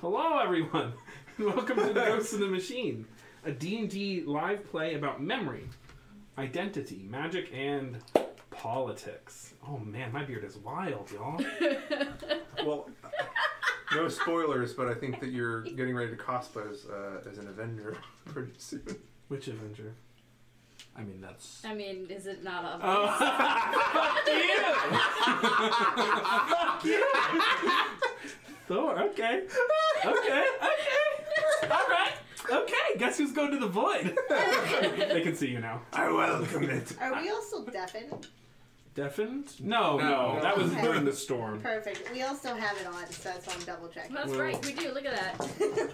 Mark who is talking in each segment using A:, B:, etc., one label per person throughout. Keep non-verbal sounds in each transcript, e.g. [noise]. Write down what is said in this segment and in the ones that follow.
A: Hello, everyone. [laughs] Welcome to the Ghosts in the Machine, a D&D live play about memory, identity, magic, and politics. Oh man, my beard is wild, y'all.
B: [laughs] Well, no spoilers, but I think that you're getting ready to cosplay as, uh, as an Avenger [laughs] pretty soon.
A: Which Avenger?
C: I
D: [laughs]
C: mean, that's.
D: I mean, is it not obvious?
A: Oh, okay. Okay, okay. All right. Okay, guess who's going to the void? they can see you now.
B: I welcome it.
E: Are we also deafened?
A: Deafened? No, no,
B: No.
A: that was
E: Okay.
A: during the storm.
E: Perfect. We also have it on, so that's why I'm double checking.
D: That's right, we do. Look at that.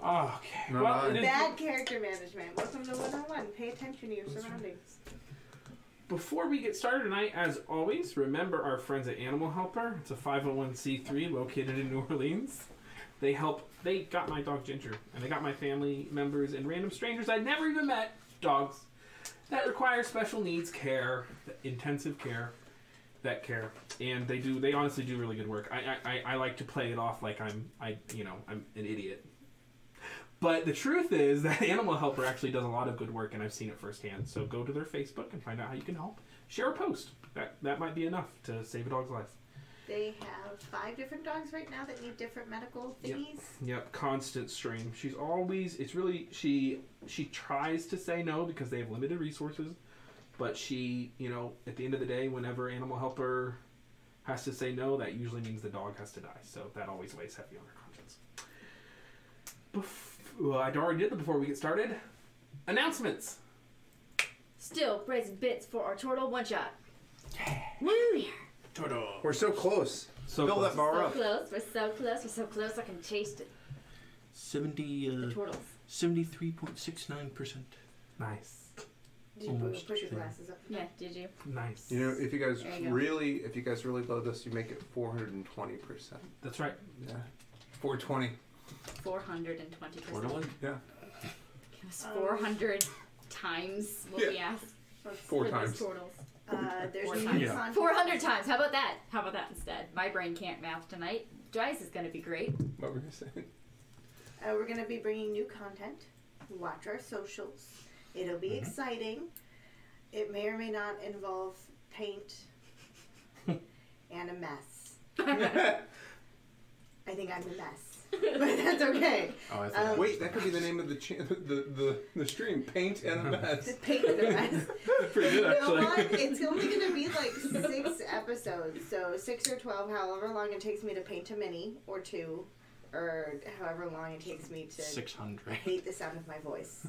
A: Oh, okay.
B: No,
A: Well,
B: I-
A: it is-
E: Bad character management. Welcome to one on one. Pay attention to your surroundings.
A: Before we get started tonight, as always, remember our friends at Animal Helper. It's a 501c3 located in New Orleans. They help, they got my dog Ginger, and they got my family members and random strangers I'd never even met, dogs, that require special needs care, intensive care, that care. And they do, they honestly do really good work. I, I, I- I like to play it off like I'm, I, you know, I'm an idiot. But the truth is that [laughs] Animal Helper actually does a lot of good work, and I've seen it firsthand. So go to their Facebook and find out how you can help. Share a post. That that might be enough to save a dog's life.
E: They have five different dogs right now that need different medical
A: Yep.
E: thingies.
A: Yep, constant stream. She's always. It's really she. She tries to say no because they have limited resources, but she, you know, at the end of the day, whenever Animal Helper has to say no, that usually means the dog has to die. So that always weighs heavy on her conscience. Bef- well, I already did that before we get started. Announcements.
D: Still raising bits for our turtle one shot.
B: We're so close.
A: So
B: Fill
A: close.
B: that
D: So
B: bar up.
D: close, we're so close, we're so close, I can taste it.
C: 70,
A: Mm.
D: The
C: uh,
D: turtles.
C: 73.69%.
A: Nice.
E: Did you
C: Almost
E: push your
C: there.
E: glasses up?
D: Yeah, did you?
A: Nice.
B: You know, if you guys
D: There you go.
B: really, if you guys really love this, you make it 420 percent.
A: That's [laughs] right.
B: Yeah, 420.
D: 420
C: Totally.
B: Yeah,
D: It was 400 times what we asked
B: four
D: for
B: times.
D: these turtles.
E: Uh,
D: Four
E: there's
D: times.
E: news on
D: 400 times. How about that? How about that instead? My brain can't math tonight. Dice is going to be great.
B: What were you
D: [laughs]
B: saying? [laughs]
E: Uh, we're going to be bringing new content. Watch our socials. It'll
D: Mm-hmm.
E: be exciting. It may or may not involve paint
D: [laughs]
E: and a mess. I think I'm a mess, but that's okay.
C: Oh, I
E: Um,
B: Wait, that could be the name of the cha- [laughs] the, the the stream. Paint and [laughs] the mess.
E: Just paint and a mess.
A: Pretty good,
E: You know
A: actually.
E: what? It's only going to be like six episodes, so six or twelve, however long it takes me to paint a mini or two, or however long it takes me to
C: 600.
E: hate the sound of my voice.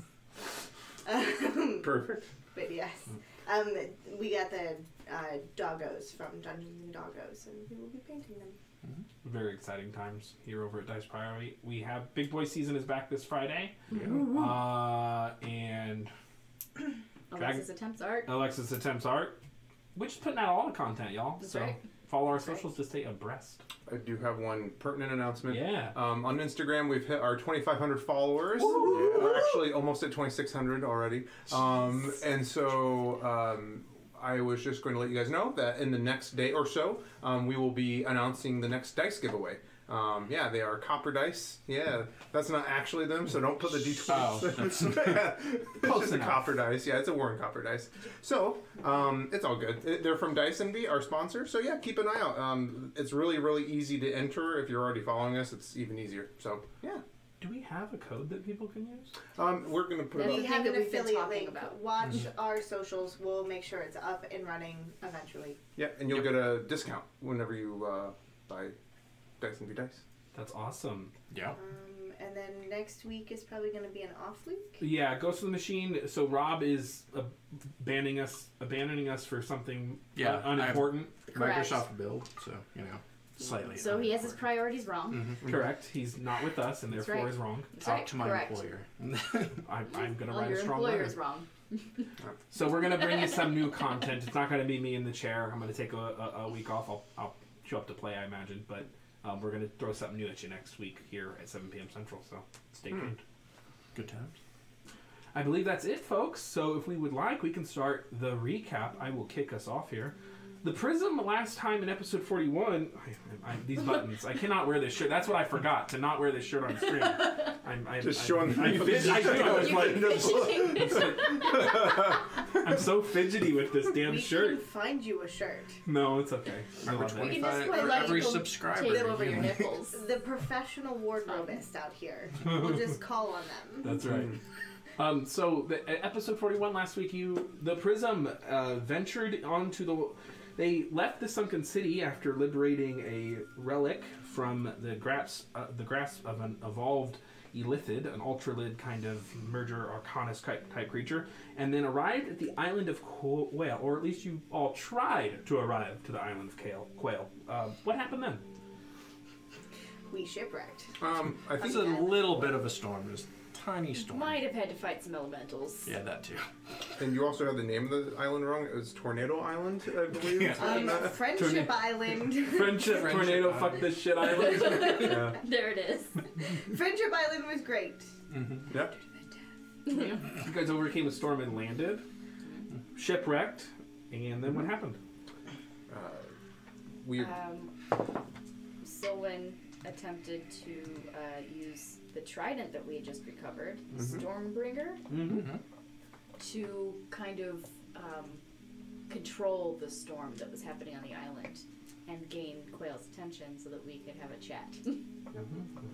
E: Um,
B: Perfect.
E: but yes, um, we got the uh, doggos from Dungeons and Doggos, and we will be painting them.
A: Very exciting times here over at Dice Priory. We have Big Boy season is back this Friday, uh, and Drag-
D: Alexis attempts art.
A: Alexis attempts art. We're just putting out all the content, y'all.
D: That's
A: so
D: right.
A: follow our
D: right.
A: socials to stay abreast.
B: I do have one pertinent announcement.
A: Yeah.
B: Um, on Instagram, we've hit our 2,500 followers. We're actually almost at 2,600 already. Um, and so um, I was just going to let you guys know that in the next day or so, um, we will be announcing the next dice giveaway. Um, yeah, they are copper dice. Yeah, that's not actually them, so don't put the [laughs] d12s. yeah, it's
A: Close
B: just a
A: enough.
B: copper dice. Yeah, it's a Warren copper dice. So um, it's all good. It- They're from Dice Envy, our sponsor. So yeah, keep an eye out. Um, it's really, really easy to enter. If you're already following us, it's even easier. So yeah,
A: Do we have a code that people can use?
B: um, we're gonna put it
D: That's
B: up.
E: we
D: the
E: have
D: thing
E: an
D: that we've been
E: affiliate
D: talking
E: link.
D: about.
E: Watch our socials. We'll make sure it's up and running eventually.
B: Yeah, and you'll get a discount whenever you uh, buy Dice Envy dice.
A: That's awesome.
C: Yeah.
E: Um, and then next week is probably going to be an off week.
A: Yeah, Ghost of the Machine. So Rob is uh, banning us, abandoning us for something
C: Yeah,
A: uh,
C: I-
A: unimportant.
D: Correct.
C: Microsoft build, so, you know, slightly.
D: So he has his
C: unimportant.
D: priorities
A: Mm.
D: wrong.
A: Correct. He's not with us, and
D: That's
A: therefore
D: right.
A: is wrong.
D: That's
C: Talk
D: right.
C: to my
D: Correct.
C: employer. [laughs]
A: I'm, I'm gonna
D: Well,
A: write a
D: your
A: strong
D: employer
A: letter.
D: is wrong.
A: So we're gonna bring you some new content. It's not gonna be me in the chair. I'm gonna take a, a, a week off. I'll, I'll show up to play, I imagine, but um, we're gonna throw something new at you next week here at 7 p.m. Central. So stay tuned.
C: Good times.
A: I believe that's it, folks. So if we would like, we can start the recap. I will kick us off here. The prism last time in episode 41. I, I, I, these buttons. I cannot wear this shirt. That's what I forgot to not wear this shirt on stream. I'm, I'm,
B: Just
A: I'm,
B: showing
A: I'm,
B: [laughs] the-
A: fidget- I do. I was
B: You
A: like, [laughs]
B: can
A: I'm so fidgety with this damn
E: we
A: shirt.
E: can find you a shirt.
A: No, it's okay. I love it.
C: Every
D: can just
C: twenty-five,
D: play
C: for
D: like
C: every
D: little
C: subscriber.
D: Take it over
C: you
D: your
C: know.
D: nipples.
E: The professional wardrobist out here. We'll just call on them.
A: That's right. Um, so the, uh, episode forty-one last week, you the Prism uh, ventured onto the. They left the sunken city after liberating a relic from the grasp uh, the grasp of an evolved elithid, an ultralid kind of merger arcanus type, type creature, and then arrived at the island of Quail, or at least you all tried to arrive to the island of Kale, Quail. Um, what happened then?
E: We shipwrecked.
B: Um, I
C: It's
B: think
C: a little bit of a storm. It's a tiny
D: [laughs]
C: storm.
D: Might have had to fight some elementals.
C: Yeah, that too.
B: And you also had the name of the island wrong. It was Tornado Island, I believe.
C: Yeah.
E: Um, Friendship Island. [laughs]
A: Friendship,
C: Friendship
A: tornado,
C: island.
A: fuck this shit island.
B: yeah.
D: [laughs] There it is.
E: Friendship Island was great.
B: Yep.
A: You guys overcame a storm and landed, shipwrecked, and then what happened?
B: Uh, we
D: Um, Sylvan attempted to uh, use the trident that we had just recovered, Stormbringer,
A: Mm-hmm.
D: to kind of um, control the storm that was happening on the island and gain Quail's attention so that we could have a chat. [laughs]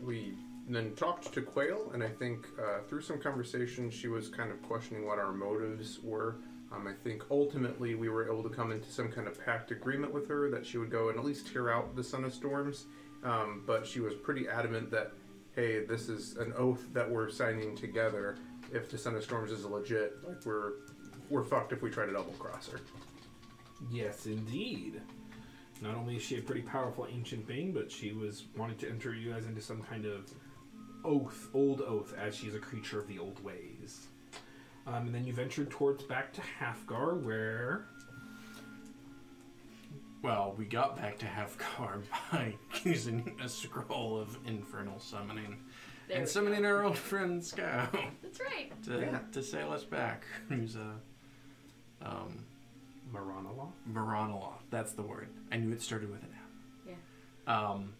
B: we then talked to Quail, and I think uh, through some conversation, she was kind of questioning what our motives were. Um, I think ultimately we were able to come into some kind of pact agreement with her that she would go and at least hear out the Son of Storms. Um, but she was pretty adamant that, hey, this is an oath that we're signing together. If the Son of Storms is legit, like we're we're fucked if we try to double cross her.
A: Yes, indeed. Not only is she a pretty powerful ancient being, but she was wanted to enter you guys into some kind of oath, old oath, as she's a creature of the old ways. Um, and then you ventured towards back to Halfgar, where
C: Well, we got back to [laughs] Hafgar by using a scroll of infernal summoning
D: There we
C: and
D: go.
C: summoning our old friend Scout.
D: That's right.
C: to,
B: Yeah.
C: to sail us back. [laughs] Who's a um,
A: Maranala.
C: Maranoloth? That's the word. I knew it started with an M. Yeah. Um,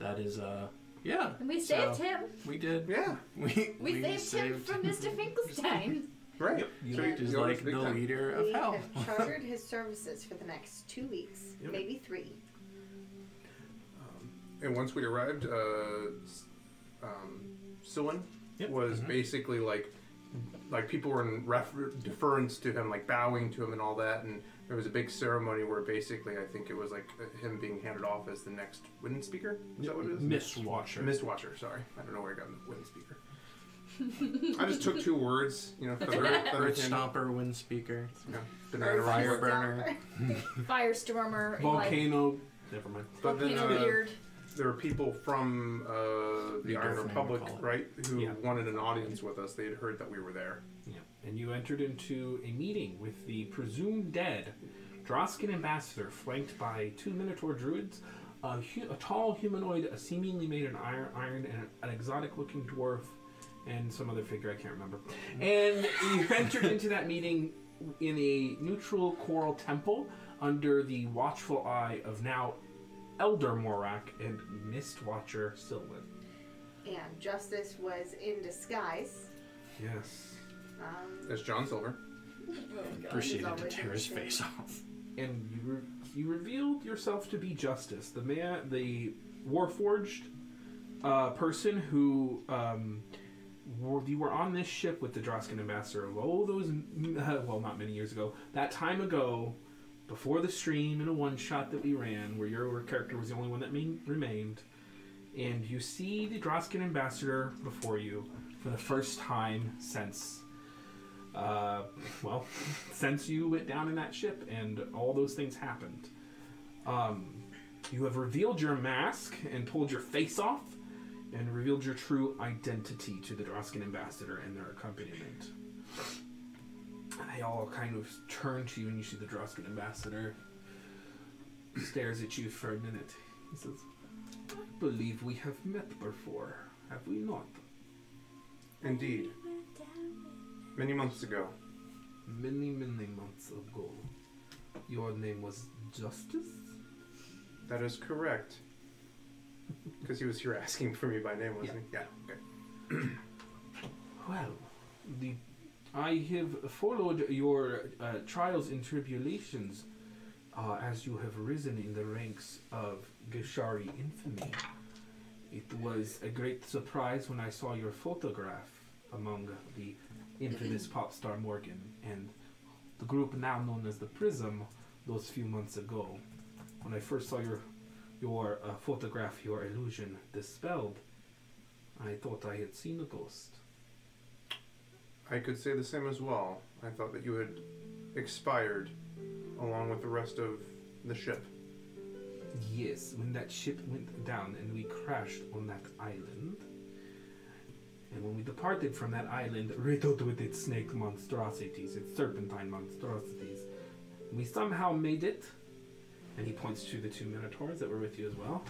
C: that is uh, yeah.
D: And we
C: so
D: saved him.
C: We did.
B: Yeah,
C: We
D: We, saved, him
C: [laughs]
D: from Mr. Finkelstein.
B: right.
A: Yep.
C: You
B: So
C: looked
B: you-
C: as
B: you
C: like
B: always
C: the
B: big time.
C: leader of
E: We
C: hell.
E: have chartered his services for the next two weeks,
A: Yep.
E: maybe three.
B: And once we arrived, uh, s- um, Sylvan
A: Yep.
B: was basically like, like people were in refer- deference to him, like bowing to him and all that. And there was a big ceremony where basically, I think it was like uh, him being handed off as the next wind speaker. Is that what it is?
A: Miss Watcher.
B: Miss Watcher. Sorry, I don't know where I got wind speaker. I just took two words, you know, for the
C: Earth Stomper, Wind Speaker,
B: banana
E: Earth
B: rider.
C: Fire Burner.
D: Firestormer. Like,
A: Volcano. Never mind.
B: But then,
D: volcano
B: uh,
D: beard.
B: there were people from uh, the
C: You
B: Iron
C: definitely
B: Republic,
C: recall it.
B: right, who
A: Yeah.
B: wanted an audience with us. They had heard that we were there.
A: Yeah. And you entered into a meeting with the presumed dead Droskin ambassador, flanked by two Minotaur druids, a, hu- a tall humanoid, a seemingly made in iron, iron and an exotic looking dwarf, and some other figure I can't remember. And you [laughs] entered into that meeting in a neutral coral temple under the watchful eye of now Elder Morak and Mist Watcher Sylvan.
E: [laughs] And Justice was in disguise.
A: Yes.
E: Um,
B: That's John Silver.
C: Proceeded
E: always
C: to
E: in
C: tear
E: the
C: his
E: same.
C: face off.
A: and you, re- you revealed yourself to be Justice, the man, the warforged uh, person who um, were, you were on this ship with the Droskin ambassador. Oh, those uh, well, not many years ago. That time ago, before the stream in a one shot that we ran, where your character was the only one that main, remained, and you see the Droskin ambassador before you for the first time since uh, well, [laughs] since you went down in that ship and all those things happened. Um, you have revealed your mask and pulled your face off and revealed your true identity to the Droskin ambassador and their accompaniment. And they all kind of turn to you and you see the Droskin ambassador stares at you for a minute. He says, I believe we have met before, have we not?
B: Indeed. Many months ago.
A: Many, many months ago. Your name was Justice?
B: That is correct. Because he was here asking for me by name, wasn't he? Yeah. Okay.
A: Well, the I have followed your uh, trials and tribulations uh, as you have risen in the ranks of Gishari infamy. It was a great surprise when I saw your photograph among the infamous pop star Morgan and the group now known as the Prism those few months ago. When I first saw your your uh, photograph, your illusion dispelled, I thought I had seen a ghost.
B: I could say the same as well. I thought that you had expired along with the rest of the ship.
A: Yes, when that ship went down and we crashed on that island. And when we departed from that island, riddled with its snake monstrosities, its serpentine monstrosities, we somehow made it. And he points to the two minotaurs that were with you as well.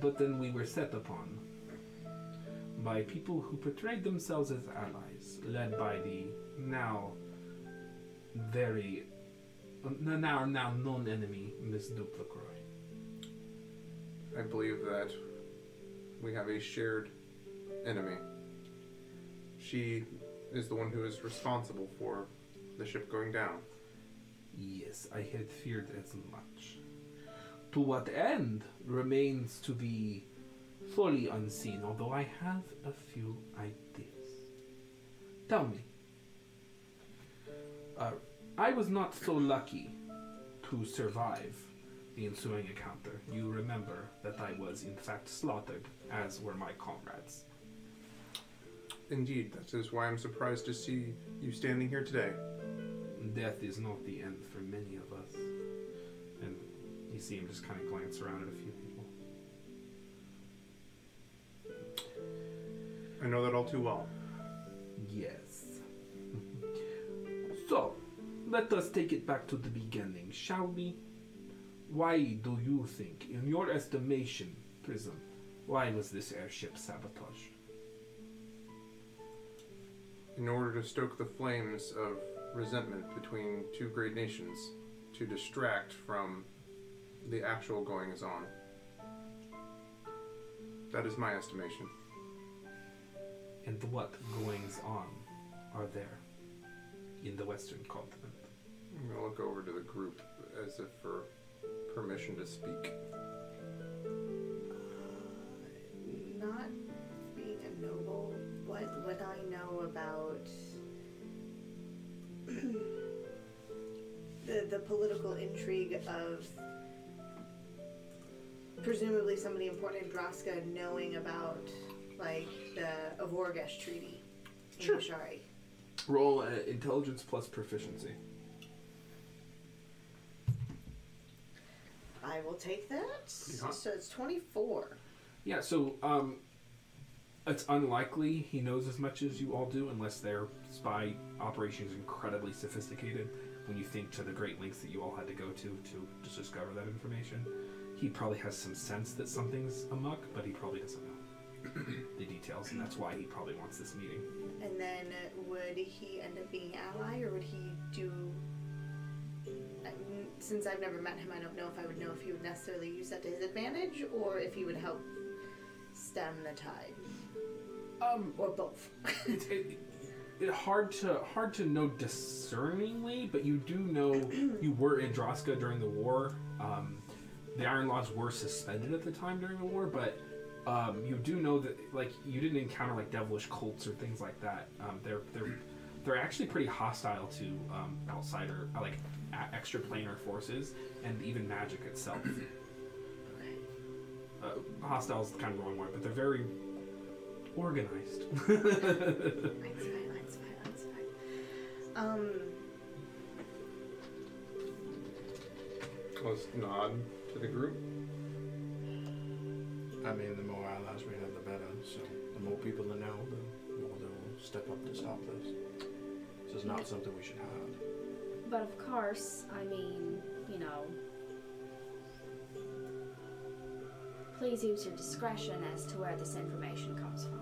A: But then we were set upon by people who portrayed themselves as allies, led by the now very the now now known enemy, Miss Duplicroy.
B: I believe that we have a shared enemy. She is the one who is responsible for the ship going down.
A: Yes, I had feared as much. To what end remains to be fully unseen, although I have a few ideas. Tell me. Uh, I was not so lucky to survive the ensuing encounter. You remember that I was, in fact, slaughtered, as were my comrades.
B: Indeed, that is why I'm surprised to see you standing here today.
A: Death is not the end for many of us. And you see him just kind of glance around at a few people.
B: I know that all too well.
A: Yes. so, let us take it back to the beginning, shall we? Why do you think, in your estimation, Prism, why was this airship sabotaged?
B: in order to stoke the flames of resentment between two great nations to distract from the actual goings on. That is my estimation.
A: And what goings on are there in the Western continent?
B: I'm going to look over to the group as if for permission to speak.
E: Not being a noble, what would I know about [clears throat] the the political intrigue of presumably somebody important in Droska knowing about like the Avorgash Treaty in
A: Sure.
E: Ashari?
A: Roll uh, intelligence plus proficiency.
E: I will take that.
B: Yeah.
E: So it's twenty four.
A: Yeah, so um, it's unlikely he knows as much as you all do, unless their spy operation is incredibly sophisticated. When you think to the great lengths that you all had to go to to just discover that information, he probably has some sense that something's amuck, but he probably doesn't know the details, and that's why he probably wants this meeting.
E: And then uh, would he end up being ally, or would he do? I mean, Since I've never met him, I don't know if I would know if he would necessarily use that to his advantage, or if he would help stem the tide,
A: Um,
E: or [laughs] both.
A: it's it, it, hard to hard to know discerningly, but you do know you were in Droska during the war. Um, the Iron Laws were suspended at the time during the war, but um, you do know that like you didn't encounter like devilish cults or things like that. Um, they're they're they're actually pretty hostile to um, outsider uh, like a- extraplanar forces and even magic itself. Uh, hostile is kind of the wrong word, but they're very organized.
E: Mine's fine, mine's fine, mine's fine. Um,
B: Let's nod to the group.
C: I mean, the more allies we have, the better. So the more people that know, the more they will step up to stop this. This is not something we should hide.
D: But of course, I mean, you know. Please use your discretion as to where this information comes from.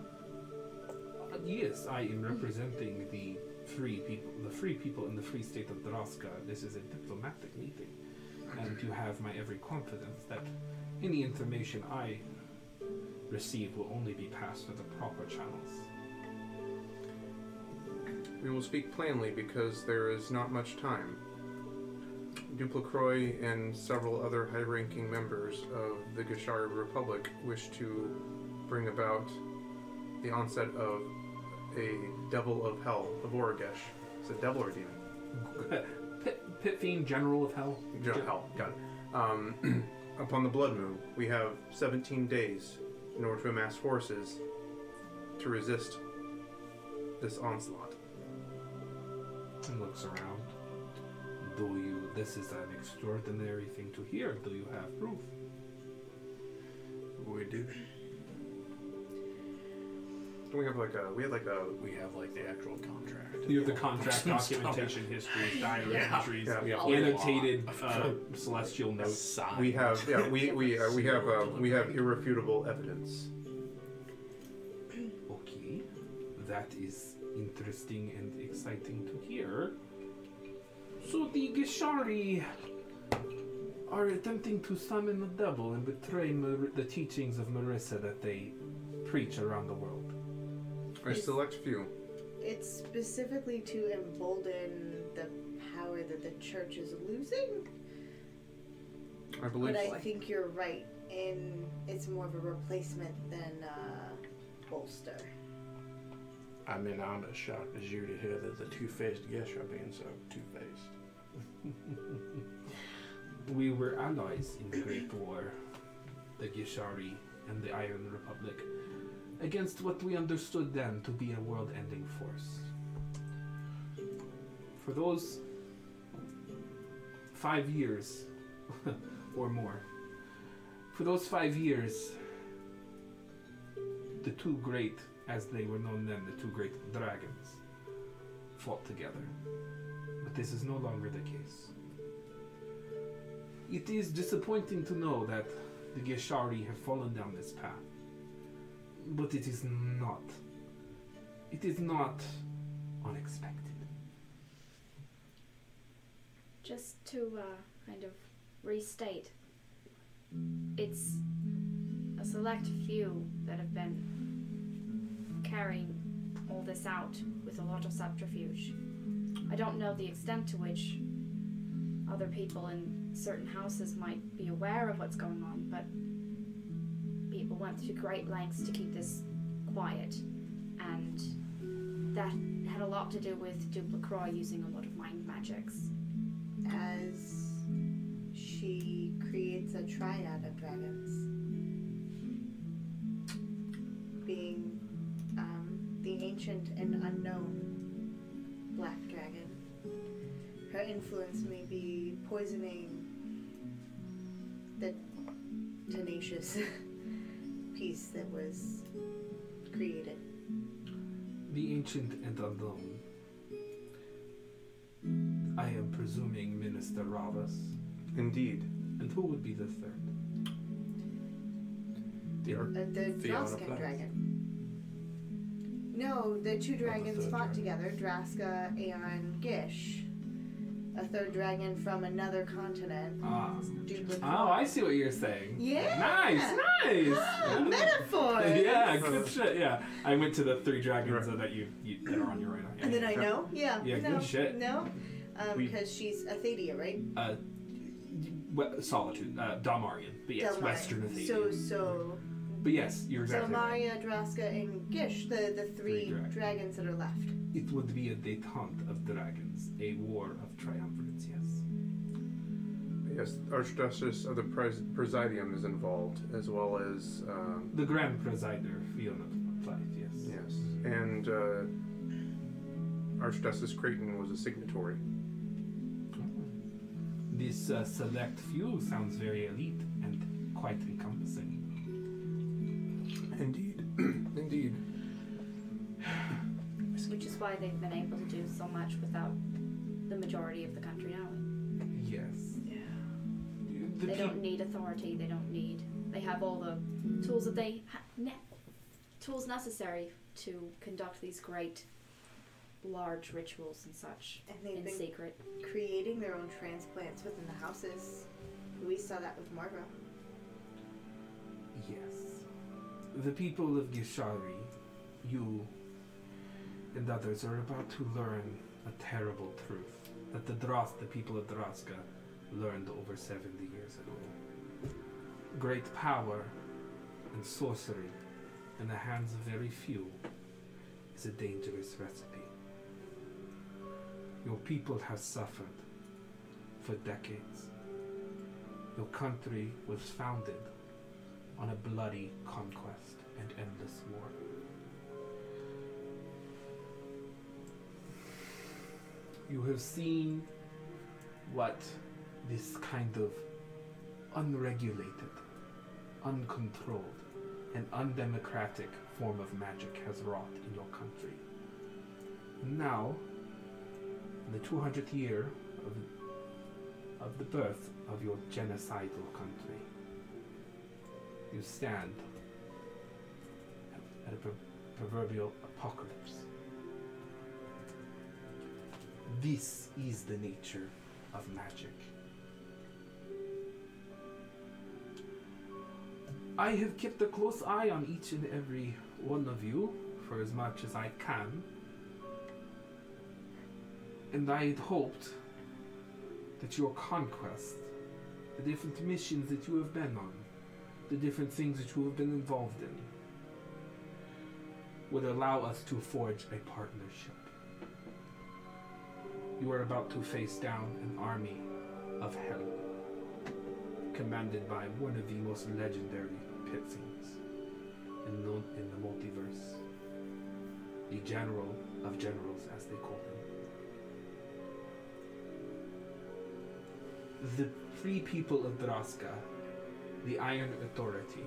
A: Uh, Yes, I am representing the free people, the free people in the free state of Droska. This is a diplomatic meeting, and you have my every confidence that any information I receive will only be passed through the proper channels. [laughs]
B: We will speak plainly because there is not much time. Duplacroix and several other high ranking members of the Gishari Republic wish to bring about the onset of a devil of hell, the Voragesh. It's a devil or a demon?
A: Pit, pit fiend, general of hell.
B: Ge- hell, got it. Um, [clears throat] upon the Blood Moon, we have 17 days in order to amass forces to resist this onslaught.
A: and looks around. Do you? This is an extraordinary thing to hear. Do you have proof?
C: We do.
B: Don't we have like a we had like a
C: We have like the actual contract.
A: You have the contract [laughs]
C: [laughs] Stuff.
A: documentation, history, diary
C: Yeah.
A: entries,
B: Yeah.
C: We have a
A: annotated [laughs]
C: lot of
A: uh, celestial notes.
C: signed.
B: We have yeah we we uh, we have uh, we have
C: Deliberate.
B: irrefutable evidence.
A: Okay, that is interesting and exciting to hear. So the Gishari are attempting to summon the devil and betray Mar- the teachings of Marissa that they preach around the world.
B: A select few.
E: It's specifically to embolden the power that the church is losing.
B: I believe.
E: but I think you're right in it's more of a replacement than uh, bolster.
C: I mean, I'm as shocked as you to hear that the two-faced Gesh are being so two-faced.
A: We were allies in the Great War, the Gishari and the Iron Republic, against what we understood then to be a world ending force. For those five years [laughs] or more, for those five years, the two great, as they were known then, the two great dragons, fought together. But this is no longer the case. It is disappointing to know that the Geshari have fallen down this path. But it is not. It is not unexpected.
D: Just to uh, kind of restate, it's a select few that have been carrying all this out with a lot of subterfuge. I don't know the extent to which other people in certain houses might be aware of what's going on, but people went to great lengths to keep this quiet, and that had a lot to do with Duplicroix using a lot of mind magics.
E: As she creates a triad of dragons, being um, the ancient and unknown black dragon. Her influence may be poisoning the tenacious [laughs] piece that was created.
A: The ancient and unknown. I am presuming Minister Ravas.
B: Indeed.
A: And who would be the third?
B: The arch-
E: Uh, the
C: Fiona
E: Draskan
C: Plath.
E: dragon. No, the two
A: Oh,
E: dragons
C: third
E: fought
C: dragon.
E: together, Draska and Gish. A third dragon from another continent.
A: Ah.
E: Duplicate.
A: Oh, I see what you're saying.
E: Yeah. Ah,
A: Nice,
E: [gasps]
A: nice.
E: Metaphor.
A: [laughs] yeah, good shit. Yeah, I went to the three dragons
B: Right.
A: uh, that you, you that are on your right eye.
E: And then I know. Yeah.
A: Yeah,
E: no,
A: good shit.
E: No.
A: We-
E: Because she's Athadia, right?
A: Uh, we- solitude, uh, Dalmarian, but yes,
E: Delmar.
A: Western Athenian.
E: So, so.
A: but yes, you're exactly
E: so
A: right.
E: Maria, Draska, and Gish, the, the three,
A: Three dragons.
E: dragons that are left.
A: It would be a détente of dragons, a war of triumvirates. Yes.
B: Yes, Archduchess of the Pres- Presidium is involved, as well as um,
A: The Grand Presider, Fiona Plath. Yes.
B: yes, and uh, Archduchess Creighton was a signatory.
A: This uh, select few sounds very elite and quite encompassing.
B: Indeed, indeed.
D: which is why they've been able to do so much without the majority of the country knowing.
A: Yes.
E: Yeah.
A: The
D: They
A: peop-
D: don't need authority. They don't need. They have all the tools that they ha- ne- tools necessary to conduct these great
F: large rituals and such
E: And they've
F: in
E: been
F: secret.
E: creating their own transplants within the houses. We saw that with Marva.
A: Yes. The people of Gishari, you and others are about to learn a terrible truth that the Dras, the people of Draska, learned over 70 years ago. Great power and sorcery in the hands of very few is a dangerous recipe. Your people have suffered for decades. Your country was founded on a bloody conquest and endless war. You have seen what this kind of unregulated, uncontrolled, and undemocratic form of magic has wrought in your country. Now, in the 200th year of, of the birth of your genocidal country, you stand at a pro- proverbial apocalypse. This is the nature of magic. I have kept a close eye on each and every one of you for as much as I can, and I had hoped that your conquest, the different missions that you have been on, the different things that you have been involved in would allow us to forge a partnership. You are about to face down an army of hell, commanded by one of the most legendary pit fiends in the, in the multiverse, the general of generals, as they call him. The free people of Draska the Iron Authority,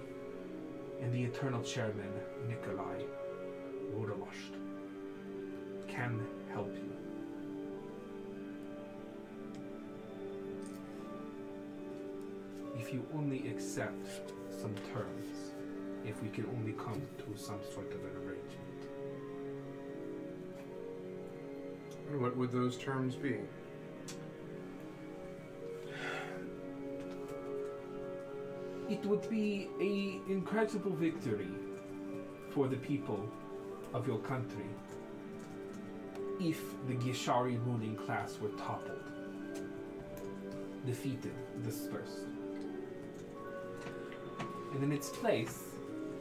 A: and the Eternal Chairman, Nikolai Rodolosh, can help you. If you only accept some terms, if we can only come to some sort of an arrangement.
B: And What would those terms be?
A: it would be a incredible victory for the people of your country if the Gishari ruling class were toppled, defeated, dispersed. And in its place,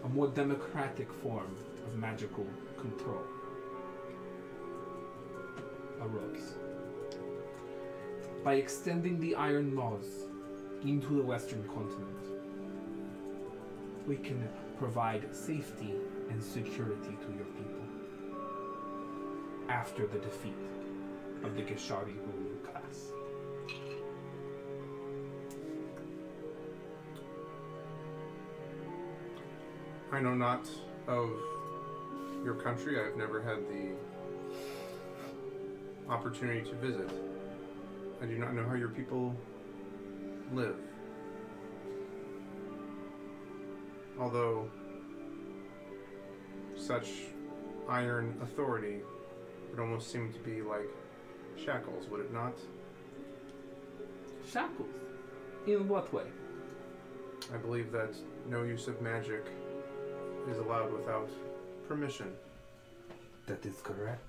A: a more democratic form of magical control arose. By extending the Iron Laws into the Western continent, we can provide safety and security to your people after the defeat of the Gishari ruling class.
B: I know not of your country. I've never had the opportunity to visit. I do not know how your people live. Although such iron authority would almost seem to be like shackles, would it not?
A: Shackles? In what way?
B: I believe that no use of magic is allowed without permission.
A: That is correct.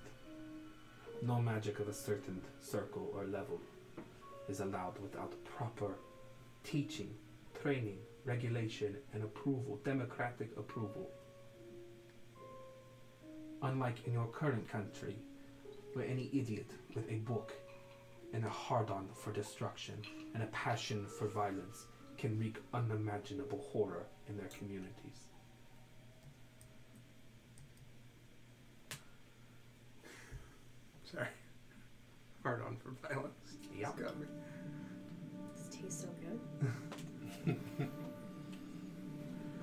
A: No magic of a certain circle or level is allowed without proper teaching, training, regulation, and approval, democratic approval. Unlike in your current country, where any idiot with a book and a hard on for destruction and a passion for violence can wreak unimaginable horror in their communities.
B: Sorry. Hard on for violence.
A: Yep.
B: Got me.
F: This tastes so good.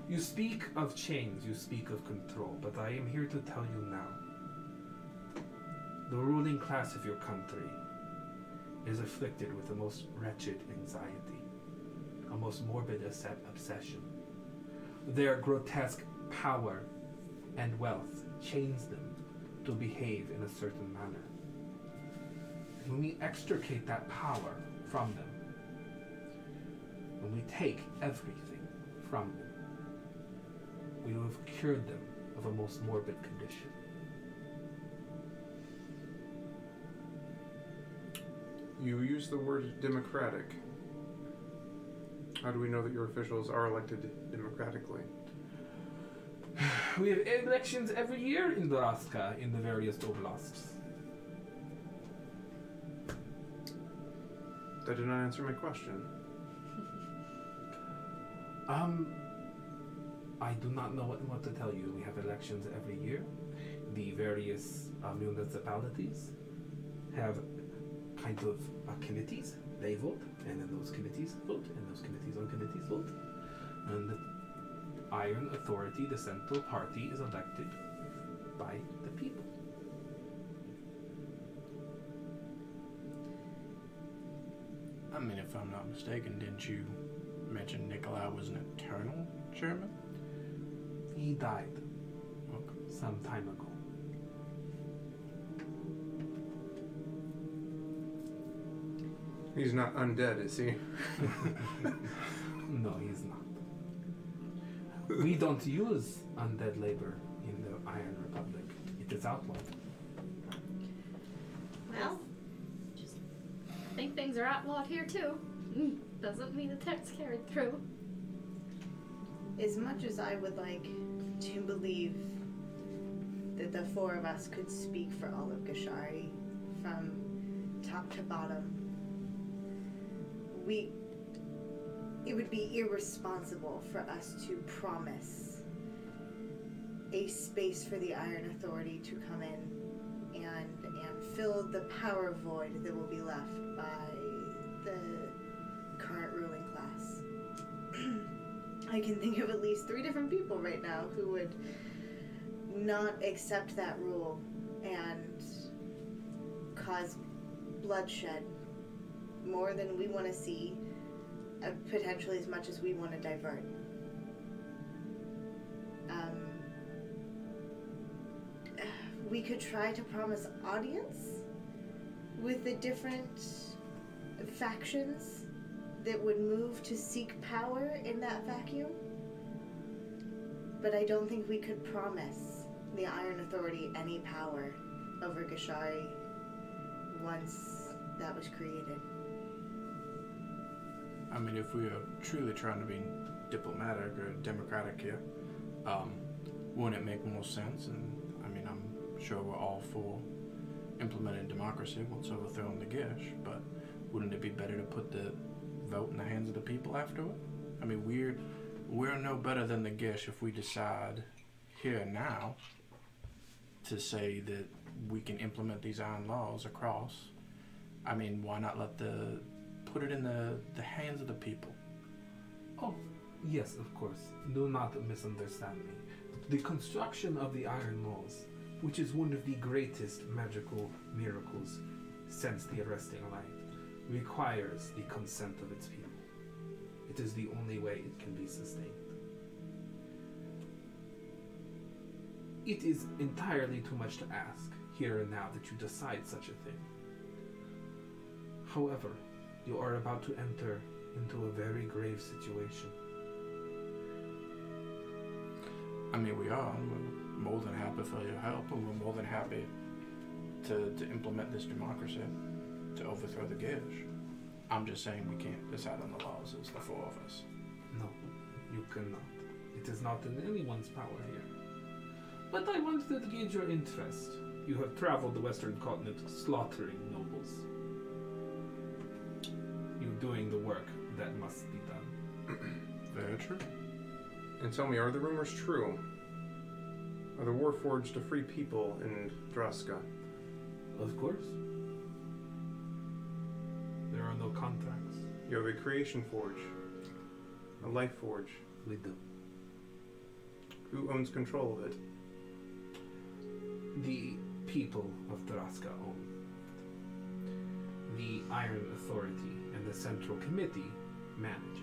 A: You speak of chains, you speak of control, but I am here to tell you now. The ruling class of your country is afflicted with the most wretched anxiety, a most morbid obse- obsession. Their grotesque power and wealth chains them to behave in a certain manner. When we extricate that power from them, when we take everything from them, we will have cured them of a most morbid condition.
B: You use the word democratic. How do we know that your officials are elected democratically?
A: We have elections every year in Doroska in the various oblasts.
B: That did not answer my question.
A: Um, I do not know what, what to tell you. We have elections every year. The various uh, municipalities have kind of uh, committees. They vote, and then those committees vote, and those committees on committees vote. And the Iron Authority, the central party, is elected by the people.
C: I mean, if I'm not mistaken, didn't you mention Nikolai was an eternal chairman?
A: He died
C: Okay.
A: some time ago.
B: He's not undead, is he?
A: No, he's not. we don't use undead labor in the Iron Republic. It is outlawed.
D: Well, just think things are outlawed here too. Mm, Doesn't mean the text carried through.
E: As much as I would like to believe that the four of us could speak for all of Gashari from top to bottom, we it would be irresponsible for us to promise a space for the Iron Authority to come in and and fill the power void that will be left by the current ruling class. I can think of at least three different people right now who would not accept that rule and cause bloodshed more than we want to see, uh, potentially as much as we want to divert. Um, [sighs] we could try to promise audience with the different factions that would move to seek power in that vacuum. But I don't think we could promise the Iron Authority any power over Gashari once that was created.
C: I mean, if we are truly trying to be diplomatic or democratic here, um, wouldn't it make more sense? And I mean, I'm sure we're all for implementing democracy once overthrowing the Gish, but wouldn't it be better to put the vote in the hands of the people afterward? I mean, we're we're no better than the Gish if we decide here and now to say that we can implement these iron laws across. I mean, why not let the put it in the, the hands of the people.
A: Oh, yes, of course. Do not misunderstand me. The construction of the Iron Laws, which is one of the greatest magical miracles since the arresting light, requires the consent of its people. It is the only way it can be sustained. It is entirely too much to ask here and now that you decide such a thing. However, you are about to enter into a very grave situation.
C: I mean, we are. and We're more than happy for your help, and we're more than happy to, to implement this democracy to overthrow the Gish. I'm just saying we can't decide on the laws as the four of us.
A: No, you cannot. It is not in anyone's power here. But I wanted to gauge your interest. You have traveled the western continent slaughtering nobles. You're doing the work that must be done.
C: Very true.
B: And tell me, are the rumors true? Are the Warforged to free people in Draska?
A: Of course. There are no contracts.
B: You have a creation forge, a life forge.
A: We do.
B: Who owns control of it?
A: The people of Taraska own. The Iron Authority and the Central Committee manage it.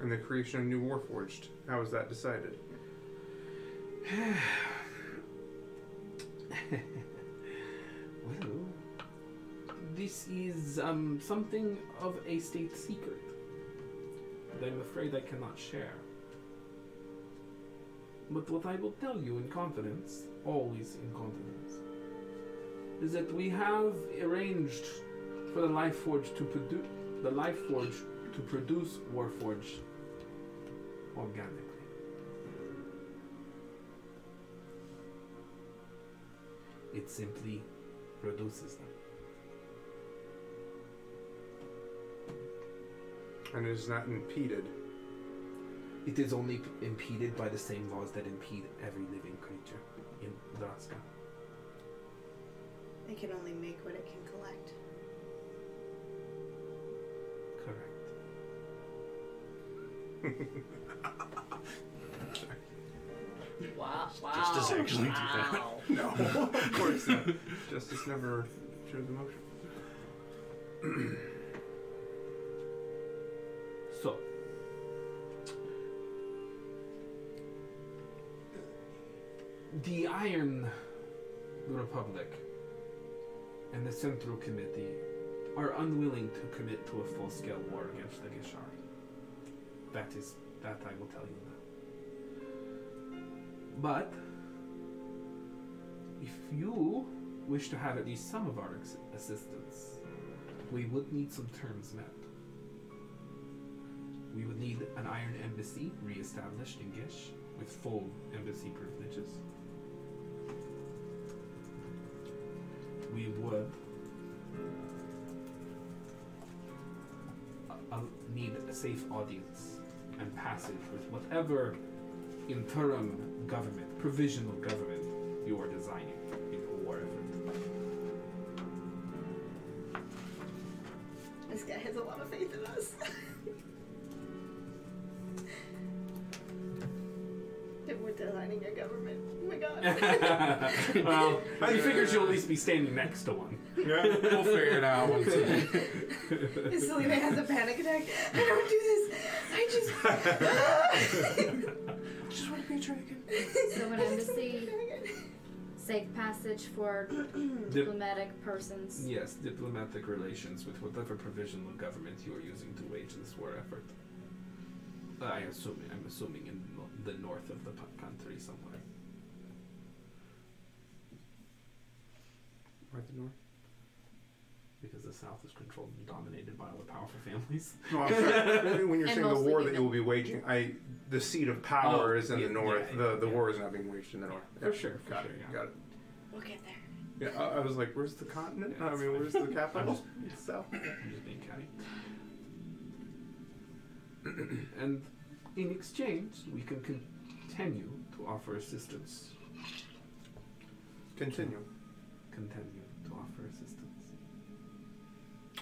B: And the creation of new Warforged. How is that decided?
A: well, this is um, something of a state secret that I'm afraid I cannot share. But what I will tell you in confidence, always in confidence, is that we have arranged for the Life Forge to produce the Life Forge to produce Warforge organically. It simply produces them.
B: and it is not impeded.
A: It is only p- impeded by the same laws that impede every living creature in Draska.
E: It can only make what it can collect.
A: Correct.
F: Wow. wow.
C: Justice actually do that. [laughs]
F: wow.
B: No, [laughs] of course not. Justice never drew the motion.
A: So, the Iron Republic and the Central Committee are unwilling to commit to a full-scale war against the Gishari. That is that I will tell you now. But if you wish to have at least some of our ex- assistance, we would need some terms met. We would need an Iron Embassy re-established in Gish with full embassy privileges. We would a- a- uh, need a safe audience and passage with whatever interim government, provisional government you are designing in a war effort.
E: This guy has a lot of faith in us. [laughs] that we're designing a government. Oh my god.
A: [laughs] well, he figures you'll at least be standing next to one.
B: Yeah.
C: [laughs] We'll figure it out [laughs] once
E: Selena has a panic attack. I don't do this. [laughs] I just.
C: just want to be a dragon.
D: So an embassy, safe passage for
A: Dip-
D: diplomatic persons.
A: Yes, diplomatic relations with whatever provisional government you are using to wage this war effort. I assume I'm assuming in no- the north of the p- country somewhere.
B: Right the door.
A: Because the south is controlled and dominated by all the powerful families. [laughs]
B: No, I'm sorry. when you're
D: And
B: saying the
D: mostly
B: war that
D: given.
B: you will be waging, I the seat of power
A: Oh,
B: is in
A: yeah,
B: the north.
A: yeah,
B: the
A: yeah,
B: the
A: yeah.
B: war is not being waged in the [laughs] north.
A: For sure, for
B: got
A: sure,
B: it.
A: yeah.
B: Got it.
E: we'll get there.
B: Yeah, I, I was like, where's the continent?
A: Yeah,
B: I
A: it's
B: mean,
A: fine.
B: where's the capital?
A: I'm
B: [laughs]
A: just-
B: South.
A: I'm just being catty. [clears throat] and in exchange, we can continue to offer assistance.
B: Continue.
A: Continue to offer assistance.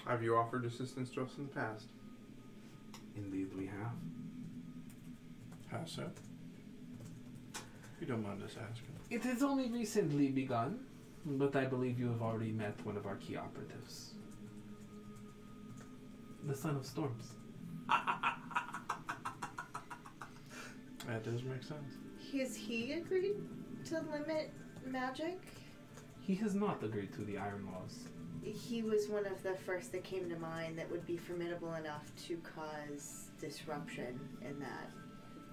B: Have you offered assistance to us in the past?
A: Indeed, we have.
C: How so? If you don't mind us asking.
A: It has only recently begun, but I believe you have already met one of our key operatives. The Son of Storms.
C: That does make sense.
E: Has he agreed to limit magic?
A: He has not agreed to the Iron Laws.
E: He was one of the first that came to mind that would be formidable enough to cause disruption in that.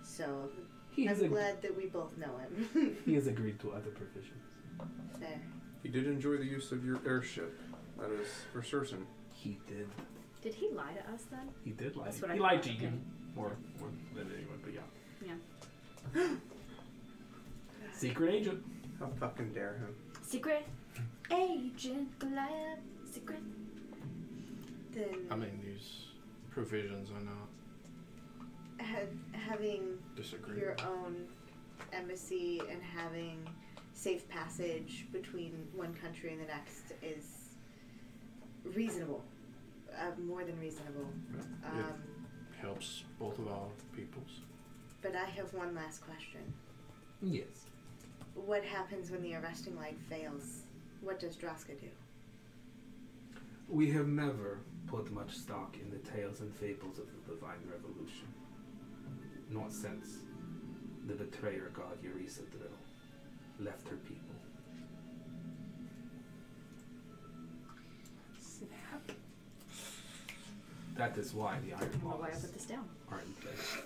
E: So
A: He has,
E: I'm
A: ag-
E: glad that we both know him.
A: [laughs] he has agreed to other provisions.
E: Fair.
B: He did enjoy the use of your airship. That is for certain.
A: He did.
F: Did he lie to us then?
A: He did lie.
F: That's what
A: he
F: I
A: lied to
F: thought,
A: you
F: okay.
A: more, more than anyone, but yeah.
F: Yeah.
A: Secret
F: [gasps]
A: agent.
B: How fucking dare him?
F: Secret agent Goliath. Secret.
E: Then
C: I mean, these provisions are not
E: ha- having your
C: disagreeable.
E: own embassy and having safe passage between one country and the next is reasonable, uh, more than reasonable. Um,
C: It helps both of our peoples.
E: But I have one last question.
A: Yes.
E: What happens when the arresting light fails? What does Draska do?
A: We have never put much stock in the tales and fables of the Divine Revolution. Not since.
G: the betrayer god Eurisa Drill left her people. Snap. That is why the
F: I
G: Iron
F: don't know why I
G: Laws
F: put this down.
G: are in place.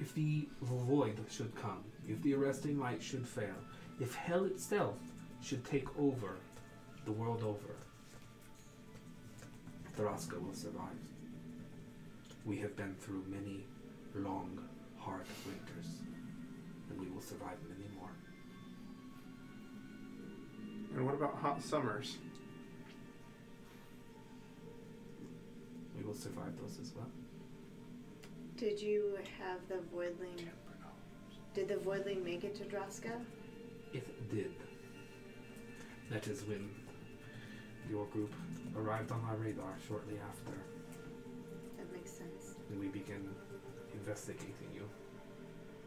G: If the void should come, if the arresting light should fail, if hell itself should take over the world over, Thraska will survive. We have been through many long, hard winters, and we will survive many more.
B: And what about hot summers?
G: We will survive those as well.
E: Did you have the Voidling? Did the Voidling make it to Draska?
G: If it did, that is when your group arrived on our radar shortly after,
E: That makes sense.
G: and we began investigating you.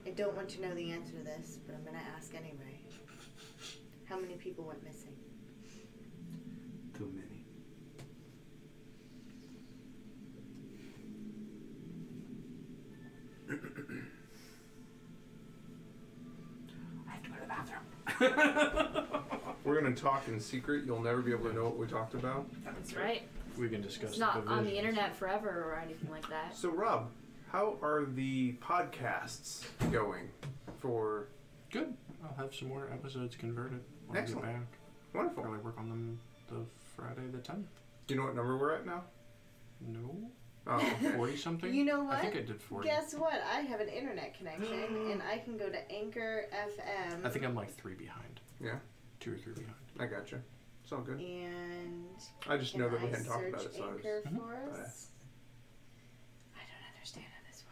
E: I don't want to know the answer to this, but I'm going to ask anyway. How many people went missing?
G: Too many. I have to go to the bathroom.
B: We're gonna talk in secret. You'll never be able to know what we talked about.
F: That's right.
C: We can discuss
F: It's not
C: the
F: on the
C: visions.
F: internet forever or anything like that.
B: So, Rob, how are the podcasts going? For
C: Good. I'll have some more episodes converted when
B: Excellent.
C: I get back.
B: wonderful.
C: Probably work on them the Friday the 10th.
B: Do you know what number we're at now? [laughs]
C: No,
B: Oh,
E: [laughs]
B: okay.
C: 40 something.
E: You know
C: I
E: what?
C: think I did 40.
E: Guess what? I have an internet [gasps] connection, and I can go to Anchor FM
C: I think I'm like three behind.
B: Yeah.
C: Two or three behind.
B: I gotcha. It's all good.
E: and
B: I just
E: can
B: know that we
E: I
B: hadn't talked
E: search
B: about it, so I was-
E: Anchor
C: Mhm.
E: for
B: Bye.
E: us? I don't understand how this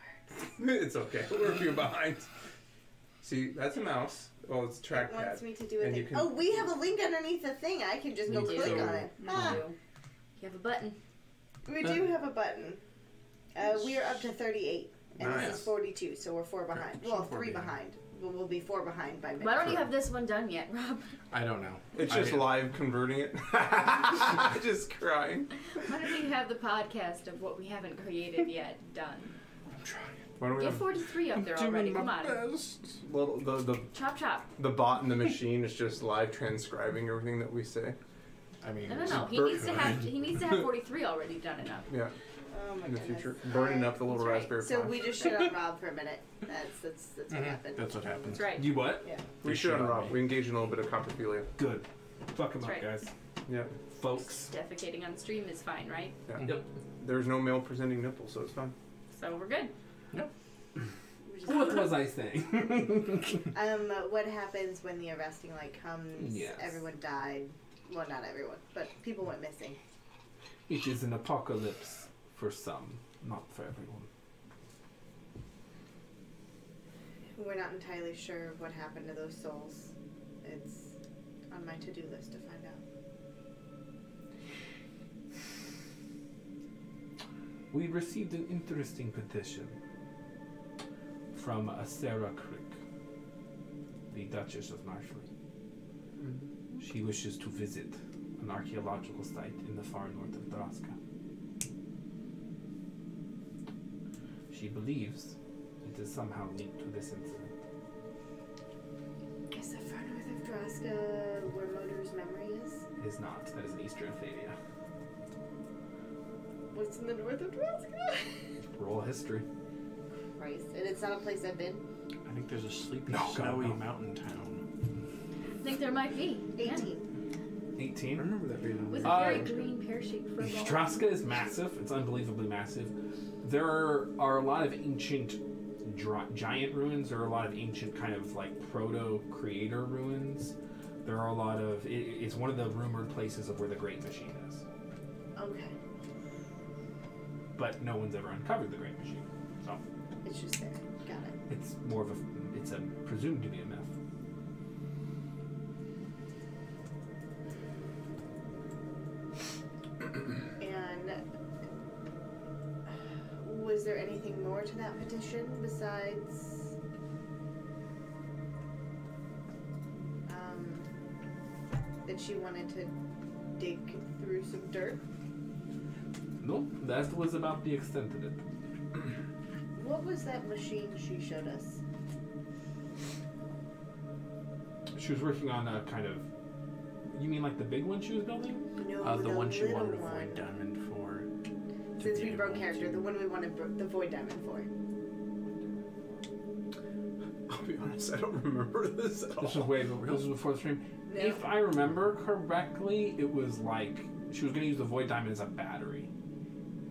B: [laughs]
E: works.
B: it's okay. We're a few behind. See, that's a mouse. Well, it's a
E: It
B: trackpad.
E: wants me to do a
B: And you
E: thing.
B: can-
E: Oh, we have a link underneath the thing. I can just go
F: We do.
E: click on it.
F: You
E: Ah,
F: do. You have a button.
E: we do have a button. Uh, we are up to 38, and this is
B: Nice.
E: 42, so we're four behind.
C: Okay, so
E: Well,
C: four
E: three behind.
C: behind.
E: We'll, we'll be four behind by
F: Why
E: mid.
F: don't you have this one done yet, Rob? [laughs]
C: I don't know.
B: It's
C: I-
B: just live converting it. [laughs] just crying.
F: Why don't you have the podcast of what we haven't created yet done?
C: I'm trying.
B: Why don't we
F: Get
B: have
F: 43 up there already. Come on.
B: best. Well, the, the
F: Chop chop.
B: the bot in the machine is just live transcribing everything that we say.
C: I mean,
F: No, no, no. He
B: Bert-
F: needs to have he needs
A: [laughs]
F: to have 43 already done and up.
B: Yeah,
E: Oh my
B: in the
E: goodness.
B: future, burning up the little
F: That's right.
B: raspberry
E: So
B: Pi.
E: we just shut on Rob for a minute. That's that's that's what
B: Mm-hmm.
C: Mhm.
E: happened.
C: That's what happens.
F: That's right.
A: You what?
B: we should unrob. We engage in a little bit of coprophilia.
A: Good. Fuck 'em
F: That's
A: up,
F: right.
A: guys.
B: Yeah,
A: Folks.
F: Defecating on stream is fine, right?
B: there's no male presenting nipple, so it's fine.
F: So we're good. [laughs]
E: We just-
A: What was I saying? [laughs]
E: Um, what happens when the arresting light comes?
A: Yes.
E: Everyone died. Well, not everyone, but people went missing.
A: it is an apocalypse for some, not for everyone.
E: We're not entirely sure what happened to those souls. It's on my to-do list to find out.
A: We received an interesting petition from a Sarah Crick, the Duchess of Narsley.
C: Mm-hmm.
A: She wishes to visit an archaeological site in the far north of Draska. She believes it is somehow linked to this incident.
E: Is the far north of Draska where Motor's memory is?
A: It is not. That is an Eastern Thalia.
E: What's in the north of Draska?
A: Roll history.
E: Christ, and it's not a place I've been.
C: I think there's a sleepy,
A: No, God,
C: snowy
A: no.
C: mountain town.
F: I think there might be. Yeah.
E: Eighteen.
A: 18.
C: remember that being
F: With a
A: Uh,
F: very green pear shape for a ball.
A: Straska is massive. It's unbelievably massive. There are a lot of ancient dri giant ruins. There are a lot of ancient kind of like proto creator ruins. There are a lot of. It, it's one of the rumored places of where the Great Machine is,
E: Okay,
A: but no one's ever uncovered the Great Machine. So
E: it's just there. Got it.
A: it's more of a. It's a presumed to be a myth.
E: And was there anything more to that petition besides um, that she wanted to dig through some dirt?
A: No, that was about the extent of it.
E: What was that machine she showed us?
A: She was working on a kind of. You mean like the big one she was building?
E: No,
C: Uh, the, one she
E: little
C: wanted to
E: one.
C: avoid diamond for. to
E: Since
C: be
E: we broke
C: able
E: character,
C: to-
E: the one we wanted bro- the void diamond for.
B: I'll be honest, I don't remember this at all.
A: This was way before. This was before the stream. If I remember correctly, it was like she was going to use the void diamond as a battery.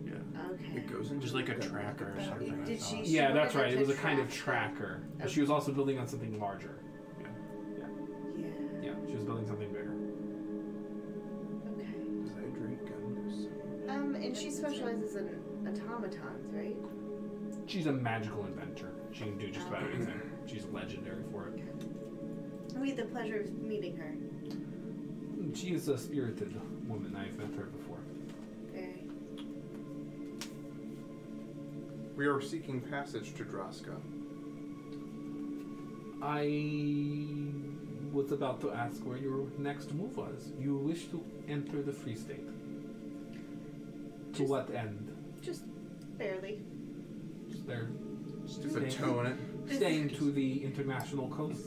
C: Yeah.
E: Okay. Um,
B: goes into
C: Just like a
B: the-
C: tracker or something. I
E: Did
C: thought.
E: she-
A: Yeah,
E: wanted
A: that's right.
E: to
A: It was a kind of
E: track
A: tracker. But she was also building on something larger.
E: Yeah.
A: Yeah, she was building something bigger.
E: Okay.
B: Does I drink gum?
E: Um, and she specializes in automatons, right?
A: She's a magical inventor. She can do just about anything. She's legendary for it.
E: We had the pleasure of meeting her.
A: She is a spirited woman. I've met her before.
E: Very.
B: We are seeking passage to Draska.
A: I was about to ask where your next move was. You wish to enter the Free State. To
E: Just-
A: what end?
E: Just barely.
A: Just there,
B: Stupid
A: Stay-
B: toe in it.
A: staying to the international coast.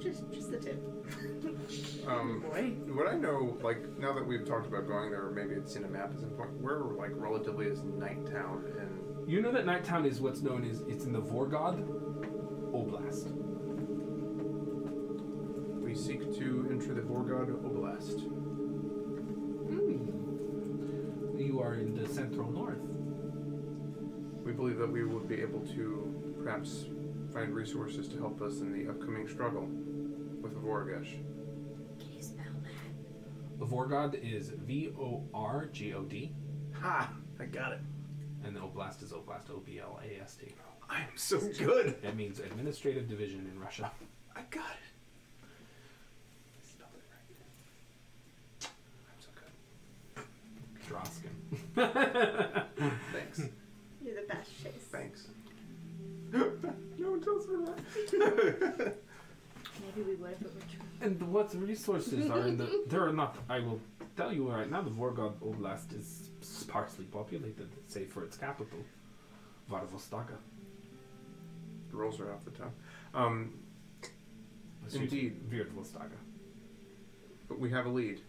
E: Just, just the tip. [laughs]
B: Um,
C: Boy.
B: Would I know, like, now that we've talked about going there, maybe it's in a map at some point, where, like, relatively is Night Town and.
A: You know that Nighttown is what's known as it's in the Vorgod Oblast.
B: We seek to enter the Vorgod Oblast.
A: Hmm. You are in the central north.
B: We believe that we would be able to perhaps find resources to help us in the upcoming struggle with Vorgesh.
F: Can you spell that?
A: The Vorgod is V O R G O D,
B: Ha! I got it.
A: and the Oblast is Oblast O B L A S T.
B: I'm so good.
A: That means administrative division in Russia.
B: I got it. Spelled it right. I'm so good.
A: Droskin.
B: [laughs] Thanks.
E: You're the best, Chase.
B: Thanks. no one tells me that.
F: Maybe we would if it were true.
A: And what resources are in the? There are not. I will tell you right now. The Vorgod Oblast is sparsely populated, save for its capital, Varvostaka.
B: the rolls are off the tongue. Um, Indeed.
A: Virdvostaka.
B: but we have a lead.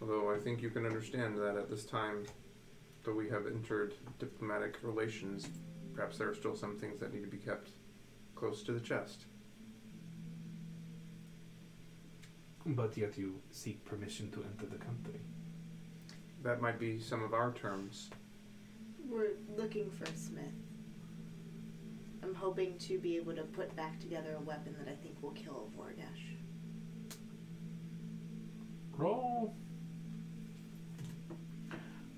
B: Although I think you can understand that at this time, though we have entered diplomatic relations, perhaps there are still some things that need to be kept close to the chest.
A: But yet you seek permission to enter the country.
B: That might be some of our terms.
E: We're looking for a smith. I'm hoping to be able to put back together a weapon that I think will kill Vorgash.
A: Roll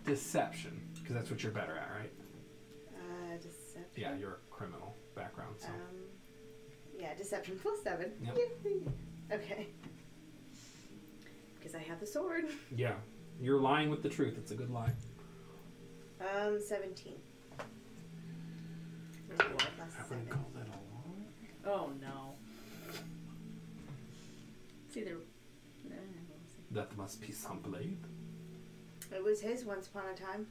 A: deception, because that's what you're better at, right?
E: Uh, deception.
A: Yeah, you're a criminal background, so
E: Um, yeah, deception plus seven.
A: Yep.
E: Yay. Okay. Because I have the sword. [laughs]
A: yeah, you're lying with the truth. It's a good lie.
E: Um, seventeen. Plus
C: I
E: seven.
C: wouldn't call that a lie.
F: Oh no. It's either. no, no, no, it's-
A: That must be some blade.
E: It was his once upon a time.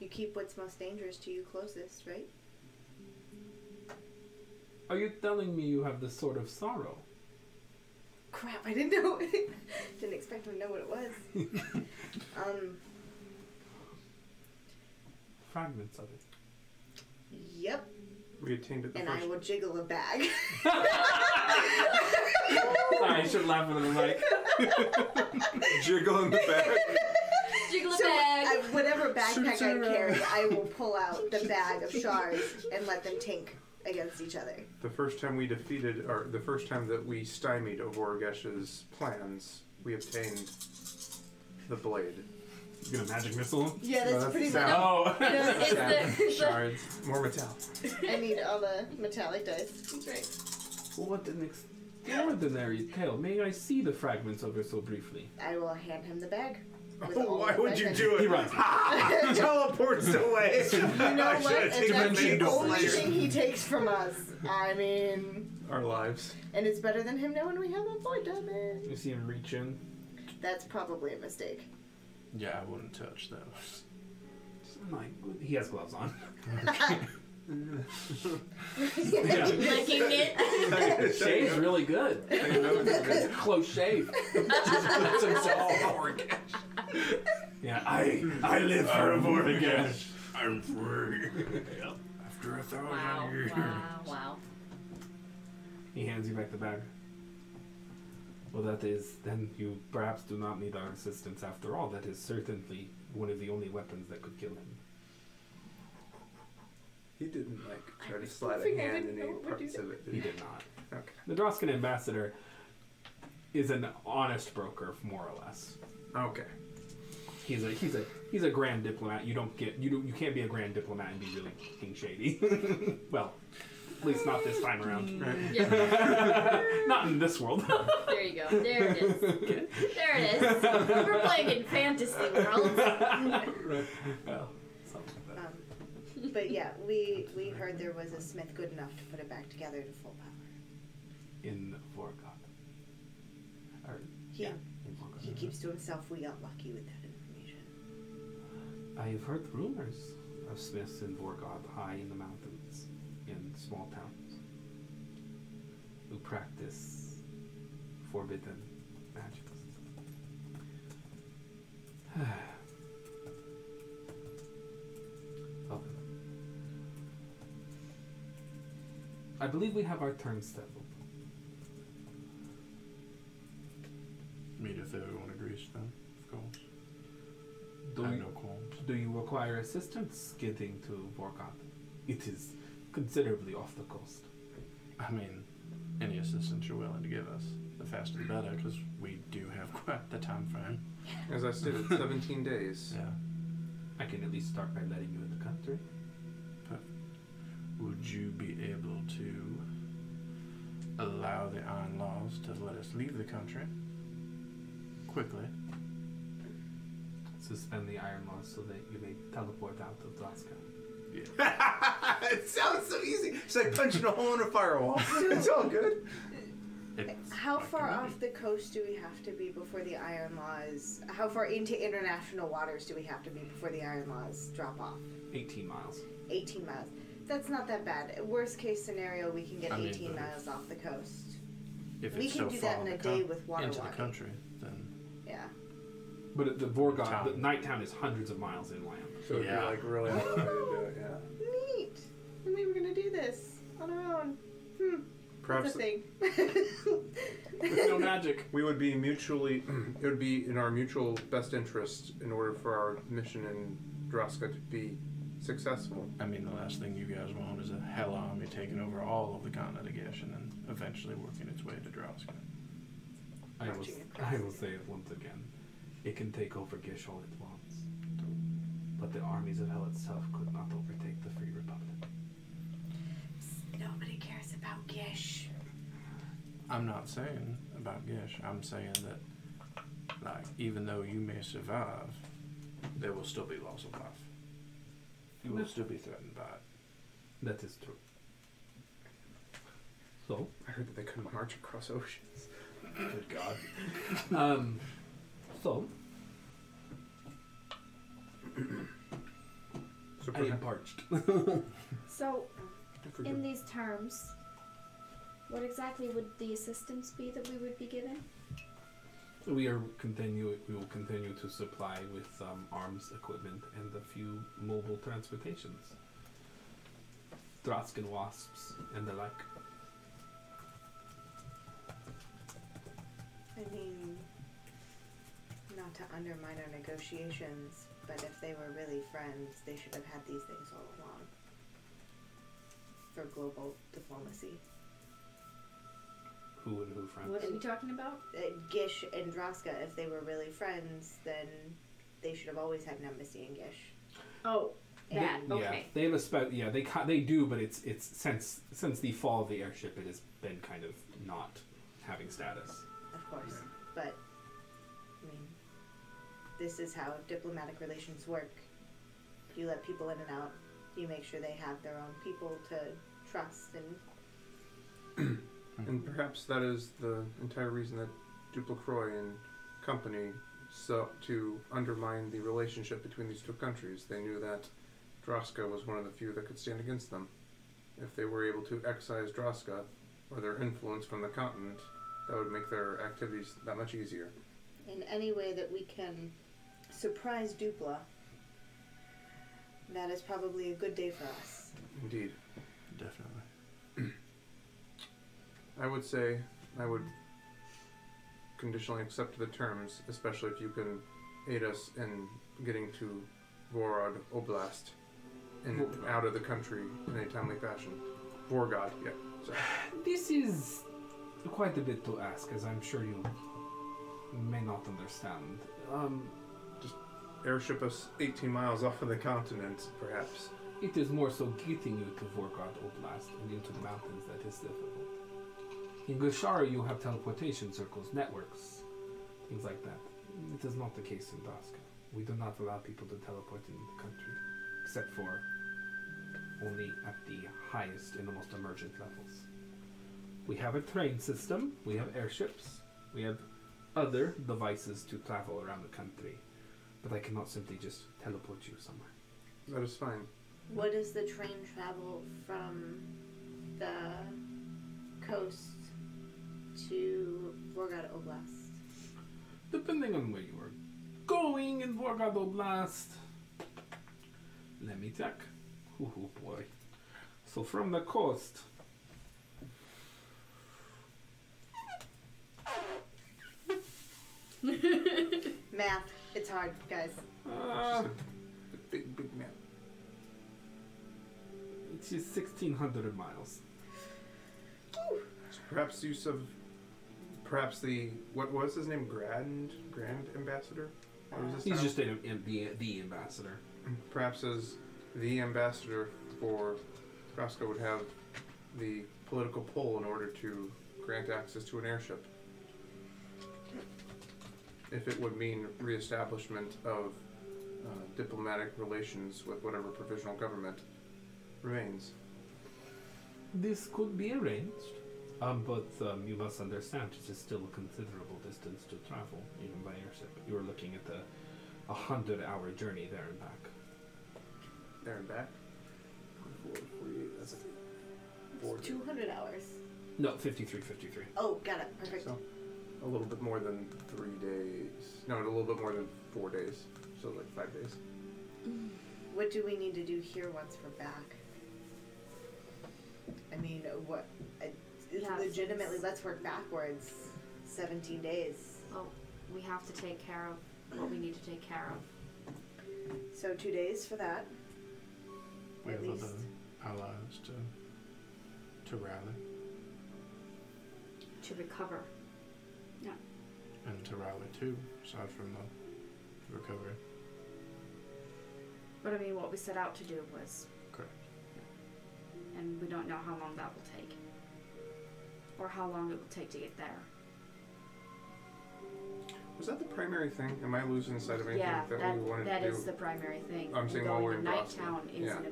E: You keep what's most dangerous to you closest, right?
A: Are you telling me you have the sword of sorrow?
E: Crap, I didn't know. it. [laughs] didn't expect to know what it was.
B: [laughs]
E: um,
A: Fragments of it.
E: yep.
B: We attained it the
E: And
B: first
E: I will jiggle a bag.
A: Sorry, [laughs] I should laugh when I'm like,
B: jiggle
E: [laughs]
B: in the back.
F: Jiggle a
E: So
F: bag.
E: I, whatever backpack
B: Shoots
E: I
B: around.
E: carry, I will pull out
B: [laughs]
E: the bag of shards and let them tink against each other.
B: The first time we defeated, or the first time that we stymied Ovorgesh's plans, we obtained the blade.
A: you got a magic missile?
E: Yeah,
B: No,
E: that's
B: that's
E: pretty
B: the
E: much.
B: sound.
A: Oh!
F: it's the, it's the
B: Shards. More metal.
E: I need all the metallic dice.
A: [laughs] what an extraordinary tale. May I see the fragments of it so briefly?
E: I will hand him the bag. with
B: [laughs]
E: all
B: Why
E: the
B: would you
E: weapons.
B: do it?
A: He runs.
B: [laughs] Teleports
C: [laughs]
B: away.
E: You know
B: I
E: what?
B: should've
E: And that's
B: taken
E: the
B: a
E: only
B: picture.
E: thing he takes from us. I mean,
B: Our lives.
E: and it's better than him knowing we have a void diamond.
A: You see him reach in.
E: That's probably a mistake. [laughs]
C: Yeah, I wouldn't touch those.
A: gloves? I'm like, he has gloves [laughs] on. [laughs]
F: Licking it.
A: Shave's really good.
C: [laughs]
A: Close shave. That's himself. Yeah, I I live for a Vortigash.
C: I'm free. After a thousand
F: Wow.
C: years.
F: Wow. Wow.
A: He hands you back the bag. Well, that is then you perhaps do not need our assistance after all. That is certainly one of the only weapons that could kill him.
B: He didn't like try to slide a hand in any parts of it.
A: He did not.
B: Okay.
A: The Droskin ambassador is an honest broker, more or less.
B: Okay.
A: He's a he's a he's a grand diplomat. You don't get you don't, you can't be a grand diplomat and be really king shady. [laughs] well, at least not this time around.
F: Yeah.
A: [laughs] not in this world.
F: There you go. There it is. There it is. We're playing in fantasy world.
A: [laughs] Well, something like that.
E: Um, but yeah, we we heard there was a smith good enough to put it back together to full power.
A: In Vorkop. Or,
E: He
A: yeah, in Vorkop.
E: he keeps to himself. We got lucky with that information.
A: I have heard rumors of smiths in Vorkop high in the mountains, in small towns, who practice forbidden [sighs] magics. Oh. I believe we have our turn settled.
C: Meet if everyone agrees then, of course.
A: Do
C: I
A: we-
C: have no qualms.
A: Do you require assistance getting to Vorkop? It is considerably off the coast.
C: I mean, any assistance you're willing to give us, the faster the better, because we do have [laughs] quite the time frame.
B: As I stated, 17 days.
C: [laughs] Yeah.
A: I can at least start by letting you in the country.
C: Would you be able to allow the Iron Laws to let us leave the country quickly?
A: Suspend the iron laws so that you may teleport out of Draska.
B: it sounds so easy. It's like punching a hole in a
E: [laughs]
B: firewall. It's all good.
C: It's
E: How
C: not
E: far
C: gonna
E: off the coast do we have to be before the iron laws? How far into international waters do we have to be before the iron laws drop off?
A: 18 miles.
E: 18 miles. That's not that bad. Worst case scenario, we can get
C: I mean,
E: 18
C: but-
E: miles off the coast.
C: be. If
E: we
C: it's
E: can
C: so
E: do
C: far
E: that in
C: in
E: a
C: the coun-
E: day with water
C: into the
E: walking.
C: country, then
E: Yeah.
A: But at the Vorgon,
C: Town.
A: the night town is hundreds of miles [laughs] inland.
B: So it'd
C: Yeah.
B: be like really hard to do it, yeah.
E: Neat. And we were gonna do this on our own. Hmm.
B: Perhaps
E: That's a
C: [laughs]
E: thing.
A: With no magic.
B: we would be mutually, [clears throat] it would be in our mutual best interest in order for our mission in Draska to be successful.
C: I mean, the last thing you guys want is a hell army taking over all of the continent of Gish and then eventually working its way to Droska.
A: I will,
E: Marching across.
A: I will say it once again. It can take over Gish all it wants. But the armies of Hell itself could not overtake the Free Republic.
E: Nobody cares about Gish.
C: I'm not saying about Gish. I'm saying that, like, even though you may survive, there will still be loss of life. You will still be threatened by it.
A: That is true. So?
B: I heard that they couldn't march across oceans.
A: Good God. [laughs] um, so,
B: So
A: I am
B: perhaps,
A: parched.
D: So,
B: if we
D: in
B: could-
D: these terms, what exactly would the assistance be that we would be given?
A: We are continue. We will continue to supply with um, arms, equipment, and a few mobile transportations. Thraskin wasps and the like.
E: I mean, not to undermine our negotiations, but if they were really friends, they should have had these things all along. For global diplomacy.
A: Who and who friends?
F: What are we talking about?
E: Uh, Gish and Draska, if they were really friends, then they should have always had an embassy in Gish.
F: Oh, that.
A: They- Yeah,
F: Okay.
A: they have a spe- Yeah, they ca- they do, but it's it's since since the fall of the airship, it has been kind of not having status.
E: Of course. But, I mean, this is how diplomatic relations work. You let people in and out, you make sure they have their own people to trust, and
B: And perhaps that is the entire reason that Duplicroy and company so to undermine the relationship between these two countries. They knew that Droska was one of the few that could stand against them. If they were able to excise Droska or their influence from the continent, that would make their activities that much easier.
E: in any way that we can surprise Dupla, that is probably a good day for us.
B: Indeed.
C: Definitely.
B: I would say I would conditionally accept the terms, especially if you can aid us in getting to Vorod Oblast and
A: Vorgod.
B: out of the country in a timely fashion. Vorgod, yeah. Sorry.
A: This is quite a bit to ask, as I'm sure you may not understand. Um,
B: Airship us 18 miles off of the continent, perhaps.
A: it is more so getting you to Vorgod Oblast and into the mountains that is difficult. In Gashara, you have teleportation circles, networks, things like that. It is not the case in Daska. We do not allow people to teleport in the country, except for only at the highest and the most emergent levels. We have a train system, we have airships, we have other devices to travel around the country, but I cannot simply just teleport you somewhere.
B: That is fine.
E: What is the train travel from the coast to Vorgod Oblast?
A: depending on where you are going in Vorgod Oblast. Let me check. Ooh, oh boy. So from the coast.
E: Math. It's hard, guys.
A: Uh,
B: The big, big man.
A: it's just 1,600 miles.
B: So perhaps use of. Perhaps the. What was his name? Grand? Grand Ambassador? What was his
A: He's
B: title?
A: just a, a- the, the ambassador.
B: perhaps as the ambassador for Roscoe would have the political pull in order to grant access to an airship. If it would mean reestablishment of uh, diplomatic relations with whatever provisional government remains.
A: This could be arranged. Um, but um, you must understand, it is still a considerable distance to travel, even by airship. You are looking at the 100 hour journey there and back.
B: There and back.
E: It's 200 hours.
A: No, 53, 53.
E: Oh, got it. Perfect.
B: So, a little bit more than three days. No, a little bit more than four days. So, like five days.
E: What do we need to do here once we're back? I mean, what? I,
D: Yeah,
E: legitimately,
D: it's-
E: let's work backwards. 17 days.
D: Well, we have to take care of what we need to take care of.
E: So, two days for that.
C: We
E: At
C: have
E: least.
C: other allies to to rally
D: To recover.
C: and to rally too, aside from the recovery.
D: But I mean, what we set out to do was.
C: Correct.
D: And we don't know how long that will take. Or how long it will take to get there.
B: Was that the primary thing? Am I losing sight of anything
D: yeah,
B: that, we wanted
D: that
B: to do?
D: is the primary thing.
B: I'm saying
D: Going
B: while we're
D: to
B: in
D: Night
B: Boston.
D: Town is
B: Yeah.
D: an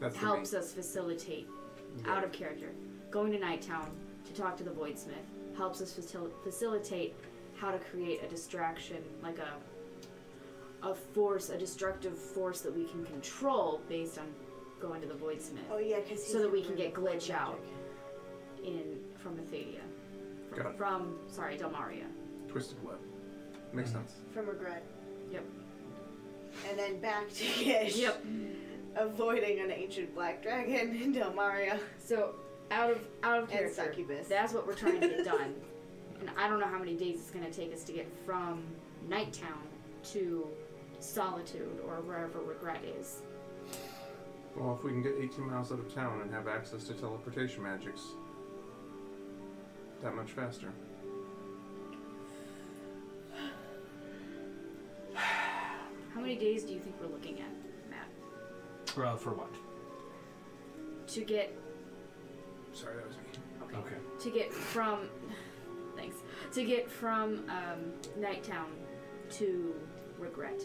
B: That's the
D: helps us facilitate
B: main-
D: out of character. Going to Nighttown to talk to the Voidsmith helps us facil- facilitate how to create a distraction, like a a force, a destructive force that we can control based on going to the Voidsmith
E: Oh, yeah, because
D: So that we can get glitch out. in from Athalia. From,
B: Got it.
D: from sorry, Delmaria.
B: Twisted Web. Makes sense.
E: From regret.
D: Yep.
E: And then back to Gish.
D: Yep.
E: Avoiding an ancient black dragon [laughs] in Delmaria
D: So out of out of
E: and
D: character.
E: succubus.
D: That's what we're trying
E: [laughs]
D: to get done. And I don't know how many days it's going to take us to get from Nighttown to Solitude or wherever Regret is.
B: Well, if we can get 18 miles out of town and have access to teleportation magics, that much faster.
D: How many days do you think we're looking at, Matt?
A: Uh, for what?
D: To get
B: Sorry, that was me.
D: okay,
A: Okay.
D: to get from [sighs] thanks to get from um, Nighttown to Regret.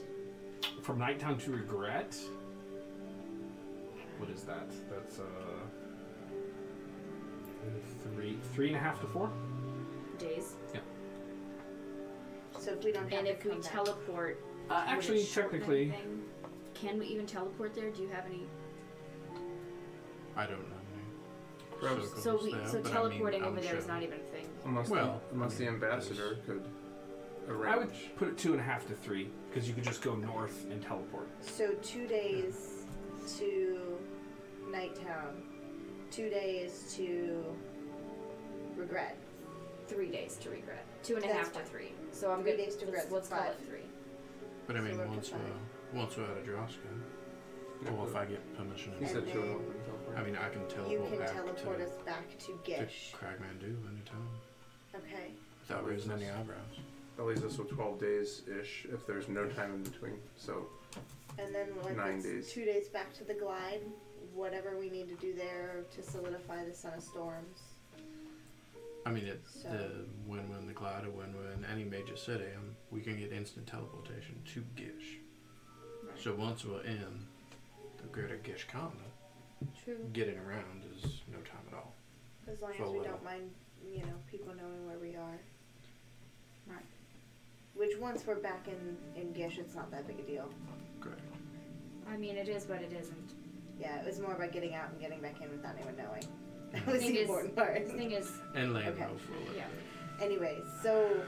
A: From Nighttown to Regret? What is that? That's uh three three and a half to four?
D: Days.
A: Yeah.
E: So if we don't have
D: And
E: to
D: if we
E: come back-
D: teleport,
A: Uh,
D: would it
A: actually,
D: shorten
A: technically,
D: anything? can we even teleport there? Do you have any?
C: I don't know.
B: Perhaps-
C: circles
D: So we
C: there,
D: so
C: but I mean,
D: teleporting
C: I'm
D: over there is
C: sure.
D: not even a thing.
B: Unless,
C: Well,
B: the, unless
C: I
B: the
C: mean,
B: ambassador could arrange.
A: I would put it two and a half to three because you could just go north and teleport.
E: So two days to Nighttown, two days to Regret.
D: Three days to regret. Two and a
E: That's
D: half
E: fine.
D: to three. So I'm
E: Three
D: gonna
E: days
D: let's,
E: to regret,
D: let's call
E: five.
D: it three.
C: But I
E: So
C: mean,
E: we're
C: once
E: combined.
C: we're once we're out of Droska, or if I get permission,
B: He said
E: And
B: she would
E: then
B: open teleport.
C: I mean, I can teleport
E: You can
C: back
E: teleport
C: to,
E: us back to
C: to
E: Gish.
C: Kragmandu anytime
E: Okay.
C: without raising any eyebrows.
B: That leaves us with 12 days ish if there's no time in between. So,
E: And then when
B: Nine
E: it's
B: days.
E: two days back to the glide, whatever we need to do there to solidify the Sun of Storms.
C: I mean, it's
E: So-
C: the when we're in the Glide or when we're in any major city, um, we can get instant teleportation to Gish.
E: Right.
C: So once we're in the greater Gish continent,
E: True.
C: getting around is no time at all.
E: As long
C: For
E: as we
C: what?
E: don't mind, you know, people knowing where we are.
D: Right.
E: Which once we're back in, in Gish, it's not that big a deal.
C: Correct.
D: I mean, it is what it isn't.
E: Yeah, it was more about getting out and getting back in without anyone knowing. [laughs] That
C: The
E: was
D: thing
E: the
D: is-
E: important part.
D: The thing is,
C: And Lando
E: Okay.
C: for a little
D: Yeah.
C: bit.
E: Anyway, so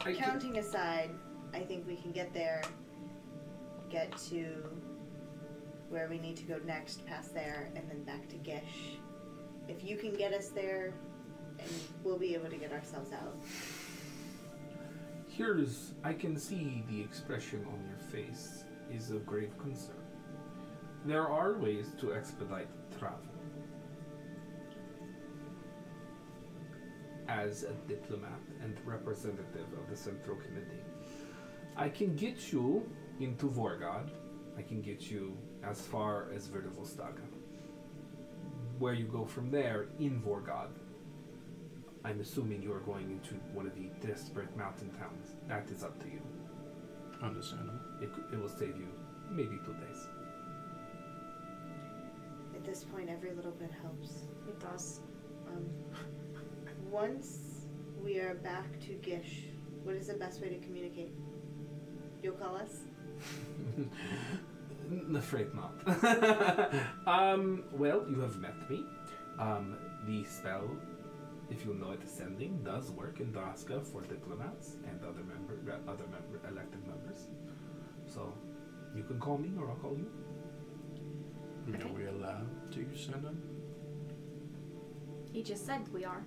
A: I could-
E: counting aside, I think we can get there, get to where we need to go next, past there, and then back to Gish. If you can get us there, and we'll be able to get ourselves out.
A: Here's, I can see the expression on your face is of grave concern. There are ways to expedite travel. As a diplomat and representative of the Central Committee, I can get you into Vorgod. I can get you as far as Vertivostaga. Where you go from there in Vorgod I'm assuming you're going into one of the desperate mountain towns. That is up to you.
C: Understandable.
A: It, c- it will save you maybe two days. [laughs]
E: At this point, every little bit helps.
D: it does.
E: Um, once we are back to Gish, what is the best way to communicate? You'll call us?
A: N- afraid not. [laughs] um, well, you have met me. Um, the spell, if you know it, sending does work in Draska for diplomats and other member, re- other member, elected members. So, you can call me or I'll call you.
C: I mean,
D: Okay.
C: Are we allowed to send them?
D: He just said we are.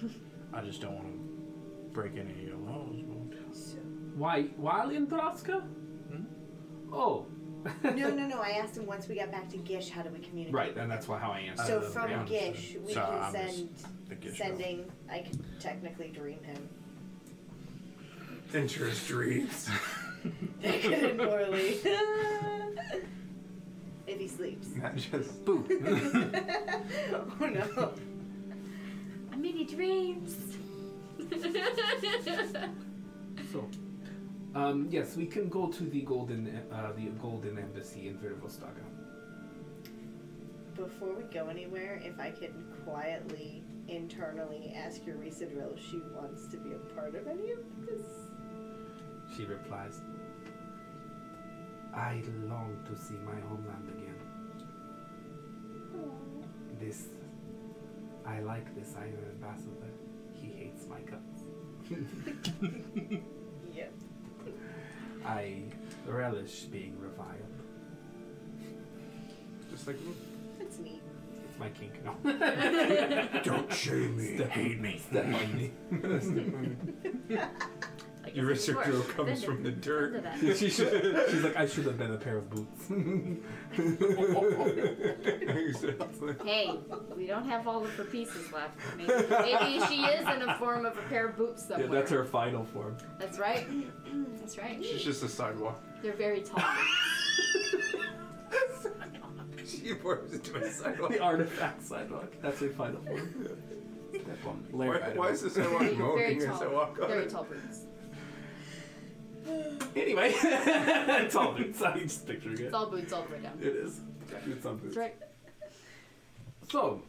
C: [laughs] I just don't want to break any of your laws. Well,
E: So.
A: Why? While in Draska? Hmm? Oh,
E: no, no, no. I asked him once we got back to Gish, how do we communicate?
A: right. And that's why how I answered.
E: So
C: Uh,
E: from
C: yeah.
E: Gish, we
C: So
E: can
C: I'm just
E: send
C: the Gish
E: sending. I could technically dream him. [laughs]
B: interest [laughs] dreams.
E: Good
C: [laughs]
E: morally. if he sleeps. [laughs]
B: Not just. Boom.
E: oh no.
D: I many dreams. [laughs]
A: So, um, yes, we can go to the golden, uh, the golden embassy in Vervostaga.
E: Before we go anywhere, if I could quietly internally ask Eureka Drill if she wants to be a part of any of this.
A: She replies, "I long to see my homeland again. This, I like this Iron Ambassador. He hates my guts.
E: Yep.
A: I relish being reviled.
B: Just like,
E: That's neat.
A: It's my kink now.
E: [laughs]
B: don't shame me.
A: hate me. Step on me.
F: Like,
B: Your
F: it's
B: research
F: worse.
B: drill
F: Then
B: comes
F: it-
B: from the
F: then
B: dirt. [laughs]
F: that.
A: She should- she's like, I should have been a pair of boots. [laughs]
B: exactly.
F: Hey, we don't have all of her pieces left. Maybe, maybe she is in the form of a pair of boots somewhere.
A: yeah, that's her final form.
F: That's right. That's right.
B: She's just a sidewalk.
F: They're
B: [laughs]
F: very tall.
B: [laughs] She evolves into a sidewalk.
A: The artifact sidewalk. That's her final form. Step on me.
B: Why, why is the sidewalk
F: very
B: moaning as I
F: tall.
B: walk on
F: Very
B: it?
F: tall boots.
A: Anyway, [laughs] it's all boots. I'm just picturing it.
F: It's all boots all the way down.
A: It is. It's all boots.
F: That's right.
A: So,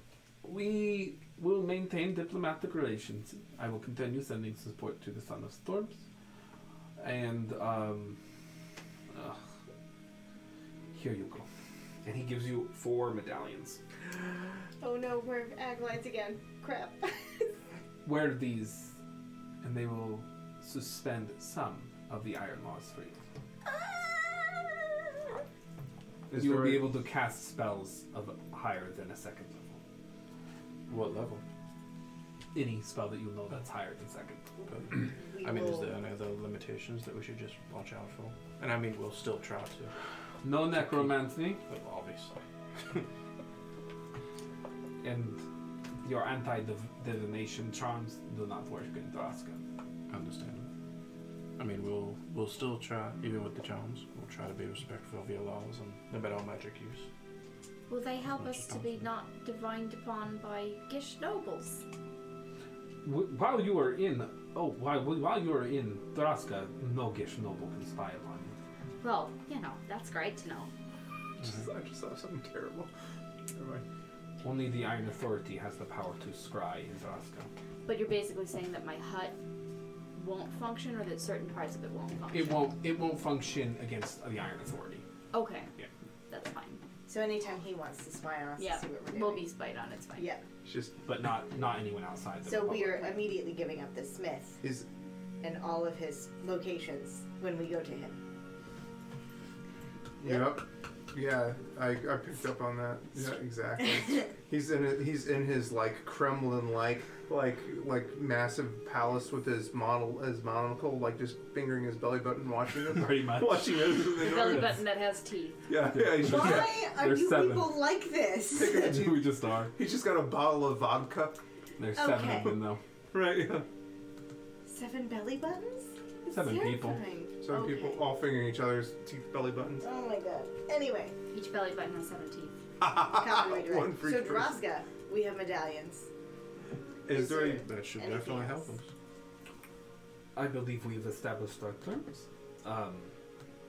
A: we will maintain diplomatic relations. I will continue sending support to the Son of Storms. and um, ugh. here you go. And he gives you four medallions.
E: Oh no, we're Aglides again. Crap.
A: Wear these, and they will suspend some of the iron laws for you.
B: Is
A: you
B: there
A: will be
B: [laughs] a-
A: able to cast spells of higher than a second level.
C: What level?
A: Any spell that you know that's higher than second.
E: [laughs] We
C: I mean, is
E: will-
C: there any other limitations that we should just watch out for? And I mean, we'll still try to,
A: No necromancy,
C: but obviously.
A: and your anti-divination charms do not work in Draska.
C: Understandable. I mean, we'll we'll still try, even with the charms, we'll try to be respectful of your laws and limit our magic use.
D: Will they help us to be not divined upon by Gish nobles?
A: Wh- While you are in, oh, while, while you are in Draska, no Gish noble can spy upon you.
D: Well, you know, that's great to know.
B: Just- I just saw something terrible. Never mind.
A: Only the Iron Authority has the power to scry in Draska.
D: But you're basically saying that my hut won't function or that certain parts of it won't function.
A: It won't. It won't function against the Iron Authority.
D: Okay.
A: Yeah.
D: That's fine.
E: So anytime he wants to spy on us,
D: Yeah.
E: to see what we're doing.
D: We'll be spied on, it's fine.
E: Yeah.
B: It's just
A: but not not anyone outside. The
E: So we
A: Republic.
E: are immediately giving up the Smith
B: is
E: and all of his locations when we go to him.
B: yep. Yeah, I, I picked up on that. Yeah, [laughs] exactly. he's in a, he's in his like Kremlin like like like massive palace with his model his monocle like just fingering his belly button watching us
A: pretty much.
B: watching us. in the
D: [laughs] Belly
B: north.
D: button that has teeth.
B: Yeah, yeah. He's just, [laughs]
E: Why are
A: There's
E: you
A: seven.
E: people like this?
A: [laughs] we just are.
B: he's just got a bottle of vodka.
A: There's seven
E: Okay.
A: of them though.
B: Right. Yeah.
E: Seven belly buttons? It's
A: Seven people.
E: terrifying.
B: Some
E: Okay.
B: people all fingering each other's teeth belly buttons.
E: Oh my god. Anyway,
D: Each belly button has seven teeth.
E: common
C: [laughs]
E: way to
B: One
E: write.
B: for
E: So
B: each person.
E: Drozga, we have medallions. [laughs]
B: Is there a
C: That should
E: Anything
C: definitely
E: else?
C: help us.
A: I believe we've established our terms. Um,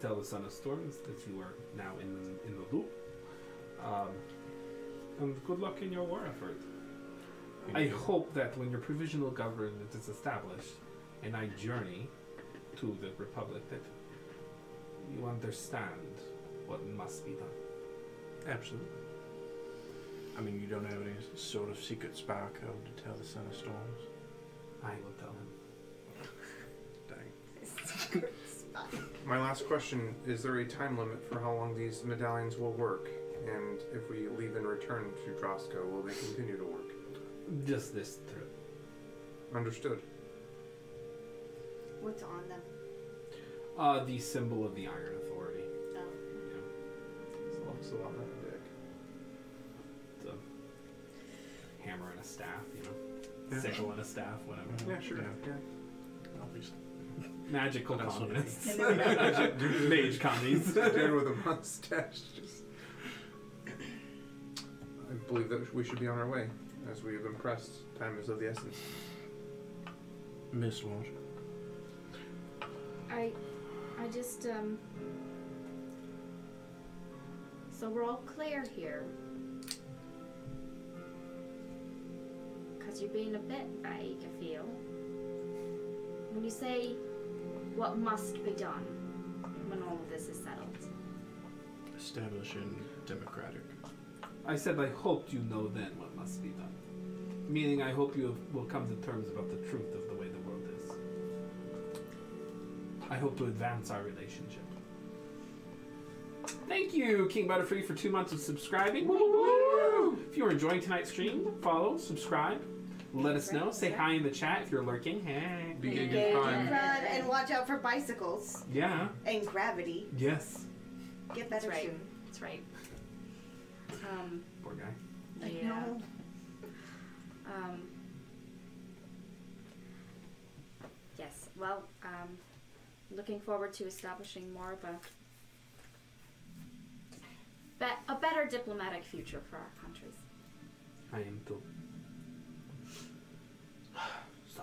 A: tell the Son of Storms that you are now in in the loop. Um, and good luck in your war effort. I hope that when your provisional government is established and I journey to the Republic, that you understand what must be done.
C: Absolutely. I mean, you don't have any sort of secret spy code to tell the Sun of Storms.
A: I will tell him.
C: Dang.
B: My last question is there a time limit for how long these medallions will work? And if we leave and return to Drosko, will they continue to work?
A: Just this trip.
B: Understood.
E: What's on them?
A: Uh, the symbol of the Iron Authority.
E: Oh.
A: Yeah.
B: It's a lot- it's a lot like a dick.
A: It's a hammer and a staff, you know.
B: Yeah. Mm-hmm.
A: Sickle and a staff, whatever.
B: Yeah, sure.
C: Yeah.
B: Yeah.
C: Obviously.
A: Magical
C: That's
A: [laughs]
C: what
A: communists.
E: it
A: Mage commies.
B: [laughs] Dude with a mustache. Just... I believe that we should be on our way. As we have impressed, time is of the essence.
C: Miss Lodge.
D: I I just um So we're all clear here. Cause you're being a bit vague, I feel. When you say what must be done when all of this is settled.
C: Establishing democratic.
A: I said I hoped you know then what must be done. Meaning I hope you have- will come to terms about the truth of the way the world is. I hope to advance our relationship. Thank you, King Butterfree, for two months of subscribing. Woo! If you are enjoying tonight's stream, follow, subscribe, let us know, say hi in the chat if you're lurking. Hey.
B: Be
D: Yeah.
B: good
E: Run
B: time.
E: and watch out for bicycles
A: Yeah.
E: and gravity.
A: Yes.
E: Get
D: That's
E: better
D: right.
E: soon.
D: That's right. Um
A: Poor guy.
D: yeah. Um, yes, well, um, looking forward to establishing more of a, be- a better diplomatic future for our
A: [laughs]
D: countries.
A: I am too. [sighs] so,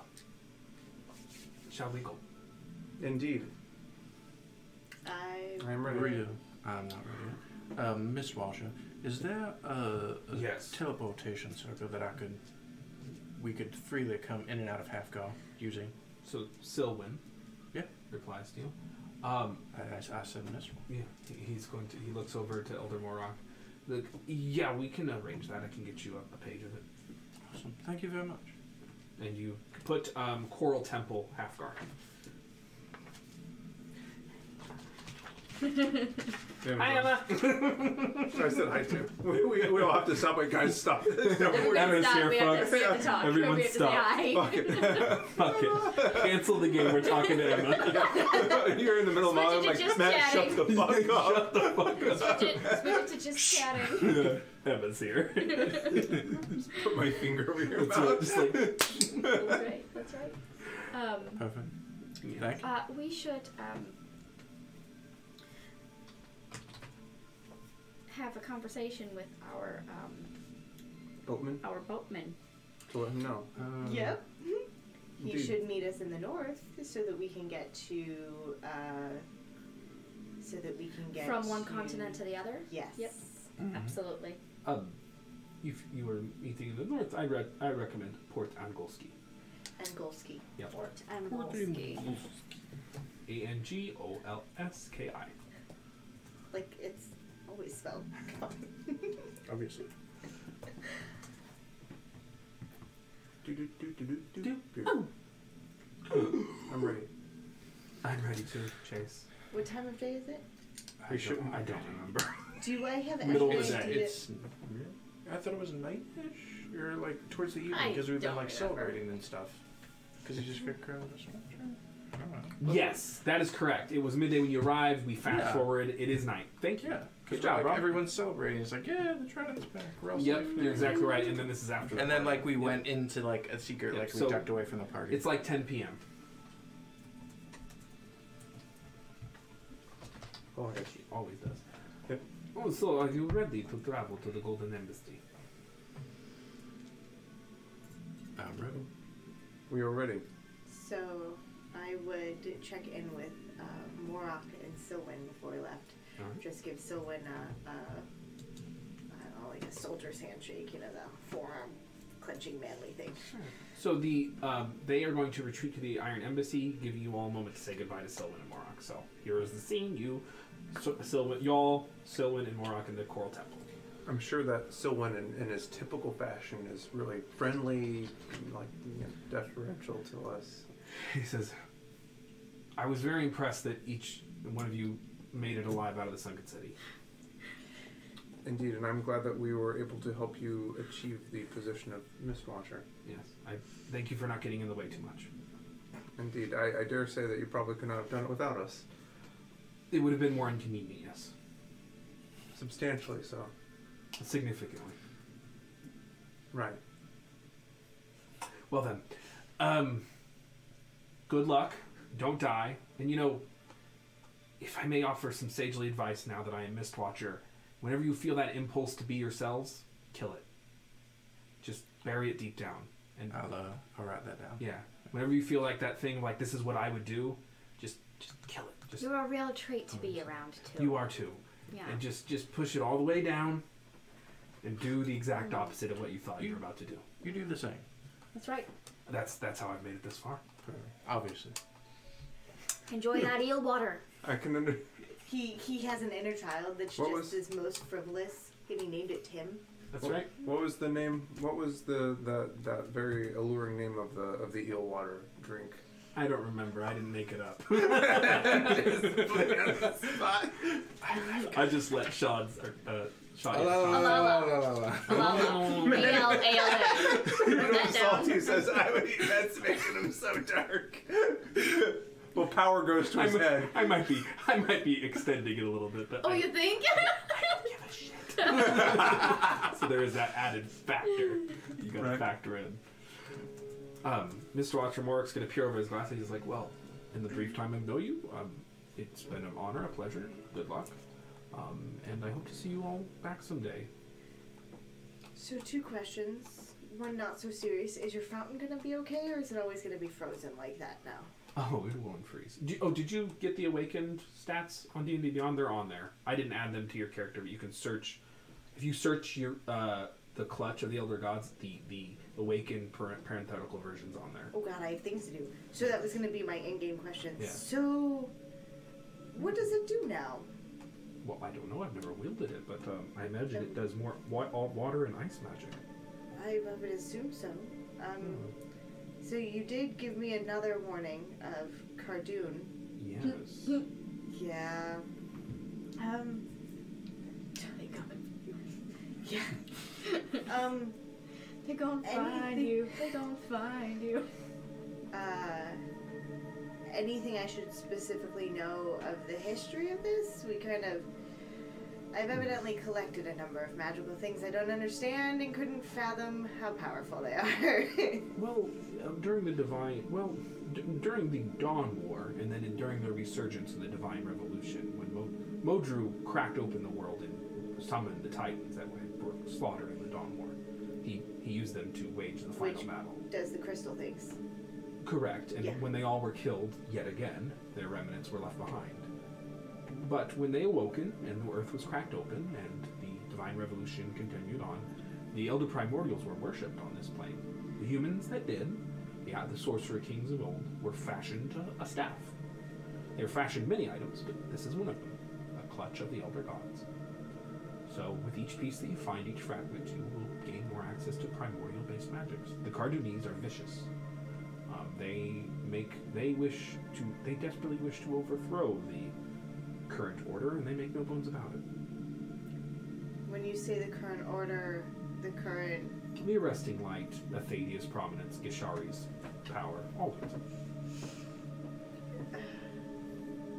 A: shall we go?
B: Indeed.
E: I
C: Um,
B: I am ready.
C: Rita. I'm not ready. Um, Miss Walsher, is there a, a
A: Yes.
C: teleportation circle that I could, we could freely come in and out of Halfgar using?
A: So Silwyn.
C: Yeah.
H: replies to you. Um,
C: I, I, I said miserable.
H: yeah, he- he's going to. He looks over to Elder Morrock. Look, yeah, we can arrange that. I can get you a, a page of it,
C: Awesome. Thank you very much.
H: and you put um, Coral Temple half
A: [laughs]
H: guard. Hi, Emma.
B: So [laughs] I said hi too. We, we, we all have to stop. Wait, guys, stop. No,
I: Everybody
B: we're-
A: Emma's
I: stop.
A: here,
I: we, have
A: folks.
I: to, we have to talk.
A: Everyone
I: we have
A: stop. [laughs]
I: to say hi.
B: Fuck it.
A: Fuck it. Cancel the game. We're talking to Emma.
B: [laughs] You're in the middle of
I: Switch
B: my
I: it to
B: like,
I: just
B: Matt, [laughs] shut
I: chatting.
B: the fuck up.
A: [laughs]
I: Switch it, switch it to just chatting.
H: [laughs]
A: Emma's [laughs] here.
B: Put my finger over your
A: That's right,
B: mouth.
A: just like,
I: That's right. That's right. Um,
C: Perfect. Thank you.
D: Uh, we should um, have a conversation with our um,
B: Boatman,
D: our boatman.
B: to let him know.
C: Um,
E: Yep. He
B: Indeed.
E: should meet us in the north so that we can get to. Uh, so that we can get
D: from one
E: to-
D: continent to the other.
E: Yes.
D: Yep,
C: mm-hmm.
D: absolutely.
A: Um, if you were meeting in the north, I re- I recommend Port Angolski.
E: And Golski.
A: Yep.
D: Fort Angolski.
A: A N G O L S K I.
E: Like it's always spelled.
C: Obviously.
H: Oh.
B: Do-do-do-do-do-do. I'm ready.
A: I'm ready to chase.
E: What time of day is it?
C: I shouldn't.
A: I don't remember.
E: Do I have
C: Middle
E: any
C: of the day.
E: idea?
C: It's. I thought it was nightish or like towards the evening
I: I
C: because we've been
I: don't
C: like
I: remember.
C: celebrating and stuff. Because you just got crowded. or something. I don't
A: [laughs]
C: know.
A: Yes, that is correct. It was midday when you arrived. We fast
C: Yeah.
A: forward. It is night. Thank you.
C: Yeah.
A: Good
C: Good
A: job,
C: job,
A: Rob.
C: like, Everyone's celebrating. It's like, yeah, the Trident's back. We're all
A: Yep,
C: safe now.
A: you're exactly right. And then this is after. the
C: And then
A: party.
C: like we went into like a secret,
A: Yeah,
C: like we
A: so-
C: ducked away from the party.
A: It's like 10 p.m.
B: Oh, yeah.
A: She always does.
B: Yep.
A: Oh, so are you ready to travel to the Golden Embassy?
C: I'm ready.
B: We are ready.
E: So I would check in with uh, Morok and Silwyn before we left.
A: Alright.
E: Just give Silwyn a, a, I don't know, like a soldier's handshake, you know, the forearm clenching manly thing.
A: So the um, they are going to retreat to the Iron Embassy, giving you all a moment to say goodbye to Sylvan and Morok. So here is the scene: you, so, Sylvan, y'all, Sylvan and Morok in the Coral Temple.
B: I'm sure that Silwan, in, in his typical fashion, is really friendly, like you know, deferential to us.
A: He says, "I was very impressed that each one of you made it alive out of the Sunken City.
B: Indeed, and I'm glad that we were able to help you achieve the position of Miss Watcher.
A: Yes, I thank you for not getting in the way too much.
B: Indeed, I, I dare say that you probably could not have done it without us,
A: It would have been more inconvenient, yes,
B: substantially so.
A: significantly.
B: Right.
A: Well then, um, good luck. Don't die. And you know, if I may offer some sagely advice now that I am Mistwatcher, whenever you feel that impulse to be yourselves, kill it. Just bury it deep down. And
C: I'll uh, I'll write that down.
A: yeah, whenever you feel like that thing, like this is what I would do, just just kill it. Just
D: You're a real treat to be around too.
A: you are too.
D: Yeah.
A: And just just push it all the way down, and do the
D: Mm.
A: exact opposite of what you thought you were about to do.
C: You do the same.
D: That's right.
A: That's that's how I've made it this far.
C: Obviously.
D: Enjoy that eel water.
B: I can under.
E: He he has an inner child that's
B: What
E: just
B: was-
E: his most frivolous, and he named it Tim.
A: That's
B: What-
A: right.
B: What was the name? What was the, the that very alluring name of the of the eel water drink? [laughs]
A: I don't remember. I didn't make it up. [laughs] I just let Sean's uh, Sean.
I: Alala. A-L-A-L-A. Write that down.
B: Salty says I would eat. That's making him so dark. well, power goes to his
A: [laughs]
B: head.
A: I might be I might be extending it a little bit, but
I: Oh,
A: I-
I: you think?
A: so there is that added factor. You got to
B: Right.
A: factor in. Um, Mr. Watcher Morrick's gonna peer over his glasses. He's like, "Well, in the brief time I know you, um, it's been an honor, a pleasure. Good luck, um, and I hope to see you all back someday."
E: So two questions. One not so serious. Is your fountain gonna be okay, or is it always gonna be frozen like that now?
A: Oh, it won't freeze. Do oh, did you get the awakened stats on D and D Beyond? They're on there. I didn't add them to your character, but you can search. If you search your uh, the clutch of the elder gods, the the awakened par- parenthetical versions on there.
E: Oh god, I have things to do. So that was going to be my in-game question.
A: Yeah.
E: So, what does it do now?
A: Well, I don't know. I've never wielded it, but um, I imagine it does more wa- all water and ice magic.
E: I I would assume so. Um, so you did give me another warning of Cardoon.
A: Yes.
E: Yeah. Um.
D: They coming.
E: Yeah. um.
D: [laughs] They gonna find
E: Anything-
D: you. They gonna find you.
E: Uh. Anything I should specifically know of the history of this? We kind of. I've evidently collected a number of magical things I don't understand and couldn't fathom how powerful they [laughs] are.
A: Well, um, during the divine, well, d- during the Dawn War, and then in, during the resurgence of the Divine Revolution, when Mo- Modru cracked open the world and summoned the Titans that were were slaughtered in the Dawn War, he he used them to wage the final
E: Which-
A: battle.
E: Does the crystal things?
A: Correct. And
E: Yeah.
A: when they all were killed, yet again, their remnants were left behind. But when they awoken and the earth was cracked open and the divine revolution continued on, the elder primordials were worshipped on this plane. The humans that did, yeah, the sorcerer kings of old, were fashioned a, a staff. They were fashioned many items, but this is one of them a clutch of the elder gods. So, with each piece that you find, each fragment, you will gain more access to primordial based magics. The Cardoonese are vicious. Um, they make they wish to they desperately wish to overthrow the current order, and they make no bones about it.
E: When you say the current order, the current.
A: The arresting light, Athadia's prominence, Gishari's power, all of it.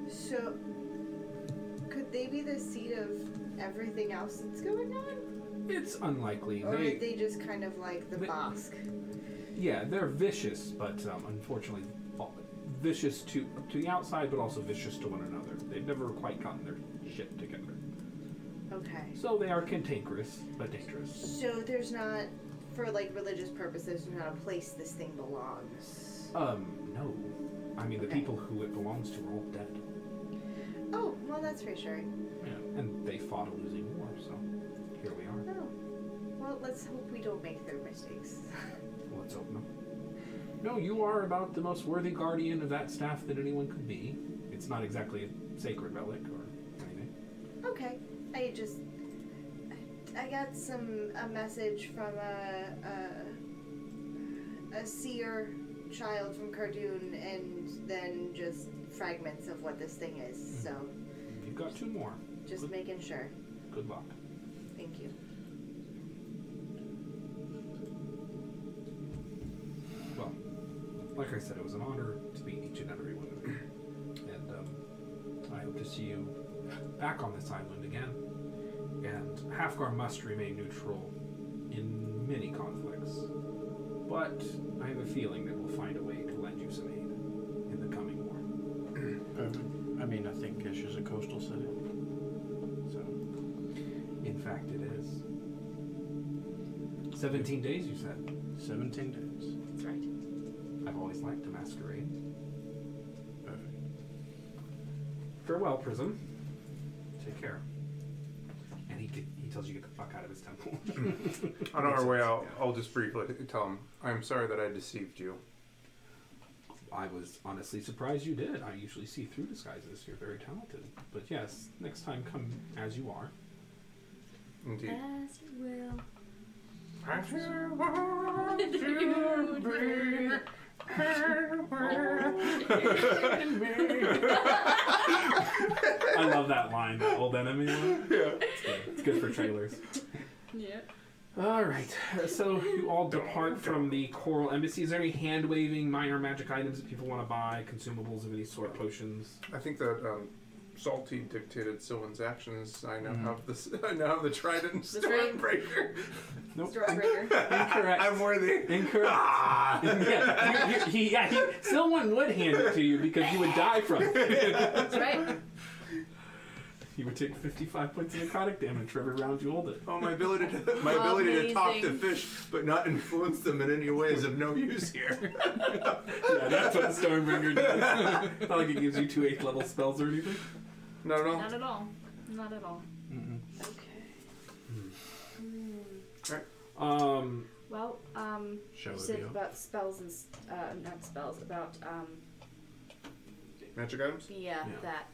E: So, could they be the seat of everything else that's going on?
A: It's unlikely.
E: Or
A: they,
E: are they just kind of like the
A: they-
E: Bosk?
A: yeah, they're vicious, but um, unfortunately, well, vicious to to the outside, but also vicious to one another. They've never quite gotten their shit together.
E: Okay.
A: So they are cantankerous, but dangerous.
E: So, there's not, for like religious purposes, there's not a place this thing belongs.
A: Um, no, I mean the
E: Okay.
A: people who it belongs to are all dead.
E: Oh, well, that's reassuring.
A: Yeah, and they fought a losing war, so here we are.
E: Oh. Well, let's hope we don't make their mistakes. [laughs]
A: Let's open them. No, you are about the most worthy guardian of that staff that anyone could be. It's not exactly a sacred relic or anything.
E: Okay. I just. I got some. a message from a. a, a seer child from Cardoon and then just fragments of what this thing
C: Hmm.
E: is. So
A: You've got two more.
E: just making sure.
A: Good luck.
E: Thank you.
A: Well, like I said, it was an honor to meet each and every one of you. And um, I hope to see you back on this island again. And Halfgar must remain neutral in many conflicts. But I have a feeling that we'll find a way to lend you some aid in the coming war.
C: Perfect. I mean, I think Kish is a coastal city. So,
A: In fact, it is. 17 days, you said.
C: 17 days.
D: That's right.
A: I've always liked to masquerade.
C: Perfect.
A: Farewell, Prism. Take care. And he, get, he tells you to get the fuck out of his temple.
B: On our way out, I'll just briefly tell him I'm sorry that I deceived you.
A: I was honestly surprised you did. I usually see through disguises. You're very talented. But yes, next time come as you are.
B: Indeed.
D: As you will. [laughs]
A: [laughs] I love that line, the old enemy line.
B: Yeah.
A: It's good, it's good for trailers.
D: Yeah.
A: All right. uh, So you all depart from the Coral Embassy. Is there any hand waving, minor magic items that people want to buy, consumables of any sort, potions?
B: I think that um, Salty dictated someone's actions. I now have this. [laughs] I now have the trident and
D: That's right.
B: Stormbreaker.
A: Nope. [laughs]
D: Stormbreaker.
A: Incorrect.
B: [laughs] I'm worthy.
A: [laughs] Incorrect.
B: Ah!
A: yeah, you- you- he- yeah, he- someone would hand it to you because you would die from it.
D: That's [laughs] right.
A: You would take 55 points of necrotic damage for every round you hold it.
B: Oh, my ability to my ability to talk to
D: Amazing.
B: fish, but not influence them in any way is of no use
D: [laughs]
B: here.
A: [laughs] Yeah, that's what Stormbringer does. [laughs] Not like it gives you two eighth level spells or anything.
B: No, no.
D: Not at all. Not at all.
E: Okay.
D: Mm.
B: Right.
A: Um,
D: Well, um,
C: Shall
D: you
C: we
D: said
C: be off?
D: about spells and s- uh, not spells about um,
B: Magic items?
J: Yeah,
A: Yeah.
J: that.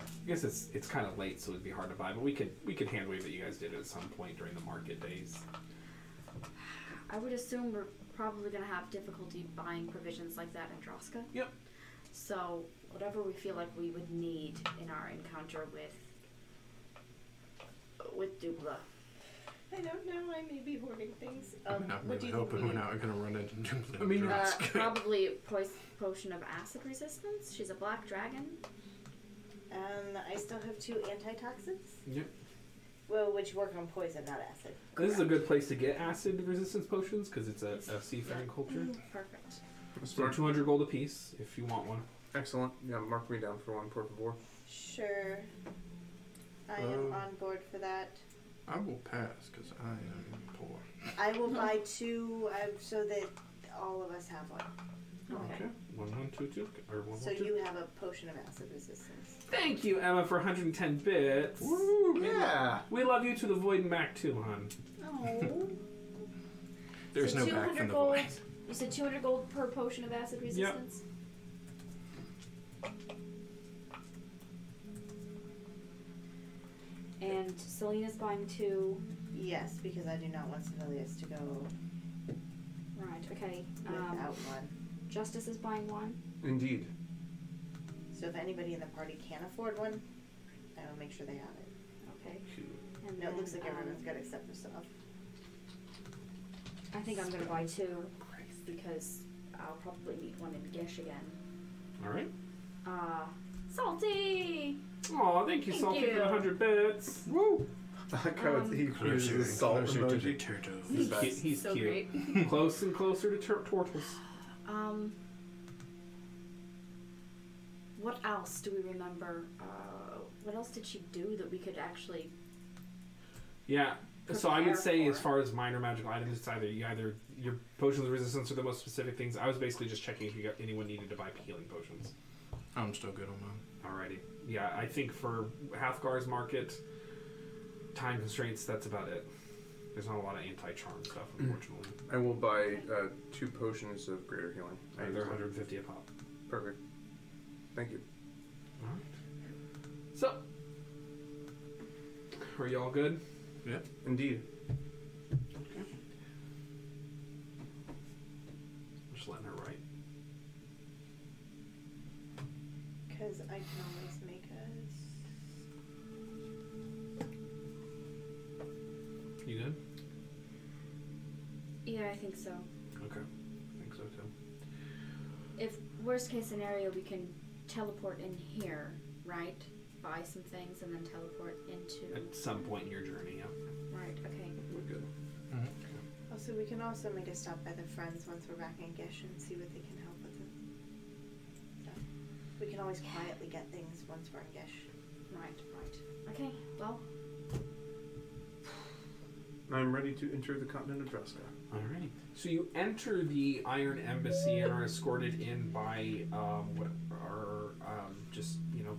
A: I guess it's it's kind of late, so it'd be hard to buy. But we could we could hand wave that you guys did at some point during the market days.
D: I would assume we're probably going to have difficulty buying provisions like that in Droska.
A: Yep.
D: So, whatever we feel like we would need in our encounter with with Dubla.
E: I don't know. I may be hoarding things.
C: I
E: Um,
C: mean, I'm
E: what do
C: really
E: you think? we
C: hoping we're
E: need?
C: not going to run into Dublin.
A: I mean,
D: Uh,
C: drugs.
D: probably pois- potion of acid resistance. She's a black dragon.
E: Um, I still have two antitoxins.
A: Yep.
E: Well, which work on poison, not acid.
A: This is a good place to get acid resistance potions because it's a, a seafaring culture.
D: Mm, Perfect.
A: So
B: Smart.
A: 200 gold apiece if you want one.
B: Excellent. Yeah, mark me down for one, por favor.
E: Sure. I am
C: Um,
E: on board for that.
C: I will pass because I am poor.
E: I will buy two um, so that all of us have one.
D: Okay.
A: One, one, two, two, or one,
E: So
A: one, two.
E: you have a potion of acid resistance.
A: Thank you, Emma, for 110 bits.
B: Woo, yeah.
A: We love you to the void and back too, hon.
E: Oh.
C: There's
D: so
C: no
D: 200
C: back from the
D: gold.
C: void.
D: You said 200 gold per potion of acid resistance? And Selena's buying two.
E: yes, because I do not want Civilius to go
D: Right, okay. Um,
E: without one.
D: Justice is buying one.
B: Indeed.
E: So if anybody in the party can afford one, I will make sure they have it.
D: Okay. And
E: No, it looks
D: then,
E: like everyone's
D: um,
E: got except for Soph.
D: I think I'm going to buy two because I'll probably need one in Gish again.
A: All right.
D: Uh, salty!
A: Aw, thank you,
D: Thank
A: Salty, for
D: you.
A: the 100 bits.
D: [laughs]
A: Woo!
B: [laughs] I like how it's-
D: Um,
B: he uses the salt
C: Closer to the
B: emoji.
C: turtles.
A: He's,
B: best.
A: cute. he's
J: so
A: cute.
J: great.
A: Close and closer to tur- turtles.
D: Um, what else do we remember? Uh, what else did she do that we could actually?
A: Yeah. So I
D: Prepare
A: would say,
D: for
A: as
D: it.
A: far as minor magical items, it's either you either your potions of resistance are the most specific things. I was basically just checking if you got, anyone needed to buy healing potions.
C: I'm still good on mine.
A: Alrighty. Yeah, I think for Hathgar's market, time constraints. That's about it. There's not a lot of anti-charm stuff, unfortunately.
B: I will buy uh, two potions of greater healing. I
A: They're
B: use them.
A: 150 a pop.
B: Perfect. Thank you.
A: So, are you all good?
B: Indeed.
A: Just letting her write.
E: Because I can always make a.
A: You good?
D: Yeah, I think so.
A: Okay. I think so too.
D: If worst case scenario, we can teleport in here, right? Buy some things and then teleport into.
A: At some point in your journey, yeah.
D: Right. Okay.
B: Oh
A: We're good.
C: Mm-hmm.
E: Also, we can also make a stop by the friends once we're back in Gish and see what they can help with. It. So, we can always quietly get things once we're in Gish.
D: Right. Right. Okay. Well.
B: I'm ready to enter the continent of Draska.
A: All right. So you enter the Iron Embassy and are escorted in by um, what are um, just you know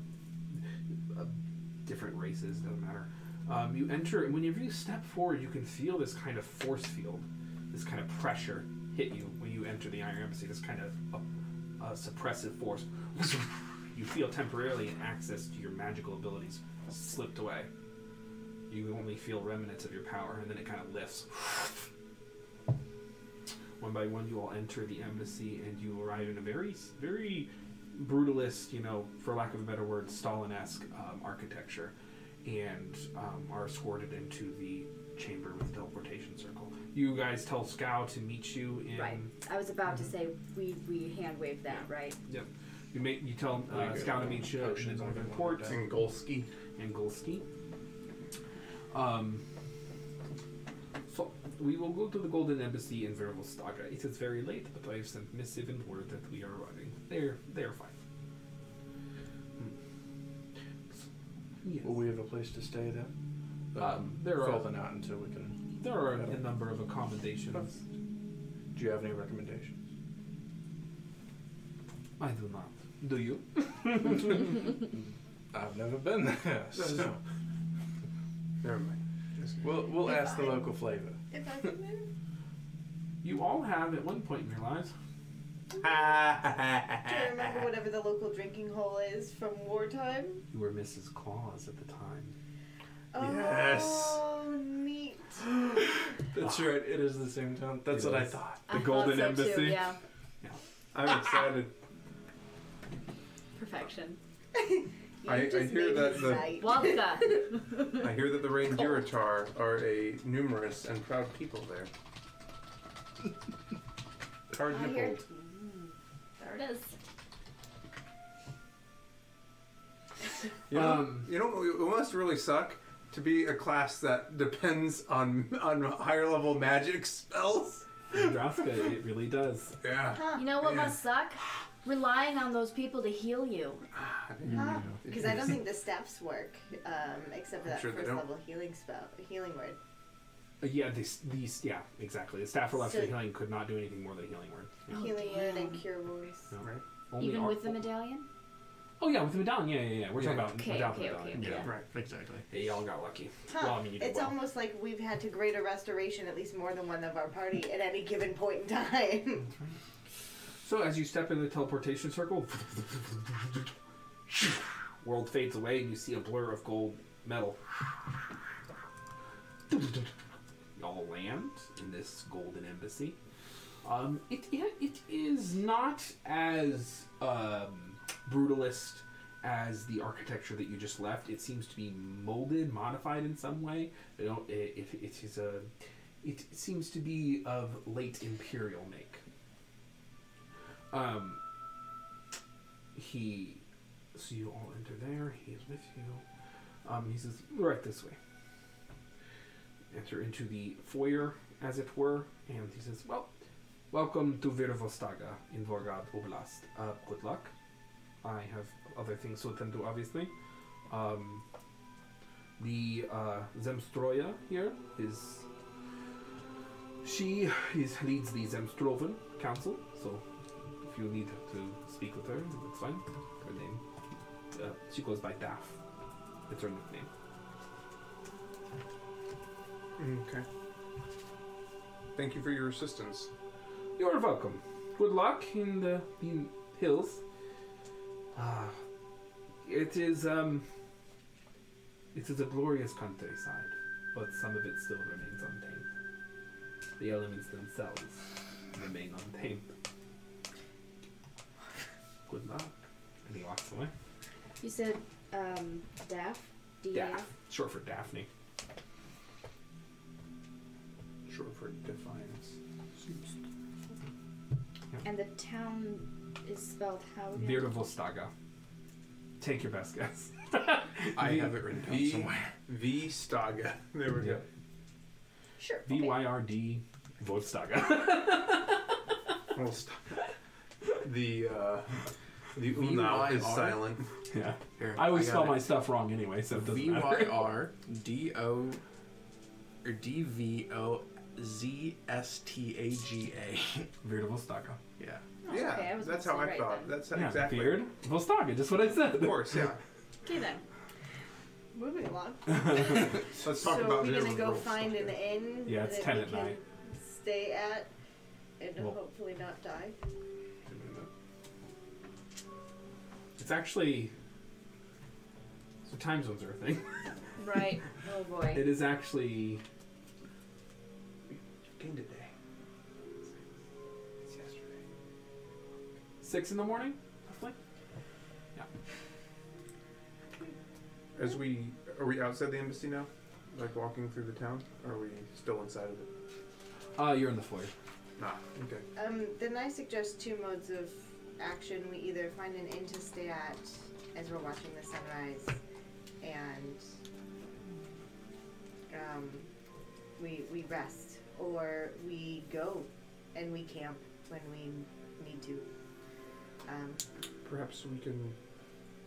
A: uh, different races. Doesn't matter. Um, you enter, and whenever you step forward, you can feel this kind of force field, this kind of pressure hit you when you enter the Iron Embassy. This kind of uh, uh, suppressive force. [laughs] you feel temporarily an access to your magical abilities slipped away. You only feel remnants of your power, and then it kind of lifts. [sighs] One by one, you all enter the embassy, and you arrive in a very, very brutalist, you know, for lack of a better word, Stalin-esque um, architecture, and um, are escorted into the chamber with the teleportation circle. You guys tell Scow to meet you in.
D: Right. I was about
A: Mm-hmm.
D: to say we we hand wave that right.
A: Yep. You make you tell uh,
C: Okay.
A: Scow to meet you in
C: Actions
A: the
C: on
A: northern
C: the
A: port
C: one.
B: And Golski.
A: and Golski. Um, so we will go to the Golden Embassy in Vervostaga. It is very late, but I have sent missive and word that we are arriving. They're they're fine. Hmm. So, yes.
C: Will we have a place to stay then?
A: Um, there are-
C: probably not until we can.
A: there are a number of accommodations.
C: Do you have any recommendations?
A: I do not. Do you?
C: I've never been there, [laughs] so
B: Never mind.
C: we'll we'll
E: If
C: ask the
E: I-
C: [laughs] local flavor.
E: If I can move.
A: You all have at one point in your lives.
E: Do you remember whatever the local drinking hole is from wartime?
A: You were Mrs. Claus at the time.
B: Yes.
E: Oh, neat.
C: That's right. It is the same town. That's
A: It
C: what I
A: is.
C: thought.
D: I thought
A: Golden
D: so Too,
A: Embassy.
D: yeah,
B: I'm excited.
D: [laughs] perfection.
E: You
B: I- I
E: just
B: hear
E: made
B: that
E: me
B: the-
E: sight.
D: [laughs] Wabka.
B: I hear that the Rangiratar are a numerous and proud people there. Hard
E: I hear-
B: nippled.
D: there it is.
B: Yeah.
A: Um,
B: You know, it must really suck to be a class that depends on on higher level magic spells.
A: Androska, it really does.
B: Yeah.
D: You know what
B: Yeah.
D: must suck? Relying on those people to heal you.
E: Huh? Because I don't think the staffs work, um, except for
B: I'm
E: that
B: sure they
E: first
B: don't.
E: level healing spell, healing word.
A: Uh, yeah, these, these, yeah, exactly. The staff who left
E: So-
A: for healing could not do anything more than healing word. Yeah.
D: Oh,
E: healing word and
D: damn.
E: cure wounds.
A: No.
B: Right.
A: Only
D: Even
A: our-
D: with the medallion?
A: Oh yeah, with the medallion. Yeah, yeah, yeah. We're talking
B: Yeah.
A: about
D: Okay,
A: without
D: okay,
A: the
D: okay,
A: medallion.
D: okay.
A: Yeah.
C: Right. Exactly.
A: Hey, y'all got lucky.
E: Huh.
A: Well, I mean, you did
E: it's
A: well.
E: almost like we've had to greater restoration at least more than one of our party at any given point in time. [laughs]
A: So as you step into the teleportation circle, world fades away and you see a blur of gold metal. Y'all land in this golden embassy. Um, it, it, it is not as um, brutalist as the architecture that you just left. It seems to be molded, modified in some way. They don't, it, it, it is a, it seems to be of late imperial make um, he, so you all enter there. He is with you. Um, he says, right this way. Enter into the foyer, as it were, and he says, well, welcome to Virovostaga in Vorgad Oblast. Uh, good luck. I have other things to attend to, obviously. Um, the uh, Zemstroya here is. She is, leads the Zemstroven Council, so if you need to speak with her, it's fine. Her name. Uh, she goes by Daff. It's her nickname.
B: Okay. Thank you for your [laughs] assistance.
A: You're welcome. Good luck in the, the hills. Ah, it is um, it is a glorious countryside, but some of it still remains untamed. The elements themselves remain untamed. Good luck. And he walks away.
K: You said um, Daff?
A: Daff, short for Daphne.
B: Short for defiance.
K: And the town is spelled how? again?
A: Beautiful Staga. Take your best [laughs] guess.
C: I have it written down
B: the-
C: somewhere.
B: V Staga. There we go.
E: Sure.
A: V Y R D [laughs] Vostaga.
B: Well, st- the uh, the umlaut
C: VYR?
B: is silent.
A: yeah.
C: Here,
A: I always
C: got
A: spell
C: it.
A: my stuff wrong anyway, so it doesn't
C: V
A: matter.
C: Y R D O or D V O Z S T A G
A: [laughs]
C: A.
A: Beard of Vostaga.
C: Yeah.
K: Oh,
B: yeah,
K: okay, I was
B: that's
K: gonna
B: how
K: say
B: I
K: right
B: thought.
K: then.
B: That's how,
A: Yeah,
B: exactly.
A: Beard Vostaga, just what I
B: Of
A: said.
B: course, yeah.
D: Okay then.
E: Moving along.
B: Let's
E: So
B: talk about
E: are we gonna
B: Vera
E: go
B: Verstaga.
E: find an inn?
A: Yeah, it's
E: that
A: 10
E: we
A: at
E: can
A: night.
E: Stay at, and
A: Well-
E: hopefully not die.
A: It's actually. So time zones are a thing. [laughs]
D: Right. Oh boy.
A: It is actually.
B: Game today. It's yesterday.
A: Six in the morning, roughly.
B: As we are we outside the embassy now? Like walking through the town? Or are we still inside of it?
A: Uh, you're in the foyer.
B: Nah. Okay.
E: Um, then I suggest two modes of action. We either find an inn to stay at as we're watching the sunrise, and um, we we rest, or we go and we camp when we need to. Um,
B: Perhaps we can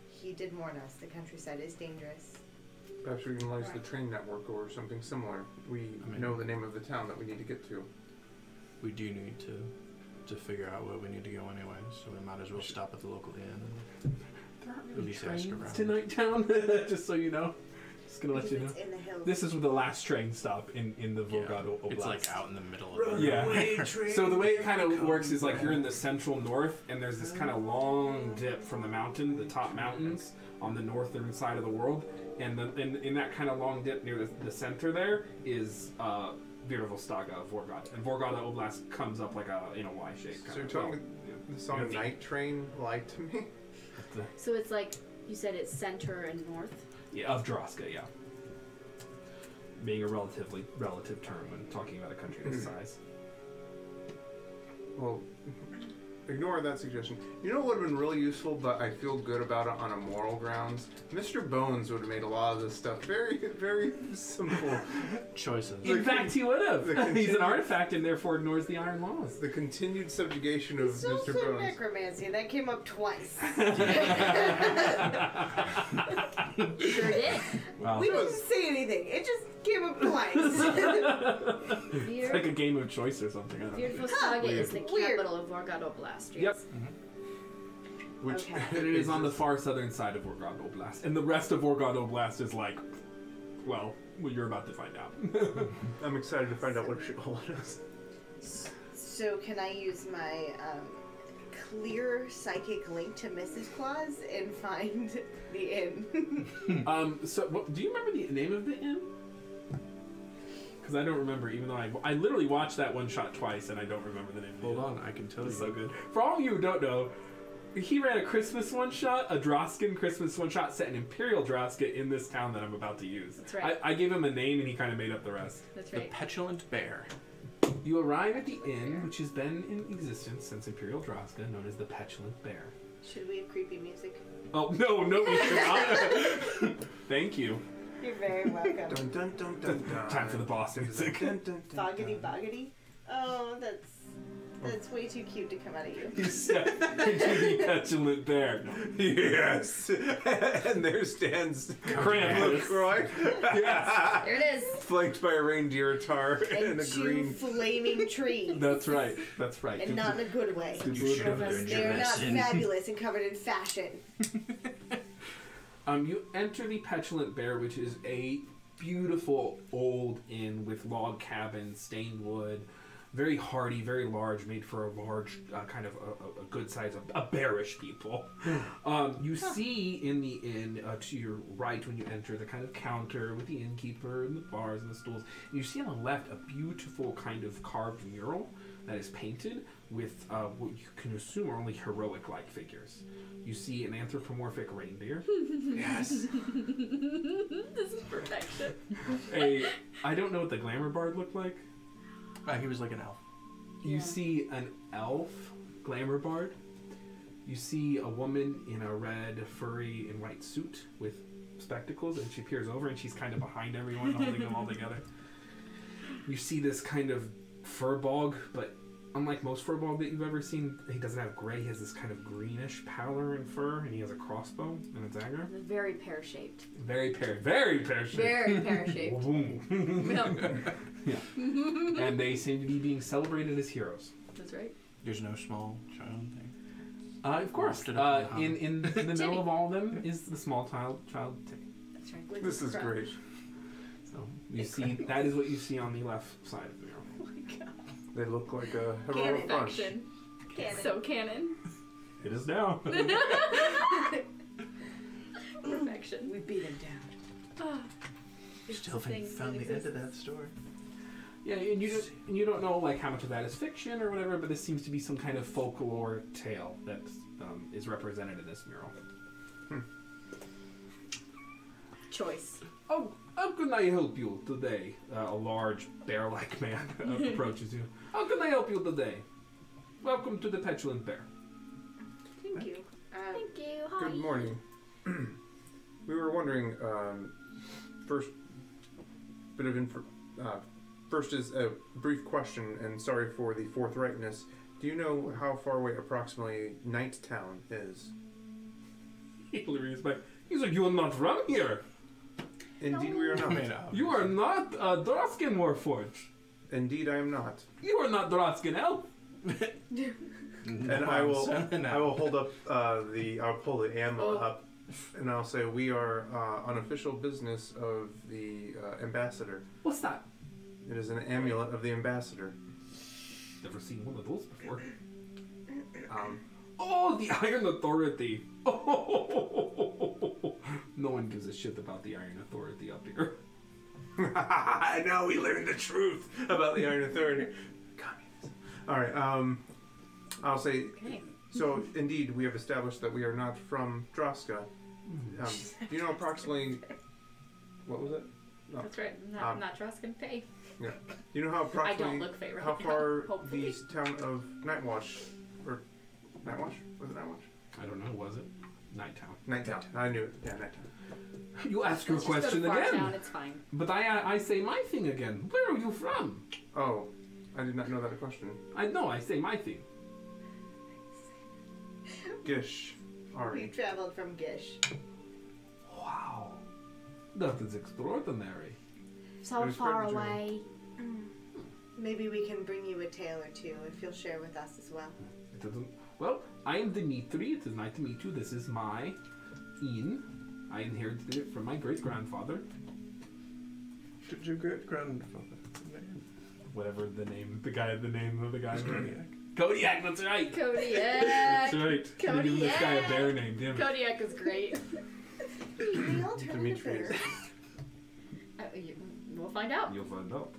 E: he did warn us. The countryside is dangerous.
B: perhaps we can utilize the train network or something similar. We
C: mean-
B: know the name of the town that we need to get to.
C: We do need to to figure out where we need to go anyway, so we might as well stop at the local inn.
A: There aren't
C: At least ask
A: [laughs]
C: around.
A: to Nighttown, just so you know. Just gonna let
E: because
A: you know.
E: it's in the hills.
A: This is the last train stop in in the
C: Yeah.
A: Volgado Oblast.
C: It's like out in the middle of the
A: Yeah.
C: [laughs]
A: So the way it kind of works is like you're in the central north, and there's this kind of long dip from the mountain, the top mountains on the northern side of the world, and the, in, in that kind of long dip near the, the center there is uh, Virovostaga of Vorgod, and Vorgod Oblast comes up like a in a Y shape.
B: So
A: Kind
B: you're
A: of,
B: telling me
A: yeah.
B: this song
A: Yeah.
B: Night Train lied to me?
D: So it's like you said, it's center and
A: [laughs]
D: north.
A: yeah, of Droska, yeah. Being a relatively relative term when talking about a country this size.
B: Well, ignore that suggestion. You know what would have been really useful, but I feel good about it on a moral grounds? Mr. Bones would have made a lot of this stuff very, [laughs] very simple.
C: choices.
B: The
A: In fact, he would [laughs]
B: the
A: have. He's
B: continued-
A: an artifact and therefore ignores the Iron Laws.
B: the continued subjugation of
E: It's also
B: Mr. Bones.
E: necromancy. That came
A: [laughs]
E: up twice.
L: Sure did.
A: Wow.
E: we didn't say anything. It just came up
A: [laughs]
E: twice.
A: it's
D: Vir-
A: like a game of choice or something. I don't know.
D: Beautiful Saga is the
E: Weird.
D: capital of Vorgod Oblast.
A: Yep.
D: yes.
B: Which
E: Okay.
B: [laughs]
A: And it is on the far southern side of Orgod Oblast. And the rest of Orgod Oblast is like, well, well, you're about to find out. [laughs]
B: I'm excited to find out what shithole it is.
E: so can I use my um, clear psychic link to Mrs. Claus and [laughs] find the inn? [laughs]
A: um, so, what, do you remember the name of the inn? Because I don't remember, even though I, I literally watched that one shot twice and I don't remember the name.
C: Hold
A: of
C: on, I can tell
A: it.
C: you.
A: It's so good. For all of you who don't know, he ran a Christmas one shot, a Droskin Christmas one shot set in Imperial Droska in this town that I'm about to use.
D: That's right.
A: I, I gave him a name and he kind of made up the rest.
D: That's
C: The
D: right.
C: petulant bear.
A: You arrive at the inn, which has been in existence since Imperial Droska, known as the Petulant Bear.
E: Should we have creepy music?
A: Oh no, no, we should not.
D: [laughs]
A: Thank you. [laughs]
E: You're very
B: [laughs]
E: welcome.
B: Dun dun dun dun dun.
A: Time for the boss music.
B: Dun, dun, dun, dun.
E: Boggity boggity. Oh, that's
B: Oh.
E: that's way too cute to come
B: [laughs]
E: out of you.
A: You step into the petulant bear.
B: [laughs] Yes! [laughs] and there stands
A: Cram.
B: LaCroix,
A: Yes.
L: There it is.
B: flanked by a reindeer tar and
E: And
B: a
E: two
B: green. [laughs]
E: flaming trees.
A: That's right. That's right.
E: And not in a good way.
C: You should have
D: They
C: learned
E: They
C: your
E: are not
C: lesson.
E: fabulous and covered in fashion.
A: Um, you enter the petulant bear, which is a beautiful old inn with log cabins, stained wood, very hardy, very large, made for a large uh, kind of a, a- a good size of a bearish people. Um, you see in the inn uh, to your right when you enter the kind of counter with the innkeeper and the bars and the stools. And you see on the left a beautiful kind of carved mural that is painted with uh, what you can assume are only heroic-like figures. You see an anthropomorphic reindeer. yes.
L: This is perfection.
A: A, I don't know what the glamour bard looked like.
C: Uh, he was like an elf.
A: You see an elf glamour bard. You see a woman in a red, furry, and white suit with spectacles, and she peers over and she's kind of behind everyone, holding them all together. You see this kind of furbog, but unlike most furbog that you've ever seen, he doesn't have gray. He has this kind of greenish pallor in fur, and he has a crossbow and a dagger.
D: Very pear shaped.
A: Very pear, very pear shaped.
D: Very pear shaped.
A: [laughs] Boom.
D: [laughs] No,
A: and they seem to be being celebrated as heroes.
D: that's right.
C: There's no small child thing.
A: Uh, of course.
C: Left it up
A: Uh, in
C: and
A: in [laughs] the middle
D: Timmy.
A: of all of them is the small child child. Timmy.
D: That's right.
E: With
B: This is
E: crap.
B: great.
A: So you see that is what you see on the left side of the mural.
B: They look like a
E: Cannon
B: heroic bunch.
L: Perfection.
E: Cannon.
L: So canon.
A: It is now. [laughs]
L: Perfection.
E: we beat him down.
C: Still haven't found the end of that story.
A: yeah, and you don't, and you don't know like how much of that is fiction or whatever, but this seems to be some kind of folklore tale that um, is represented in this mural.
D: Choice.
A: Oh, how can I help you today? Uh, a large bear-like man [laughs] approaches you. How can I help you today? Welcome to the Petulant Bear.
E: Thank you. Um,
L: Thank you. Hi.
B: Good morning. [clears throat] we were wondering, um, first bit of info. Uh, first is a brief question, and sorry for the forthrightness. Do you know how far away approximately Night Town is?
A: Hilary is like, he's like, you will not run here.
B: Indeed, we are
C: I
B: not.
C: made up.
A: You are not uh, Droskin Warforged.
B: Indeed, I am not.
A: You are not Droskin Elf.
B: And I will, I will hold up uh, the, I'll pull the ammo
D: Oh.
B: up and I'll say we are uh, on official business of the uh, ambassador.
A: What's that?
B: It is an amulet of the ambassador.
A: Never seen one of those before.
B: Um, [laughs]
A: Oh, the [laughs] Iron Authority. [laughs] Oh, no one gives a shit about the Iron Authority up here.
B: now we learn the truth about the Iron Authority. Communism. All right. Um, I'll say.
F: Okay.
B: So indeed, we have established that we are not from Droska. Um, do you know approximately what was it?
F: That's right. I'm not,
B: Um,
F: I'm not trusting Faye.
B: Do you know how
F: I
B: approximately
F: don't look Faye right
B: how
F: now, [laughs]
B: far
F: hopefully.
B: the town of Nightwatch or Nightwatch was it Nightwatch?
A: I don't know, was it? Nighttown.
B: Nighttown. I knew it. Yeah, Nighttown.
A: [laughs] You ask your
F: Let's just go
A: question
F: to far
A: again.
F: Town, it's fine.
A: But I, I say my thing again. Where are you from?
B: Oh, I did not know that a question.
A: I know, I say my thing.
B: Gish,
E: You
B: Ari.
E: traveled from Gish.
A: Wow. That is extraordinary.
D: So
B: There's
D: far
B: Fred's room.
D: away.
E: Maybe we can bring you a tale or two if you'll share with us as
B: [coughs]
E: well.
A: It doesn't. Well, I am Dimitri. It is nice to meet you. This is my inn. I inherited it from my great grandfather,
C: Did your great grandfather?
A: whatever the name, the guy, the name of the guy.
C: Zodiac.
A: Kodiak. That's right. [laughs]
F: [laughs] Kodiak.
A: right.
F: We're giving this guy a bear
A: name, damn
F: Kodiak is great.
E: We all turned into
B: Demetrius.
E: bears.
F: Uh, you- we'll
A: [laughs]
F: find out.
A: You'll find out.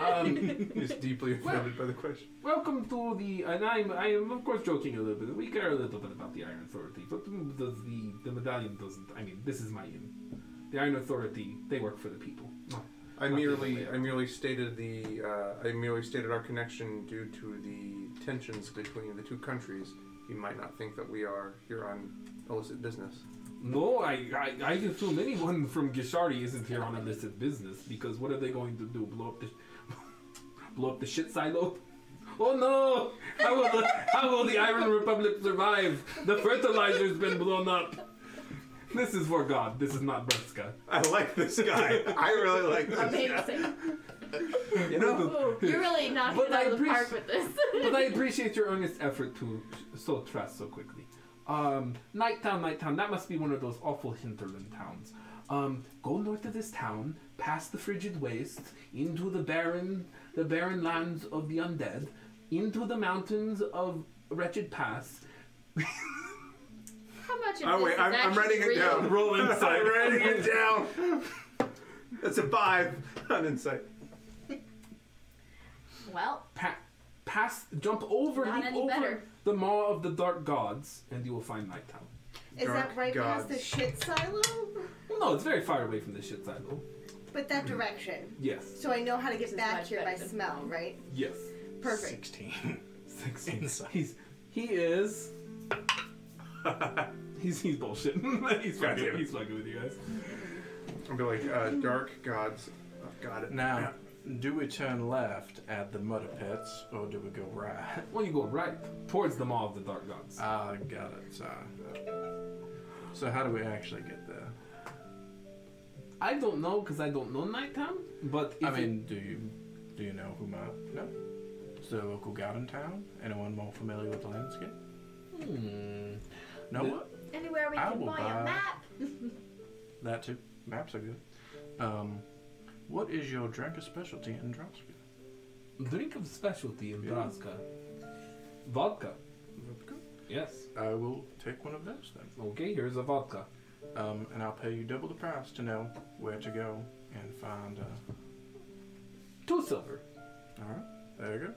A: Um, [laughs]
B: [laughs] He's deeply offended by the question.
A: welcome to the, and I'm, I am of course joking a little bit. We care a little bit about the Iron Authority, but the the, the medallion doesn't. I mean, this is my inn. The Iron Authority, they work for the people.
B: I
A: Not
B: merely,
A: really.
B: I merely stated the, uh, I merely stated our connection due to the tensions between the two countries. You might not think that we are here on illicit business.
A: No, I, I, I assume anyone from Gishari isn't here on illicit business because what are they going to do? Blow up the, [laughs] blow up the shit silo? Oh no! How will the, how will the Iron Republic survive? The fertilizer's been blown up. This is for God. This is not Breska.
B: I like this guy. I really like
F: Amazing.
B: You know,
F: Ooh, you're really knocking
A: But
F: it out
A: I
F: of the park
A: appreci-
B: [laughs]
F: with this.
A: But I appreciate your earnest effort to so trust so quickly. Um, Nighttown, Nighttown. That must be one of those awful hinterland towns. Um, go north of this town, past the frigid waste, into the barren, the barren lands of the undead, into the mountains of wretched pass.
F: How much of
B: oh
F: this
B: wait,
F: is
B: I'm, I'm
F: actually
B: writing it
F: real?
B: down.
A: Roll [laughs] insight.
B: I'm writing it down. That's a five on insight.
F: Well,
A: Pa- pass, jump over,
F: Not
A: leap
F: any
A: over
F: better.
A: the maw of the dark gods, and you will find Nighttown.
E: Is
B: Dark
E: that right past the
B: gods.
E: shit silo?
A: Well, no, it's very far away from the shit silo.
E: But
B: Mm.
E: that direction.
A: Yes,
E: So I know how to get
F: This is
E: back
F: much
E: here by
F: better than
E: smell,
F: mine.
E: right?
A: yes.
B: [laughs]
E: Perfect.
C: Sixteen.
A: 16.
C: Insight.
A: He's he is. he's he's bullshit. [laughs] he's
B: God
A: fucking,
B: damn it.
A: he's fucking with you guys.
B: I'll be like uh, dark gods. Oh, got it.
C: [laughs] Now, do we turn left at the mudder pits or do we go
F: [laughs]
C: right?
A: Well, you go right towards the Maw of the Dark Gods.
C: Ah, got it. So, so how do we actually get there?
A: I don't know because I don't know Nighttown, but if
C: I mean, do you do you know who my no? Is there a local garden town? Anyone more familiar with the landscape?
A: it, hmm,
C: No,
A: The-
C: what?
F: anywhere we
C: I
F: can
C: will
F: buy
C: buy-
F: a map. [laughs]
C: That too. Maps are good. Um, what is your drink of specialty in Droska?
A: drink of specialty in
C: Yeah.
A: Draska, vodka.
C: Vodka.
A: Yes.
C: I will take one of those then,
A: Okay, here's a vodka.
C: um, and I'll pay you double the price to know where to go and find. Uh,
A: Two silver.
C: All right, there you go.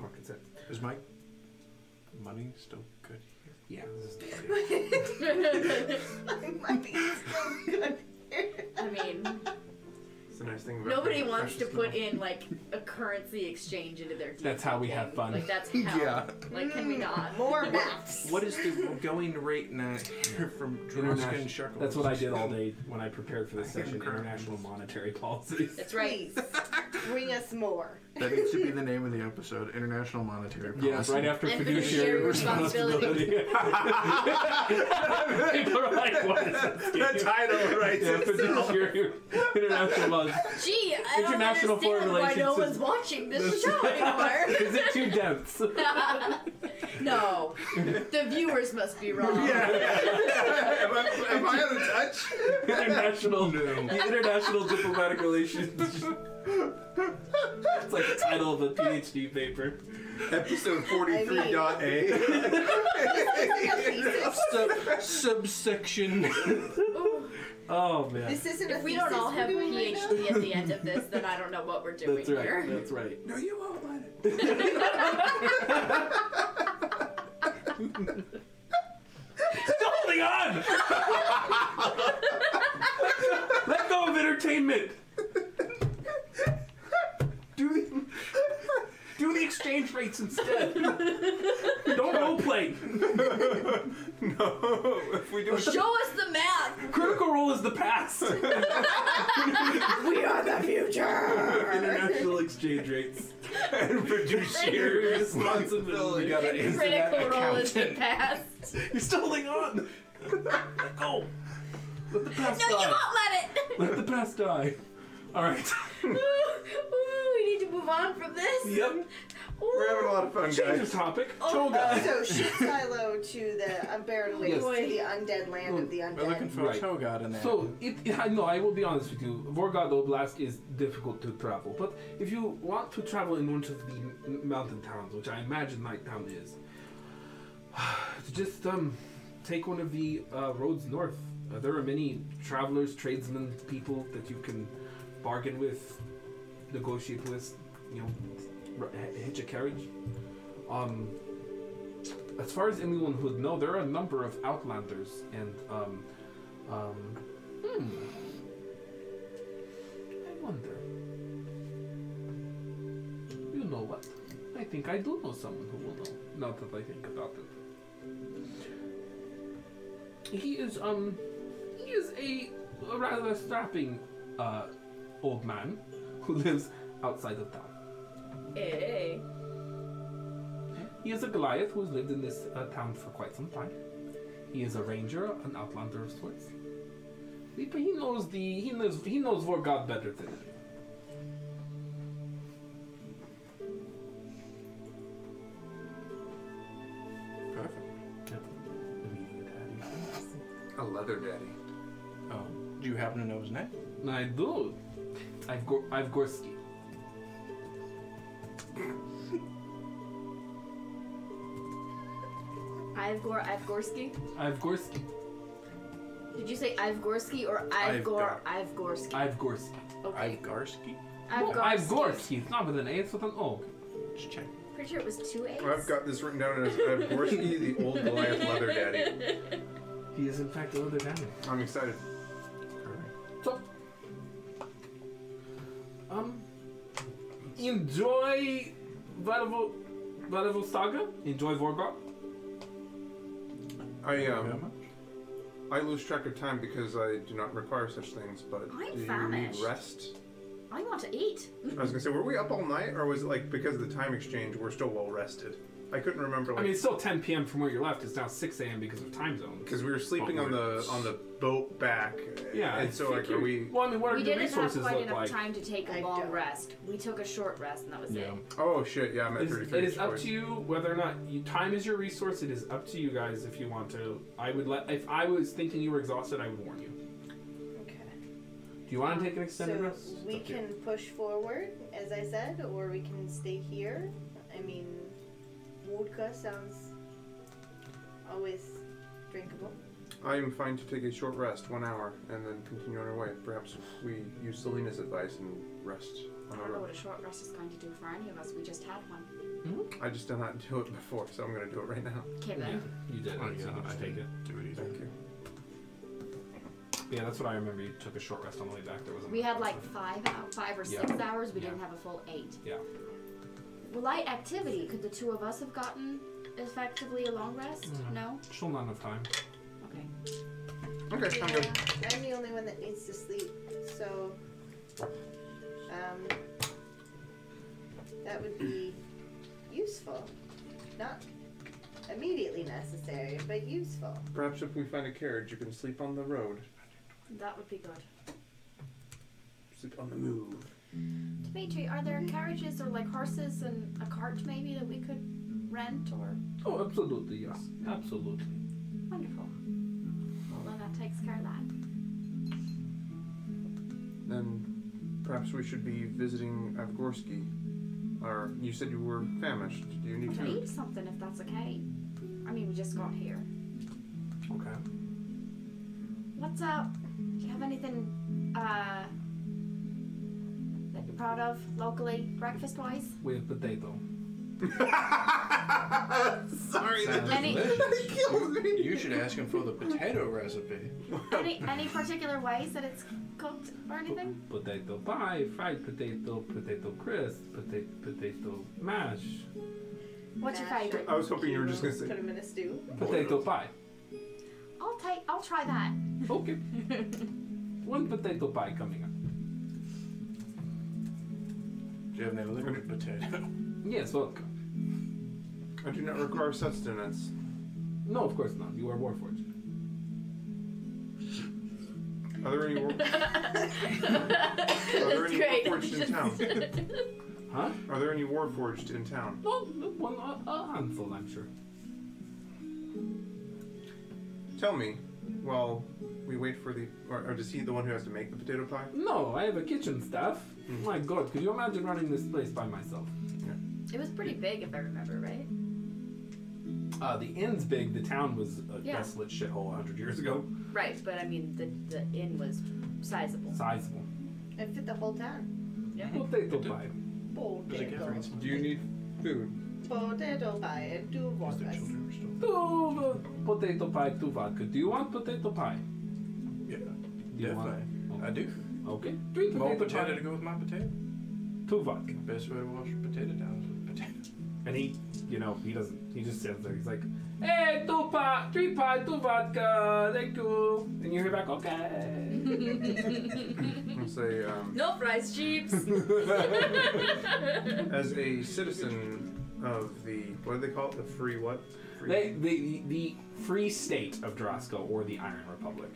A: Pockets it.
C: Is my money still good?
A: Yeah. this is-
E: It might be so good.
F: I mean,
B: It's the nice thing about
F: nobody
B: being
F: wants to
B: precious
F: put
B: metal.
F: in like a currency exchange into their.
A: That's
F: D&D
A: how we
F: game.
A: have fun.
F: Like that's how.
C: Yeah.
F: Like can we not?
E: Mm. More maps.
C: What is the going rate now from Droska
A: International-
C: and Sharkles?
A: That's what I did all day when I prepared for this
C: I can
A: session.
C: curse.
A: International monetary [laughs] policies.
F: That's right.
E: Please bring us more.
C: That needs to be the name of the episode: International Monetary Policy.
A: Yes, right after
F: And
A: fiduciary
F: fiduciary
A: responsibility. [laughs]
F: responsibility.
A: People are like, what is this game?
B: the title right
A: Yeah,
B: [laughs]
A: fiduciary international laws.
F: Gee, I don't
A: International
F: understand
A: foreign
F: why no
A: relations [laughs]
F: one's watching this show anymore.
A: Is it too dense?
D: No, the viewers must be wrong.
B: am, I, am I out of touch?
A: international the international diplomatic relations. it's like the title of a PhD paper.
B: Episode 43.a.
C: Sub- subsection.
A: Oh man,
E: This isn't a
D: If we don't
E: thesis
D: all
E: we're
D: have a
E: doing right now.
D: PhD at the end of this, then I don't know what we're doing
A: that's right.
D: here.
A: That's right.
B: no, you won't let it.
A: Holding on. Let go of entertainment. Do the, do the exchange rates instead. Don't role play.
B: [laughs] No, if we do it.
D: Show us the map.
A: Critical role is the past.
E: We are the
F: [laughs]
E: future.
A: International exchange rates.
B: and
A: Your
B: fiduciary
A: responsibility.
B: got an answer that
D: Critical role is the
C: accountant.
D: past.
A: You're still holding
D: [laughs]
A: on. Let go. Let the past
D: Oh. No, you
A: die.
D: won't let
F: [laughs]
D: it.
A: Let the past die. All right.
D: Ooh, we need to move on from this.
A: yep.
B: We're having a lot of fun,
A: Change of
B: guys.
A: topic.
D: Oh,
E: so ship silo to the unbearable waste to the undead land of the
C: We're looking
E: undead.
C: for
A: Right.
C: a toe guard in there.
A: So, it, I no, I will be honest with you. Vorgod Oblast is difficult to travel, but if you want to travel in one of the m- mountain towns, which I imagine Nighttown is, [sighs] just um, take one of the uh, roads north. Uh, there are many travelers, tradesmen, people that you can bargain with, negotiate with, you know, r- h- hitch a carriage. Um, as far as anyone would know, there are a number of outlanders and um, um, hmm. I wonder. You know what? I think I do know someone who will know. Now that I think about it, he is um, he is a rather strapping uh, old man who lives outside of town.
D: Hey.
A: He is a Goliath who has lived in this uh, town for quite some time. He is a ranger, an outlander of sorts. He- But he knows the he knows he knows Vorgod better than anyone.
C: Perfect.
B: A leather daddy.
C: Oh, do you happen to know his name?
A: And I do. I've go- I've Gorski.
D: Ivgor Ivgorsky?
A: I've Gorski.
D: Did you say Ivgorsky or Ivgor Ivgorsky?
A: I've Gorski.
D: Okay.
C: Ivgarsky?
A: No, I've
D: Ivgorsky.
A: Gorski. It's not with an A. It's with an O.
C: Just check.
D: Pretty sure it was two A's.
B: I've got this written down as Gorsky, the old Goliath leather [laughs] daddy.
A: He is in fact the other damage.
B: I'm excited.
A: So, um, enjoy Varevo, Varevo Saga. Enjoy Vorgod.
B: I
C: Thank you very
B: um,
C: much.
B: I lose track of time because I do not require such things. But
D: I'm
B: do you need
D: famished.
B: rest?
D: I want to eat.
B: I was gonna say, were we up all night, or was it like because of the time exchange, we're still well rested? I couldn't remember.
A: I
B: Like,
A: mean, it's still 10 p.m. from where you left. It's now 6 a.m. because of time zone.
B: because we were sleeping on the on the boat back.
A: Yeah.
B: and so like,
A: figure-
B: are we?
A: Well, I mean, what are
D: we
A: the
D: didn't have
A: resources
D: quite
A: look
D: enough
A: like?
D: time to take a
E: I
D: long
E: don't.
D: rest. We took a short rest and that was it.
B: Oh shit! Yeah, I'm at
A: It is,
B: 33.
A: it is up to you whether or not you, time is your resource. It is up to you guys if you want to. I would let if I was thinking you were exhausted, I would warn you.
E: Okay.
A: Do you want to take an extended
E: so
A: rest? It's
E: we
A: up to you.
E: can push forward, as I said, or we can stay here. I mean, vodka sounds always drinkable.
B: I'm fine to take a short rest, one hour, and then continue on our way. Perhaps we use Selena's advice and rest
D: I
B: on
D: don't
B: our
D: know
B: own.
D: what a short rest is going to do for any of us. We just had one.
B: I just did not [laughs] do it before, so I'm gonna do it right now.
D: Okay, then.
A: You did.
C: Oh,
A: it, so you
C: yeah,
A: can just
C: I
A: take it.
C: didn't Do it either.
B: Thank you.
A: Yeah, that's what I remember. You took a short rest on the way back. There was.
D: We had like five, hou- five or
A: Yeah.
D: six hours. We
A: Yeah.
D: didn't have a full eight.
A: Yeah.
D: Well, light activity. Could the two of us have gotten effectively a long rest?
A: Mm.
D: No.
A: Still not enough time.
D: Okay.
B: Okay,
E: Yeah,
B: I'm good.
E: I'm the only one that needs to sleep, so um, that would be useful. Not immediately necessary, but useful.
B: Perhaps if we find a carriage, you can sleep on the road.
D: That would be good.
B: Sleep on the move.
D: Dimitri, are there carriages or like horses and a cart maybe that we could rent or
A: Oh, absolutely, yes. Absolutely.
D: wonderful. Well, then that takes care of that.
B: Then perhaps we should be visiting Avgorsky. Or you said you were famished. Do you need
D: I
B: food?
D: need something if that's okay. I mean, we just got here.
A: Okay.
D: What's up? Do you have anything uh, that you're proud of locally, breakfast wise?
A: With potato.
B: [laughs] Sorry, that
C: Sounds
B: just
D: Any-
A: [laughs]
C: delicious.
B: killed me.
C: You should ask him for the potato recipe.
A: Oh.
D: Any any particular ways that it's cooked or anything?
A: Potato pie, fried potato, potato crisp, potato, potato mash,
D: What's your
E: Mash it.
D: favorite?
B: I was hoping you were just gonna
E: Put
B: say.
E: them in a stew.
A: potato pie.
D: I'll take. I'll try that. [laughs]
A: Okay. One potato pie coming up.
C: Do you have any liquid potato?
A: Yes, welcome.
B: I do not require sustenance.
A: No, of course not. You are Warforged.
B: Are there any? War-
E: [laughs]
B: Are there any
F: great.
B: warforged in town?
A: Huh?
B: Are there any warforged in town?
A: Well, one a, a handful, I'm sure.
B: Tell me. While we wait for the, or, or is he the one who has to make the potato pie?
A: No, I have a kitchen staff. My God, could you imagine running this place by myself?
F: It was pretty big, if I remember right.
A: Uh, the inn's big. The town was a
F: Yeah.
A: desolate shithole 100 years ago.
F: Right, but I mean, the the inn was sizable.
A: Sizable.
E: It fit the whole town.
F: Yeah.
A: Potato pie.
C: [laughs] Does it get
E: Potato.
C: rice?
B: Do you need food?
E: Potato pie and two
C: Is there
E: walnuts.
C: children still?
A: Two uh, potato pie, two vodka. Do you want potato pie?
C: Yeah,
A: Do you want?
C: I do.
A: Okay. Three potato,
C: More Oh. potato to
A: pie,
C: go with my potato.
A: two vodka.
C: Best way to wash potato down is with [laughs] potato.
A: And he, you know, he doesn't. He just stands there. He's like, "Hey, two pie, three pie, two vodka. Thank you." And you hear back, "Okay."
B: And say, um,
F: No fries, cheeps.
B: as a citizen of the what do they call it? The free what? Free,
A: they, the, the free state of Draska or the Iron Republic.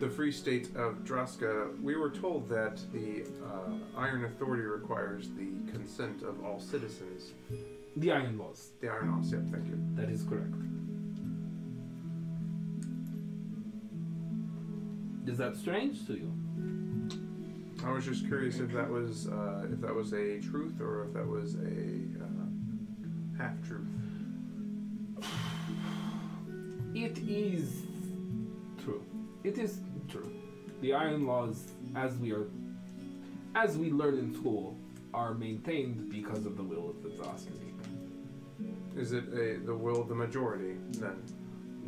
B: the free state of Draska. We were told that the uh, Iron Authority requires the consent of all citizens.
A: The Iron Laws.
B: The Iron Laws. Yep. Thank you.
A: That is correct. Is that strange to you?
B: I was just curious if that was uh, if that was a truth or if that was a uh, half truth.
A: It is true. It is true. The iron laws, as we are, as we learn in school, are maintained because of the will of the Zaskan people.
B: Is it a, the will of the majority then?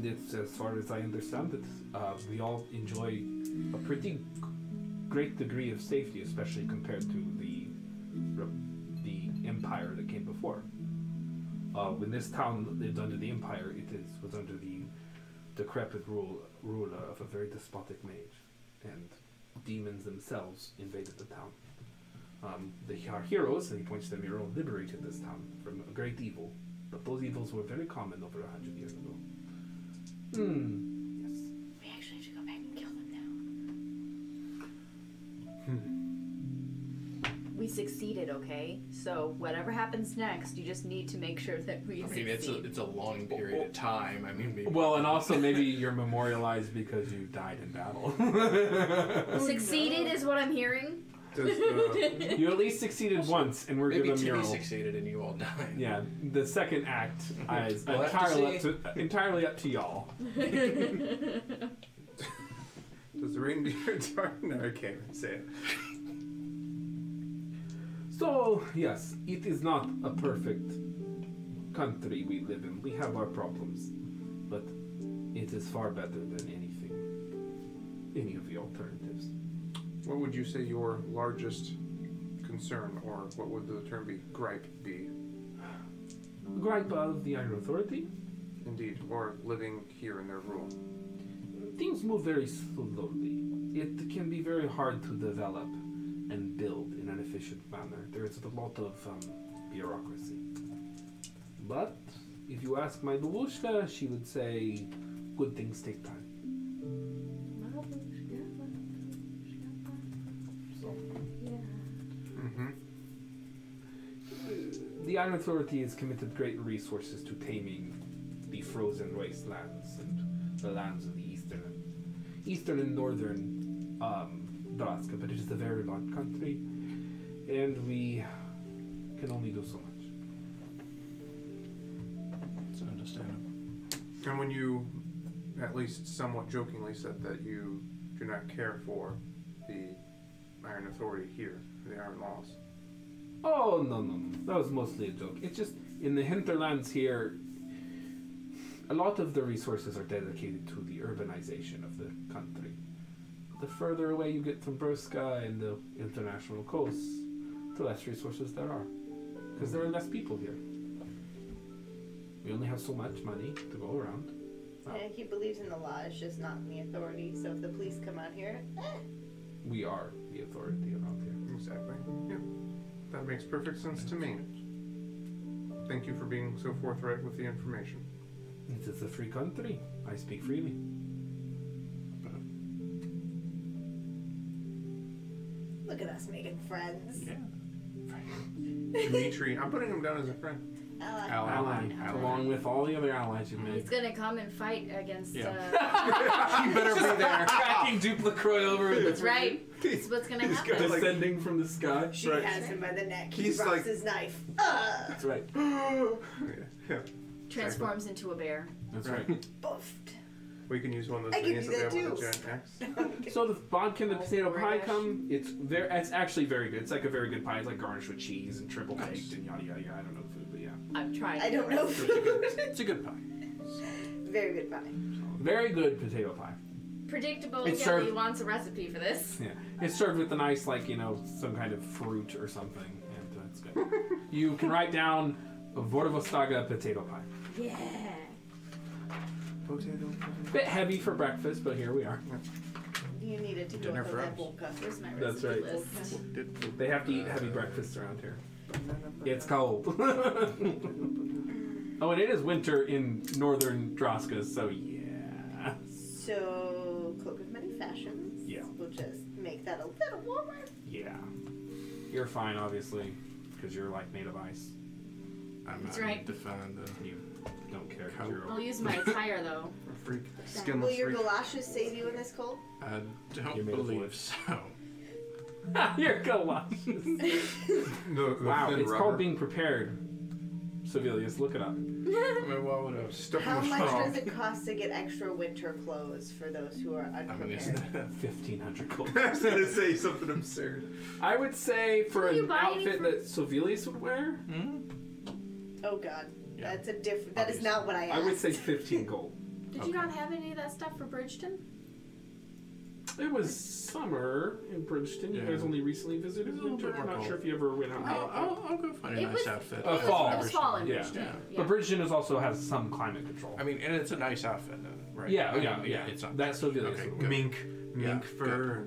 A: It's as far as I understand it. Uh, we all enjoy a pretty g- great degree of safety, especially compared to the re- the empire that came before. Uh, when this town lived under the empire, it is, was under the decrepit rule ruler of a very despotic mage, and demons themselves invaded the town. Um, the, our heroes, and he points to the mural, liberated this town from a great evil, but those evils were very common over a hundred years ago. Hmm. Yes.
F: we actually should go back and kill them now. We succeeded, okay? So whatever happens next, you just need to make sure that we
C: I mean,
F: succeed.
C: it's a it's a long period of time. I mean, maybe
A: Well, and also maybe you're memorialized because you died in battle. [laughs]
F: Succeeded is what I'm hearing.
A: [laughs]
B: Does the,
A: you at least succeeded once, and we're
C: maybe
A: given a
C: Timmy
A: mural.
C: succeeded and you all died. [laughs]
A: Yeah, the second act is
C: We'll have to
A: entirely up to entirely up
C: see.
A: to y'all.
B: does the reindeer [laughs] dark? No, I can't even say it.
A: So yes, it is not a perfect country we live in. We have our problems, but it is far better than anything, any of the alternatives.
B: What would you say your largest concern, or what would the term be, gripe be?
A: Gripe of the Iron Authority.
B: Indeed, or living here in their rule.
A: Things move very slowly. It can be very hard to develop and build in an efficient manner. There is a lot of um, bureaucracy. But if you ask my Lubushka, she would say good things take time. So
B: Mm-hmm.
A: the Iron Authority has committed great resources to taming the frozen wastelands and the lands of the eastern and eastern and northern um, Draska, but it is a very large country, and we can only do so much.
C: It's understandable.
B: And when you, at least somewhat jokingly, said that you do not care for the Iron Authority here, the Iron Laws.
A: Oh no no no! That was mostly a joke. It's just in the hinterlands here, a lot of the resources are dedicated to the urbanization of the country. The further away you get from Berska and the international coast, the less resources there are, because there are less people here. We only have so much money to go around.
E: Yeah, Uh, he believes in the law, it's just not in the authority. So if the police come out here,
A: We are the authority around here.
B: Exactly. Yeah. That makes perfect sense to me. Thank you for being so forthright with the information.
A: It is a free country. I speak freely.
E: look at us making friends.
C: Yeah.
B: Dimitri, I'm putting him down as a
E: [laughs]
B: friend.
E: Ally.
C: Ally.
A: Ally,
C: Ally. [laughs]
A: along with all the other allies you made.
F: He's gonna come and fight against.
C: Yeah. [laughs]
F: Uh,
B: He better be there.
A: Cracking Duplicroy over in
F: that's right. That's what's gonna
B: He's
F: happen.
B: gonna, like-
A: descending from the sky.
E: She
B: Right.
E: has him by the neck. He
B: He's
E: drops
B: like-
E: his knife. Ugh,
A: That's right.
B: yeah.
D: Transforms into a bear.
A: That's
B: Right.
A: right.
E: buffed.
B: We can use one of
E: I
B: those minis
E: can do
B: that we
E: that
B: have with a
E: too.
B: giant axe.
A: So the vodka and the
D: Oh,
A: potato pie
D: British.
A: come. It's very. It's actually very good. It's like a very good pie. It's like garnished with cheese and triple
C: Nice.
A: baked and yada yada yada. I don't know the food, but yeah,
D: I'm trying.
E: I don't know food.
C: It's a good pie.
E: [laughs] Very good pie.
A: very good potato pie.
F: Predictable.
A: It's
F: Gabby
A: served-
F: wants a recipe for this.
A: Yeah, it's served with a nice like you know some kind of fruit or something, and uh, it's good. you can write down a Vortivostaga potato pie.
F: Yeah.
B: Potato.
A: Bit heavy for breakfast, but here we are.
E: You needed to
C: Dinner
E: go for
C: for
E: that
C: us.
E: bulk up.
F: Where's my
A: That's
F: recipe
A: right.
F: list?
A: They have to eat heavy breakfasts around here. It's cold. [laughs] oh, and it is winter in northern Droska, so yeah.
E: So, cloak of many fashions.
A: Yeah.
E: We'll just make that a little warmer.
A: Yeah. You're fine, obviously, because you're like made of ice.
C: I'm
D: That's
C: not
D: right.
C: defined uh,
A: You don't care. 'cause
C: Cold.
A: you're [laughs]
D: I'll
A: old.
D: use my attire though.
B: A freak.
E: Will
B: Skinless
E: your
B: freak.
E: galoshes save you in this cold?
C: I don't
A: You're made of wood.
C: believe so.
A: Ah, you're galoshes.
B: The, the
A: wow,
B: thin
A: it's
B: rubber.
A: called being prepared. Sevelius, look it [laughs] up.
C: I mean, why would I?
B: Stuff
E: How
B: in the
E: much
B: straw.
E: does it cost to get extra winter clothes for those who are
C: I mean, it's
E: unprepared?
A: [laughs] Fifteen hundred gold.
B: [laughs] I was gonna say something absurd.
A: I would say for
F: Can you
A: an
F: buy any
A: outfit
F: from-
A: that Sevelius would wear,
E: Oh God,
C: Yeah.
E: that's a different. That is
C: Obviously.
E: not what I
A: I
E: asked.
A: would say fifteen gold.
F: Did
C: Okay.
F: you not have any of that stuff for Bridgeton?
A: It was summer in Bridgeton. You
C: Yeah.
A: guys only recently visited
C: It's a little
A: winter.
C: bit
A: I'm
C: more
A: not sure
C: cold.
A: if you ever went out.
C: I'll, I'll, I'll go find a
F: It
C: nice
F: was-
C: outfit.
A: Uh, fall.
F: It was fall in
A: Yeah.
F: Bridgeton.
C: Yeah.
A: But Bridgeton is also has some climate control.
C: I mean, and it's a nice outfit, uh, right?
A: Yeah,
C: I mean,
A: yeah, yeah.
C: It's not
A: That's Sevelius.
C: Okay,
A: would wear.
C: good.
B: Mink.
C: Yeah,
B: Mink fur.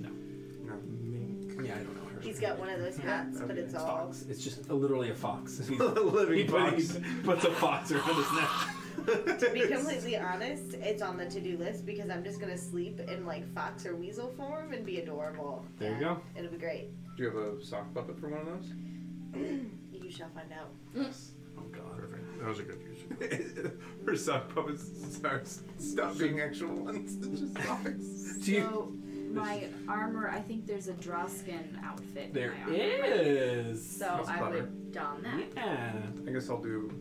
A: No.
B: No. [laughs]
C: mink.
A: Yeah, I don't know. Her.
E: He's got one of those hats, but it's all.
A: fox. It's just literally a fox. [laughs] He,
B: Living
A: puts,
B: [laughs] fox.
A: puts a fox around his neck.
E: To be completely honest, it's on the to-do list because I'm just gonna sleep in like fox or weasel form and be adorable.
A: There you
E: And
A: go.
E: It'll be great.
B: Do you have a sock puppet for one of those?
E: You shall find out.
C: Oh god, perfect. That was a good use.
B: [laughs] Her sock puppets start, stop being actual ones. They're just socks.
A: Do you-
D: So my armor, I think there's a Droskin outfit.
A: there
D: in my armor.
A: is.
D: So
B: That's
D: I
B: clever.
D: would don that.
A: yeah.
B: I guess I'll do,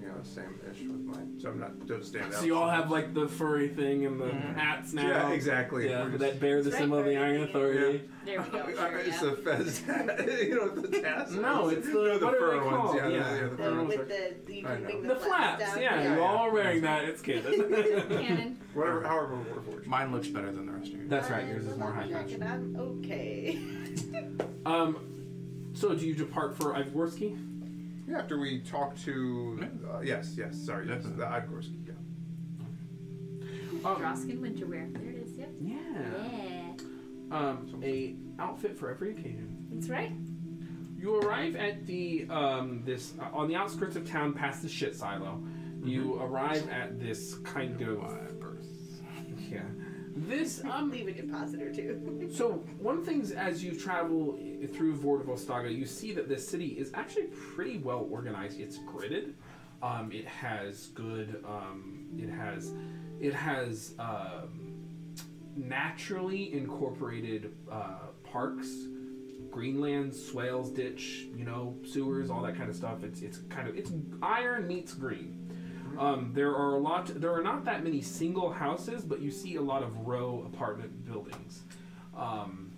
B: you know, same ish with mine. So I'm not, don't stand out.
A: So you all have like the furry thing and the hats now.
B: Yeah, exactly.
A: Yeah,
B: We're
A: that bear the
E: Right,
A: symbol of the
E: furry
A: Iron
E: thing.
A: Authority.
D: There
F: [laughs]
D: we
B: [laughs]
D: go.
B: I mean,
D: Sure,
B: it's
D: yeah.
B: the fez [laughs] you know, the tassels.
A: No, it's the-
B: no, the
A: what are
B: fur
A: they
B: ones.
A: called?
B: Yeah, the-
A: Yeah.
B: yeah, the
A: I
B: fur
E: The,
A: don't
B: ones.
A: know.
E: with the, the you
B: I
E: can bring
B: know.
E: the,
A: The flaps,
E: down.
A: yeah,
B: Yeah,
A: you're
B: yeah.
A: all wearing that. It's good.
D: Cannon.
B: Whatever, however, we're forged.
C: Mine looks better than the rest of
A: [laughs]
C: yours.
A: That's right.
E: I'm
A: Yours is more high
E: black
A: fashion.
E: and I'm okay. [laughs]
A: Um, so do you depart for Ivorski?
B: Yeah, after we talk to. Uh, yes, yes, sorry. Yes, the Igorski, yeah.
D: Droskin winter wear. There it is. Yep.
A: Yeah.
D: Yeah.
A: Um, a outfit for every occasion.
D: That's right.
A: You arrive at the um this uh, on the outskirts of town, past the shit silo. You arrive at this kind of yeah. This um
E: Leave a deposit or two.
A: So one of the things as you travel through Vortivostaga, you see that this city is actually pretty well organized. It's gridded. Um, it has good. Um, it has. It has um, naturally incorporated uh, parks, greenlands, swales, ditch, you know, sewers, all that kind of stuff. It's it's kind of it's iron meets green. Um, there are a lot. There are not that many single houses, but you see a lot of row apartment buildings, um,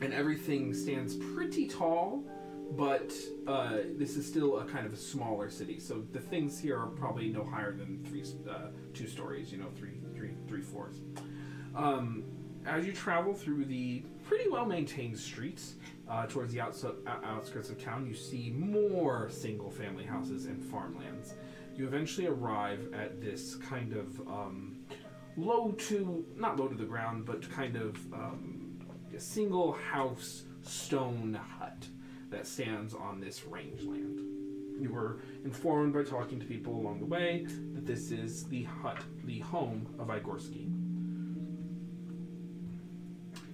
A: and everything stands pretty tall. But uh, this is still a kind of a smaller city, so the things here are probably no higher than three, uh, two stories. You know, three, three, three floors. Um, as you travel through the pretty well maintained streets uh, towards the outs- uh, outskirts of town, you see more single family houses and farmlands. You eventually arrive at this kind of um, low to, not low to the ground, but kind of um, a single house stone hut that stands on this rangeland. You were informed by talking to people along the way that this is the hut, the home of Igorski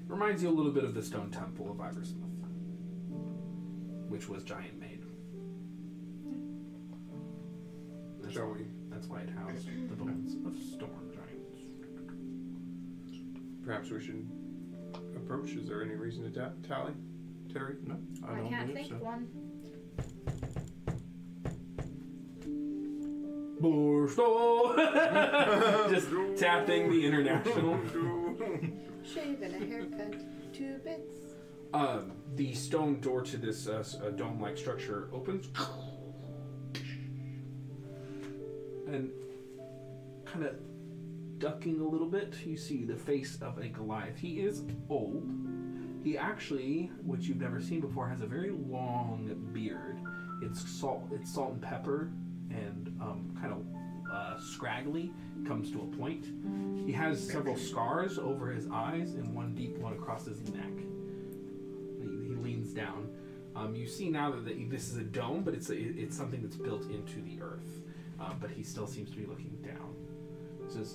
A: reminds you a little bit of the stone temple of Iversmith, which was giant made. That's,
B: Shall we
A: that's why it
B: [clears throat]
A: housed the bones of storm giants.
B: Perhaps we should approach. Is there any reason to da- tally,
A: [laughs]
B: Terry?
C: No, I
D: I,
C: don't
D: can't
C: believe
D: think
C: so.
D: one.
A: Borstal! [laughs] Just tapping the international.
B: [laughs]
E: Shave and a haircut, two bits.
A: Um, the stone door to this uh, s- uh, dome-like structure opens, and kind of ducking a little bit, you see the face of a Goliath. He is old. He actually, which you've never seen before, has a very long beard. It's salt, it's salt and pepper, and um, kind of uh, scraggly. Comes to a point. He has several scars over his eyes and one deep one across his neck. He, he leans down. Um, you see now that the, this is a dome, but it's a, it's something that's built into the earth. Um, but he still seems to be looking down. He says,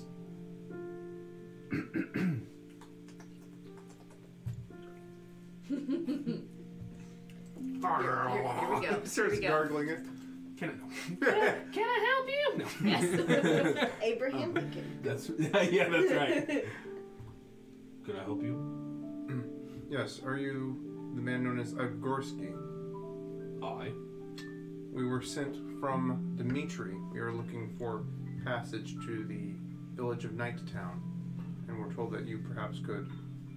F: Here, here
C: [laughs]
F: we go. Here
B: Starts
F: we go.
B: gargling it.
A: "Can I know?"
F: Can I help you? Yes.
E: Abraham
A: Oh.
E: Lincoln.
A: [laughs] That's yeah, that's right. Could I help you?
B: [laughs] Yes. Are you the man known as Agorsky?
A: I.
B: We were sent from Dimitri. We are looking for passage to the village of Nighttown, and we're told that you perhaps could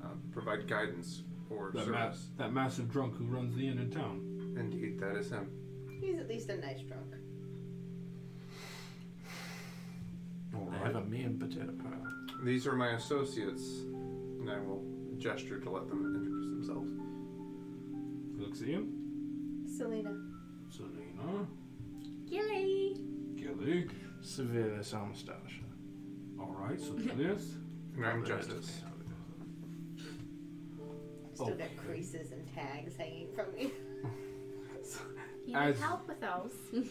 B: uh, provide guidance or
A: That, ma-
B: service.
A: that massive drunk who runs the inn in town.
B: Indeed, that is him.
E: He's at least a nice drunk.
A: All
C: I have a me and potato pie.
B: These are my associates, and I will gesture to let them introduce themselves.
A: Looks at you.
E: Selena.
A: Selena.
F: Yay!
A: Kelly.
C: Severe Amistad.
A: All right.
F: [laughs]
A: So this.
B: And I'm Justice.
E: Still
A: Oh.
E: got creases and tags hanging from me.
F: You
A: As-
F: need help with those.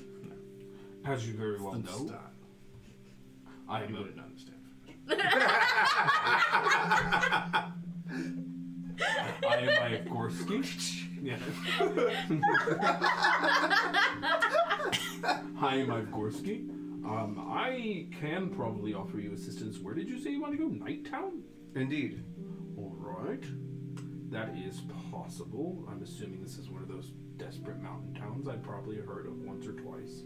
A: As you very well know, I
C: I
A: am a
C: wouldn't understand.
A: I am my Gorski.
F: [laughs]
A: Yeah. Hi, I'm Ive Gorski. Um, I can probably offer you assistance. Where did you say you want to go? Nighttown?
B: Indeed.
A: All right. That is possible. I'm assuming this is one of those desperate mountain towns I've probably heard of once or twice.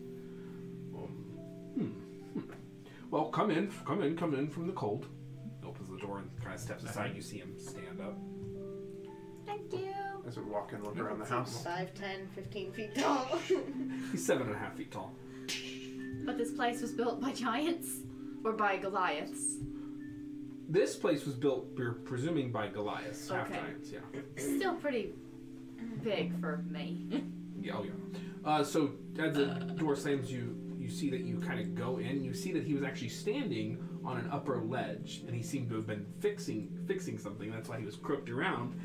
A: Um, hmm, hmm. Well, come in, come in, come in from the cold. Opens the door and kind of steps aside. You see him stand up.
F: Thank you.
B: As we walk and look around the house.
E: Five, ten, fifteen feet tall. [laughs]
A: He's seven and a half feet tall.
F: But this place was built by giants or by Goliaths.
A: This place was built, we're presuming, by Goliath. Half
F: Okay.
A: giants, yeah.
F: Still pretty big for me.
A: Yeah, oh yeah. Uh, so as the door slams, you you see that you kind of go in. You see that he was actually standing on an upper ledge, and he seemed to have been fixing fixing something. That's why he was crooked around.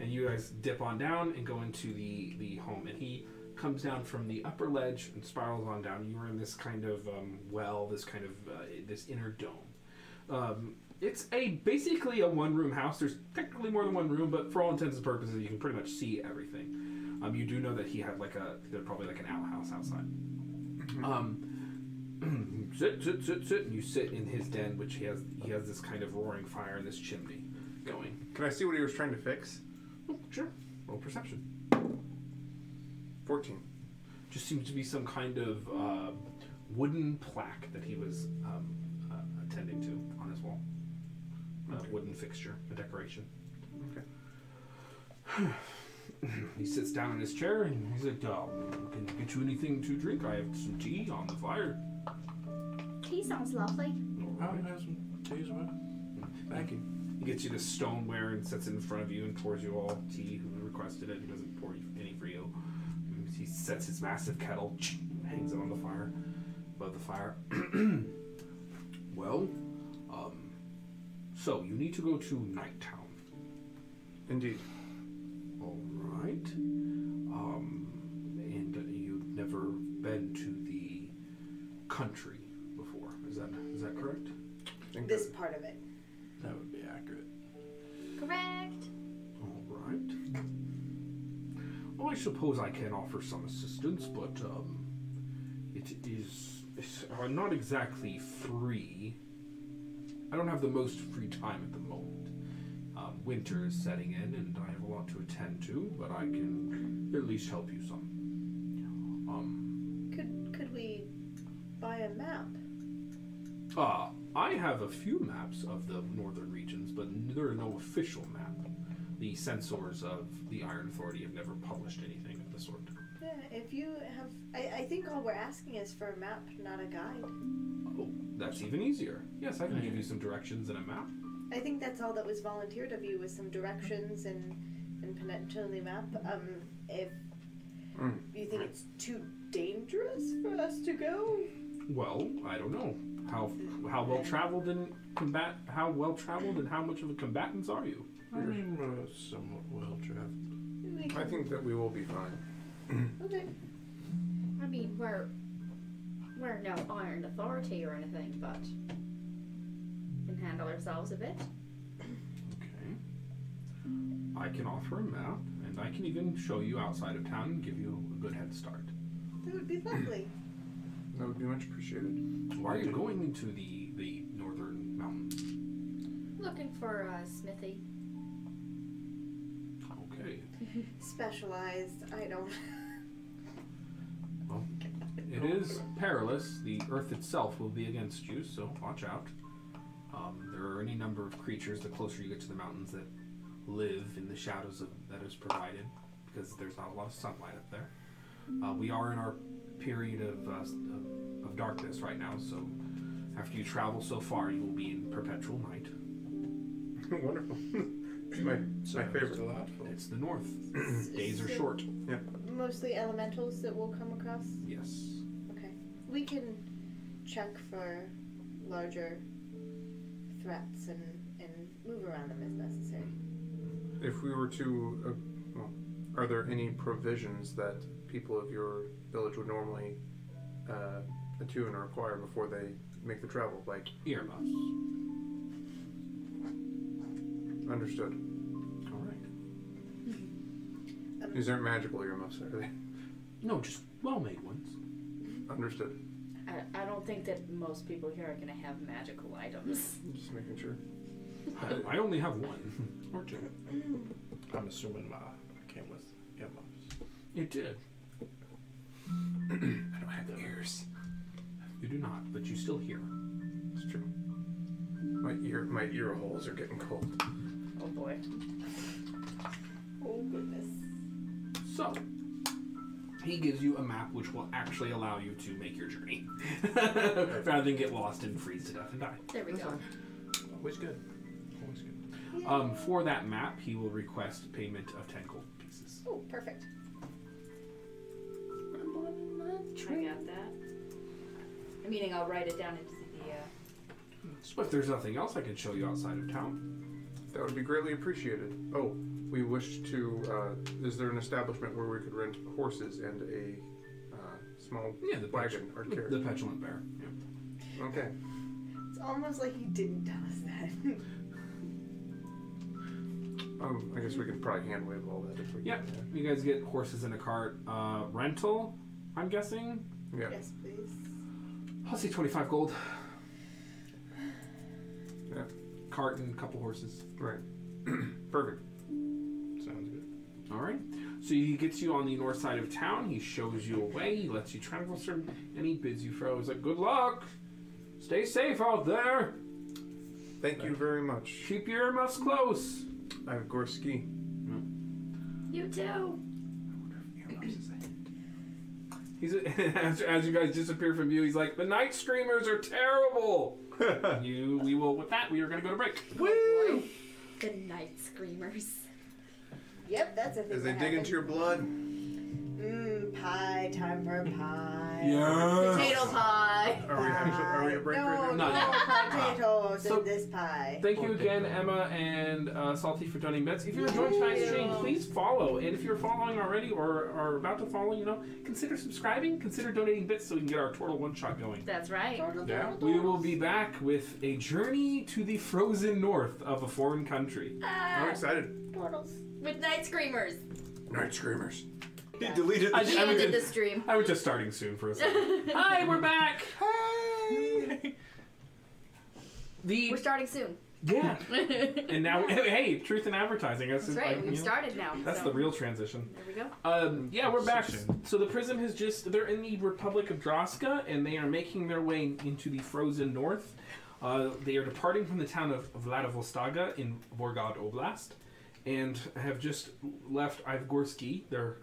A: and you guys dip on down and go into the the home, and he comes down from the upper ledge and spirals on down. You are in this kind of um, well, this kind of uh, this inner dome. Um, It's a basically a one room house. There's technically more than one room, but for all intents and purposes, you can pretty much see everything. Um, you do know that he had like a there's probably like an outhouse outside. Um, [clears throat] sit, sit, sit, sit, and you sit in his den, which he has he has this kind of roaring fire and this chimney going.
B: Can I see what he was trying to fix?
A: Sure, roll perception.
B: 14.
A: just seems to be some kind of uh, wooden plaque that he was um, uh, attending to on his wall. A wooden fixture, a decoration.
B: Okay.
A: [sighs] He sits down in his chair and he's like, oh, "Can I get you anything to drink? I have some tea on the fire."
D: Tea sounds lovely.
C: I would have some tea as well. Thank you.
A: He gets you this stoneware and sets it in front of you and pours you all tea. Who requested it? He doesn't pour you any for you. He sets his massive kettle, hangs it on the fire, above the fire. [clears throat] well, um, so you need to go to Nighttown.
B: Indeed.
A: All right. Um, and you've never been to the country before. Is that is that correct?
B: Think
E: This
B: that-
E: part of it.
C: That would be accurate.
D: Correct.
A: All right. Well, I suppose I can offer some assistance, but um, it is it's, uh, not exactly free. I don't have the most free time at the moment. Um, winter is setting in, and I have a lot to attend to, but I can at least help you some. Um,
E: Could could we buy a map?
A: uh, I have a few maps of the northern regions, but there are no official map. The censors of the Iron Authority have never published anything of the sort.
E: Yeah, if you have, I, I think all we're asking is for a map, not a guide.
A: Oh, that's even easier. Yes, I can give you some directions and a map.
E: I think that's all that was volunteered of you was some directions and and potentially map. Um, if
B: Mm.
E: you think it's too dangerous for us to go,
A: Well, I don't know how how well traveled and combat how well traveled and how much of a combatants are you?
C: I mean, we're somewhat well traveled.
E: we
B: I
E: can-
B: think that we will be fine.
E: okay.
D: I mean, we're we're no iron authority or anything, but can handle ourselves a bit.
A: Okay. I can offer a map, and I can even show you outside of town and give you a good head start.
E: That would be lovely.
B: That would be much appreciated.
A: Why are you going into the the northern mountains?
D: Looking for uh, Smithy.
A: Okay.
E: Specialized. I don't.
A: Well, it is perilous. The earth itself will be against you, so watch out. Um, there are any number of creatures the closer you get to the mountains that live in the shadows of, that is provided, because there's not a lot of sunlight up there. Uh, we are in our period of, uh, s- of, of darkness right now, so after you travel so far, you will be in perpetual night.
B: Wonderful. It's my, it's my favorite.
C: Delightful.
A: It's the north.
E: s-
A: [clears throat] Days are
E: so
A: short.
E: Mostly elementals that we'll come across.
A: Yes.
E: Okay. We can check for larger threats and, and move around them as necessary.
B: If we were to, uh, well, are there any provisions that people of your village would normally uh, attune or acquire before they make the travel? Like,
A: Earmuffs.
B: understood.
A: All right.
B: These aren't magical earmuffs, are they? [laughs]
A: No, just well-made ones.
B: Understood.
F: I, I don't think that most people here are gonna have magical items.
B: Just making sure.
A: I, I only have one. [laughs]
C: Or two. I'm assuming my came with earmuffs.
A: It did. [clears throat]
B: I don't have ears.
A: You do not, but you still hear.
B: It's true. My ear, my ear holes are getting cold.
F: Oh boy.
E: Oh, goodness.
A: So, he gives you a map which will actually allow you to make your journey [laughs] rather than get lost and freeze to death and die.
D: There we go.
C: Always good. Always good.
A: Um, for that map, he will request payment of 10 gold pieces.
E: Oh, perfect.
F: I got that. Meaning I'll write it down into the. Uh,
A: But if there's nothing else I can show you outside of town,
B: That would be greatly appreciated. Oh, we wish to. Uh, is there an establishment where we could rent horses and a uh, small
A: Yeah, the
B: wagon or
A: the
B: carriage?
A: petulant bear. Yeah.
B: Okay.
E: It's almost like he didn't tell us that. [laughs]
B: Um, I guess we could probably hand wave all that if we
A: Yeah.
B: can.
A: You guys get horses in a cart. Uh, rental, I'm guessing.
B: Yeah.
E: yes, please.
A: I'll say 25 gold.
B: Yeah.
A: Cart and a couple horses. [clears throat]
B: Right. Perfect.
C: Sounds good.
A: All right. So he gets you on the north side of town. He shows you a way. He lets you travel through, and he bids you farewell. He's like, "Good luck. Stay safe out there.
B: Thank you very much.
A: Keep your earmuffs close."
B: I have Gorski. [laughs]
D: You too.
A: He's [laughs] as, as you guys disappear from view. He's like, "The night screamers are terrible." you, we will. With that, we are going to go to break.
B: Woo!
D: The night screamers.
E: Yep, that's a thing.
B: As they
E: that
B: dig into your
E: happened.
B: blood.
E: Mmm, pie, time for pie.
F: Potato pie.
B: Are we actually are we at break
E: no,
B: right now?
E: No,
A: Not
E: no potatoes
A: So-
E: in this pie.
A: Thank you again, Emma and uh, Salty, for donating bits. If you're enjoying tonight's stream, please follow. And if you're following already or are about to follow, you know, consider subscribing, consider donating bits so we can get our Tortle one shot going.
F: That's right.
E: Turtle,
C: Yeah.
E: turtle,
A: We
E: turtle.
A: will be back with a journey to the frozen north of a foreign country.
B: I'm
F: Ah,
B: excited.
E: Turtles.
F: with night screamers.
B: Night Screamers. He
E: Yeah.
B: deleted
A: I
B: the
A: did-
F: We
A: I'm
F: ended
A: good.
F: the stream.
A: I was just starting soon for a second. Hi, we're back. Hi.
F: [laughs] We're
A: The
F: starting soon. [laughs]
A: yeah,
F: That's
A: and now hey, truth in advertising. That's, just like,
F: right. We've
A: you know,
F: started now.
A: That's
F: so.
A: the real transition.
F: There we go.
A: Um, yeah, we're back.
C: Succinct.
A: So the prism has just—they're in the Republic of Droska, and they are making their way into the frozen north. Uh, they are departing from the town of Vladivostoka in Vorgod Oblast, and have just left Ivgorsky, their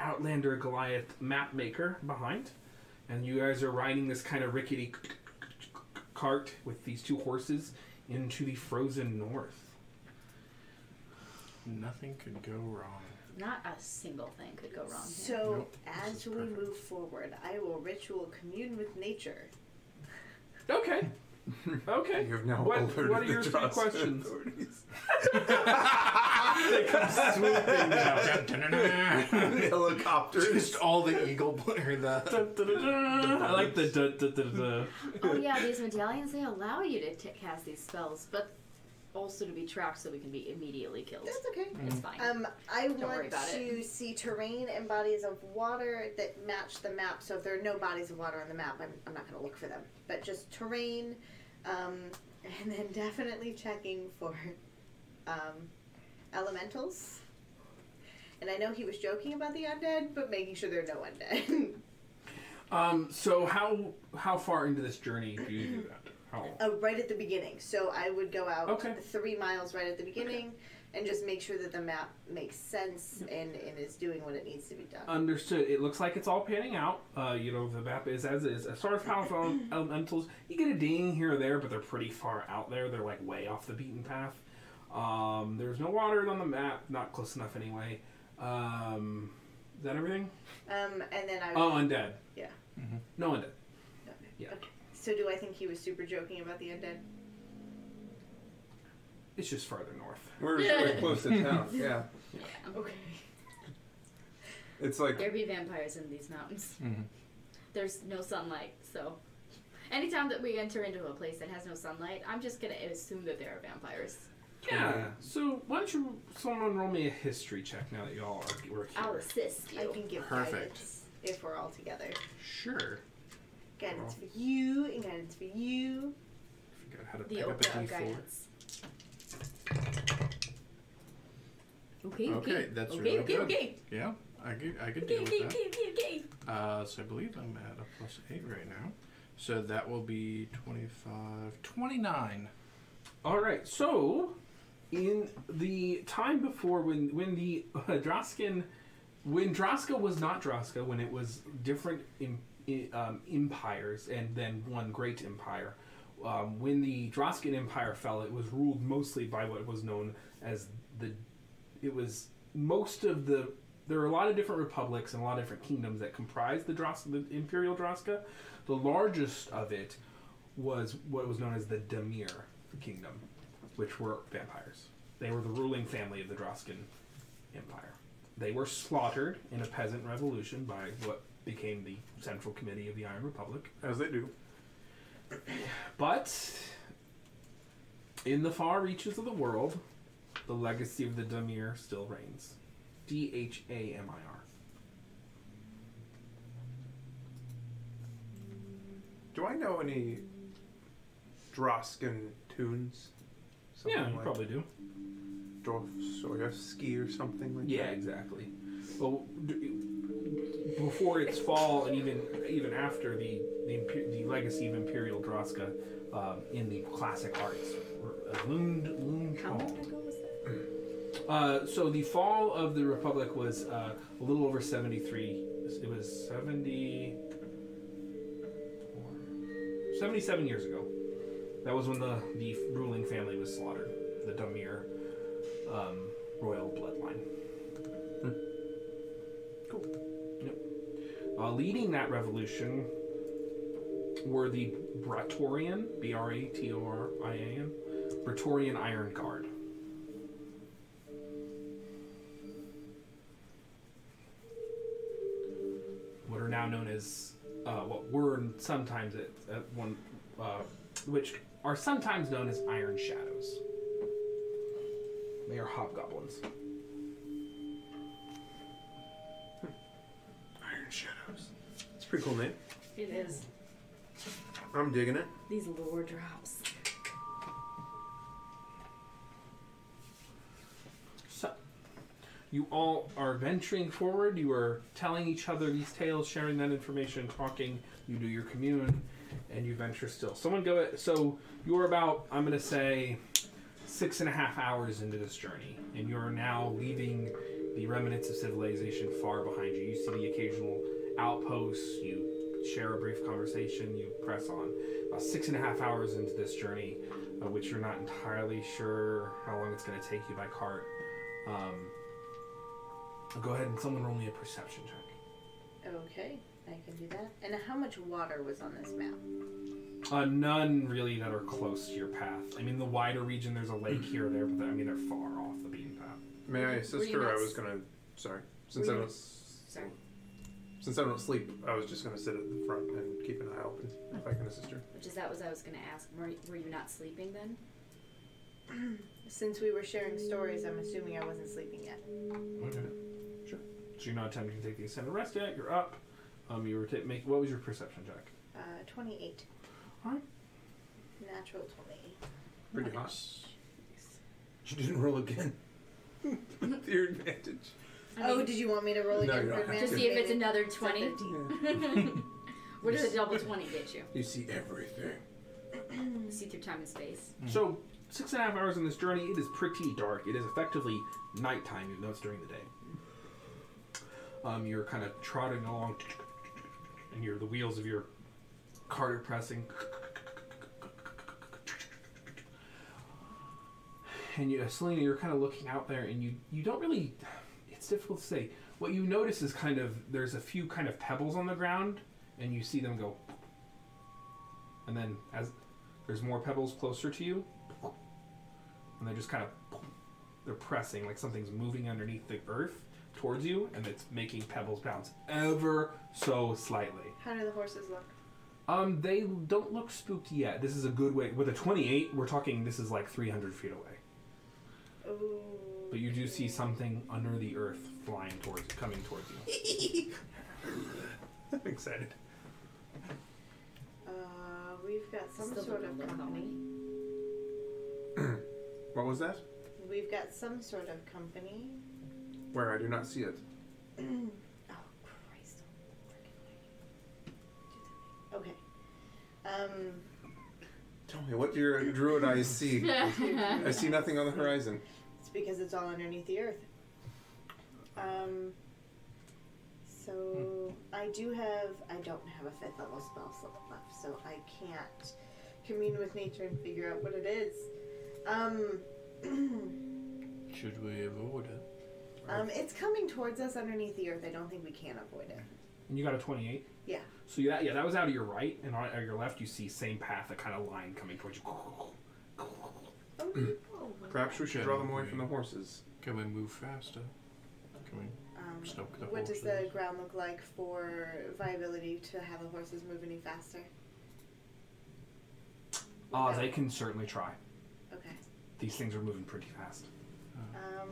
A: Outlander Goliath map maker, behind. And you guys are riding this kind of rickety cart with these two horses into the frozen north.
C: Nothing could go wrong. [laughs]
F: Not a single thing could go wrong. here.
E: So,
C: Nope, this
E: as
C: is
E: we
C: perfect.
E: move forward, I will ritual commune with nature.
A: [laughs] Okay. Okay.
B: You have now
A: What-
B: alerted
A: what are
B: the
A: your three
B: Johnson
A: questions?
B: authorities. [laughs]
A: Swooping down.
B: [laughs]
C: Dun-dun-dun-dun.
B: Helicopters.
C: Just all the eagle [laughs] or the
A: Dun, dun, dun, dun. [laughs] I like the dun, dun, dun, dun.
F: [laughs] oh yeah, these medallions they allow you to t- cast these spells, but also to be tracked so we can be immediately killed.
E: That's okay.
F: It's
C: Mm-hmm.
F: fine.
E: Um, I
F: worry
E: want
F: about it.
E: to see terrain and bodies of water that match the map. So if there are no bodies of water on the map, I'm, I'm not going to look for them. But just terrain, um, [laughs] and then definitely checking for um, elementals. And I know he was joking about the undead, but making sure there are no undead. [laughs]
A: Um, so how how far into this journey do you do that? How?
E: uh, right at the beginning. So I would go out
A: Okay.
E: three miles right at the beginning. And just make sure that the map makes sense
A: Mm-hmm.
E: and, and is doing what it needs to be
A: Uh,
E: done.
A: Understood. It looks like it's all panning out. Uh, you know, the map is as is. As far as powerful [coughs] elementals, you get a ding here or there, but they're pretty far out there. They're like way off the beaten path. Um, there's no water on the map. Not close enough anyway. Um, is that everything?
E: Um, and then I would
A: Oh, undead.
E: Yeah.
A: No undead. Yeah.
E: Okay. So do I think he was super joking about the undead?
A: It's just farther north.
B: We're really close to town. Yeah.
E: Okay.
B: It's like
F: There be vampires in these mountains.
C: Mhm.
F: There's no sunlight, so anytime that we enter into a place that has no sunlight, I'm just gonna assume that there are vampires.
A: Yeah.
B: Yeah.
A: So why don't you someone roll me a history check now that y'all are we're here?
F: I'll assist
E: I
F: you.
E: can give
C: Perfect.
E: guidance if we're all together.
A: Sure.
E: Guidance for you and guidance for you.
A: Forgot how to
F: The
A: pick up a
F: Oka of
A: D4.
F: guidance. Okay, okay.
C: Okay, that's
F: okay,
C: really
F: okay,
C: good.
F: okay,
C: Yeah, I could I could
F: okay,
C: deal
F: okay,
C: with that.
F: okay, okay, okay.
C: Uh, so I believe I'm at a plus eight right now. So that will be 25, 29.
A: All right. So, in the time before when when the [laughs] uh, Droskin, when Droska was not Droska, when it was different im i um, empires and then one great empire, um, when the Droskin Empire fell, it was ruled mostly by what was known as the. It was most of the. There were a lot of different republics and a lot of different kingdoms that comprised the Dros- the Imperial Droska. The largest of it was what was known as the Demir Kingdom, which were vampires. They were the ruling family of the Droskin Empire. They were slaughtered in a peasant revolution by what became the Central Committee of the Iron Republic.
B: as they do.
A: But In the far reaches of the world, the legacy of the Damir still reigns. D H A M I R.
B: Do I know any Droskin tunes? Something
A: Yeah, you
B: like
A: probably do.
B: Dostoevsky or something like
A: Yeah,
B: that.
A: exactly. Well, d- before its fall, and even even after the the, imper- the legacy of Imperial Droska um, in the classic arts, were, uh, loomed loomed
F: How
A: tall.
F: long ago was that?
A: [clears throat] Uh, so the fall of the Republic was uh, a little over 73. It was 70. 77 years ago. That was when the, the ruling family was slaughtered, the Damir um, royal bloodline. Cool. Yep. Uh, leading that revolution were the Bratorian, B R A T O R I A N, Bratorian Iron Guard. what are now known as uh, what were sometimes at, at one, uh, which are sometimes known as Iron Shadows. They are hobgoblins.
B: Iron Shadows. It's a pretty cool name.
F: It is.
B: I'm digging it.
F: These lore drops.
A: So, you all are venturing forward. You are telling each other these tales, sharing that information, talking. You do your commune, and you venture still. Someone go. So you're about. I'm gonna say six and a half hours into this journey, and you are now leaving the remnants of civilization far behind you. You see the occasional outposts. You share a brief conversation. You press on. About six and a half hours into this journey, uh, which you're not entirely sure how long it's gonna take you by cart. Um, go ahead and someone roll me a perception check.
E: Okay, I can do that. And how much water was on this map?
A: Uh, none really that are close to your path. I mean, the wider region, there's a lake here or there, but I mean, they're far off the beaten path.
B: May I assist
F: you
B: her? I
F: not-
B: was gonna. Sorry. Since I
F: you
B: don't.
F: not- Sorry.
B: Since I don't sleep, I was just gonna sit at the front and keep an eye open if I can assist her.
F: Which is that was I was gonna ask. Were, were you not sleeping then?
E: Since we were sharing stories, I'm assuming I wasn't sleeping yet.
A: Okay. Sure. So you're not attempting to take the ascended rest yet. You're up. Um, you were t- make. What was your perception check?
E: Uh, 28.
A: Alright.
E: Natural 28.
B: Pretty hot. She didn't roll again. With Your advantage.
F: I mean,
E: oh, did you want me to roll
B: No,
E: again
B: you
E: for
B: don't have
E: advantage?
F: to see if it's another twenty. what does a double twenty get you?
B: You see [laughs] everything.
F: See through time and space.
A: So six and a half hours on this journey, it is pretty dark. It is effectively nighttime, even though it's during the day. Um, you're kind of trotting along, and your the wheels of your cart are pressing. And you, Selena, you're kind of looking out there, and you you don't really. It's difficult to say. What you notice is kind of there's a few kind of pebbles on the ground, and you see them go. And then as there's more pebbles closer to you, and they're just kind of they're pressing like something's moving underneath the earth towards you, and it's making pebbles bounce ever so slightly.
E: How do the horses look?
A: Um, they don't look spooked yet. This is a good way. With a 28, we're talking this is like 300 feet away.
E: Ooh.
A: But you do see something under the earth flying towards, coming towards you.
B: I'm excited.
E: Uh, we've got some
F: Still
E: sort
F: don't
E: of
F: look how
E: company.
F: many.
B: What was that?
E: We've got some sort of company. [clears throat]
B: Where I do not see it.
E: Oh, Christ. Okay. Um,
B: Tell me, what do your druid eyes see? I
E: [laughs]
B: see nothing on the horizon.
E: it's because it's all underneath the earth. Um, so I do have. I don't have a fifth level spell slot left, so I can't commune with nature and figure out what it is. Um, [clears throat]
C: Should we avoid it?
E: um, it's coming towards us underneath the earth. I don't think we can avoid it.
A: And you got a 28.
E: Yeah.
A: So yeah, yeah, that was out of your right, and on, on your left you see same path, a kind of line coming towards you.
B: Perhaps we should
C: Can
B: draw them away
C: we-
B: from the horses.
C: Can we move faster? Can we
E: Um,
C: stoke the
E: what
C: horses?
E: does the ground look like for viability to have the horses move any faster?
A: Uh, they Ah, can certainly try.
E: Okay.
A: These things are moving pretty fast.
E: Um,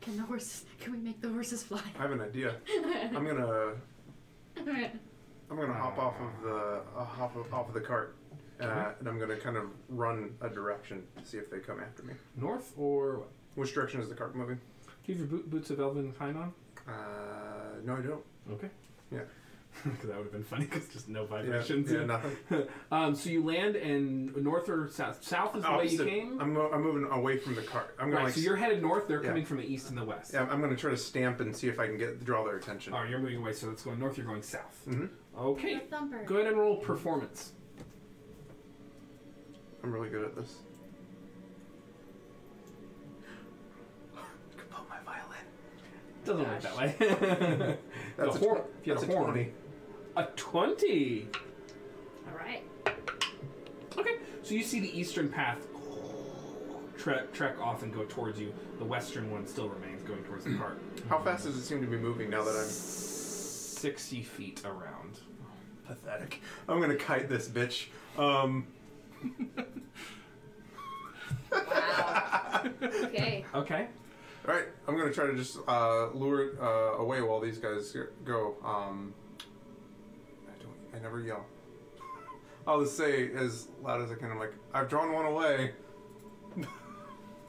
F: Can the horses? Can we make the horses fly?
B: I have an idea. I'm gonna I'm gonna hop off of the uh, hop of, off of the cart, uh, and I'm gonna kind of run a direction to see if they come after me.
A: North or what?
B: Which direction is the cart moving?
A: Do you have your boot, boots of Elven Kind on?
B: Uh, no, I don't.
A: Okay.
B: Yeah.
A: [laughs] Because that would have been funny. Because just no
B: Yeah,
A: vibrations.
B: yeah nothing.
A: [laughs] um, so you land and north or south? South is the way you
B: Opposite.
A: came.
B: I'm, mo- I'm moving away from the cart. I'm gonna
A: right.
B: like.
A: so you're headed north. They're
B: Yeah.
A: coming from the east and the west.
B: yeah, I'm gonna try to stamp and see if I can get draw their attention.
A: All right. You're moving away. So it's going north. You're going south.
B: Mhm.
A: Okay.
F: Thumper.
A: Go ahead and roll performance.
B: I'm really good at this. I could put my violin.
A: Doesn't [laughs] work that way.
B: That's
A: a
B: a,
A: horn.
B: tw-
A: If you had a
B: that's a
A: horn.
B: 20.
A: a twenty.
F: All right.
A: Okay, so you see the eastern path trek trek off and go towards you. The western one still remains going towards [clears throat] the cart.
B: How fast does it seem to be moving now that I'm
A: Sixty feet around.
B: pathetic? I'm gonna kite this bitch. Um,
F: Okay.
A: Okay.
B: all right, I'm gonna try to just uh, lure it uh, away while these guys go. Um, I don't. I never yell. I'll just say as loud as I can. I'm like, I've drawn one away. [laughs]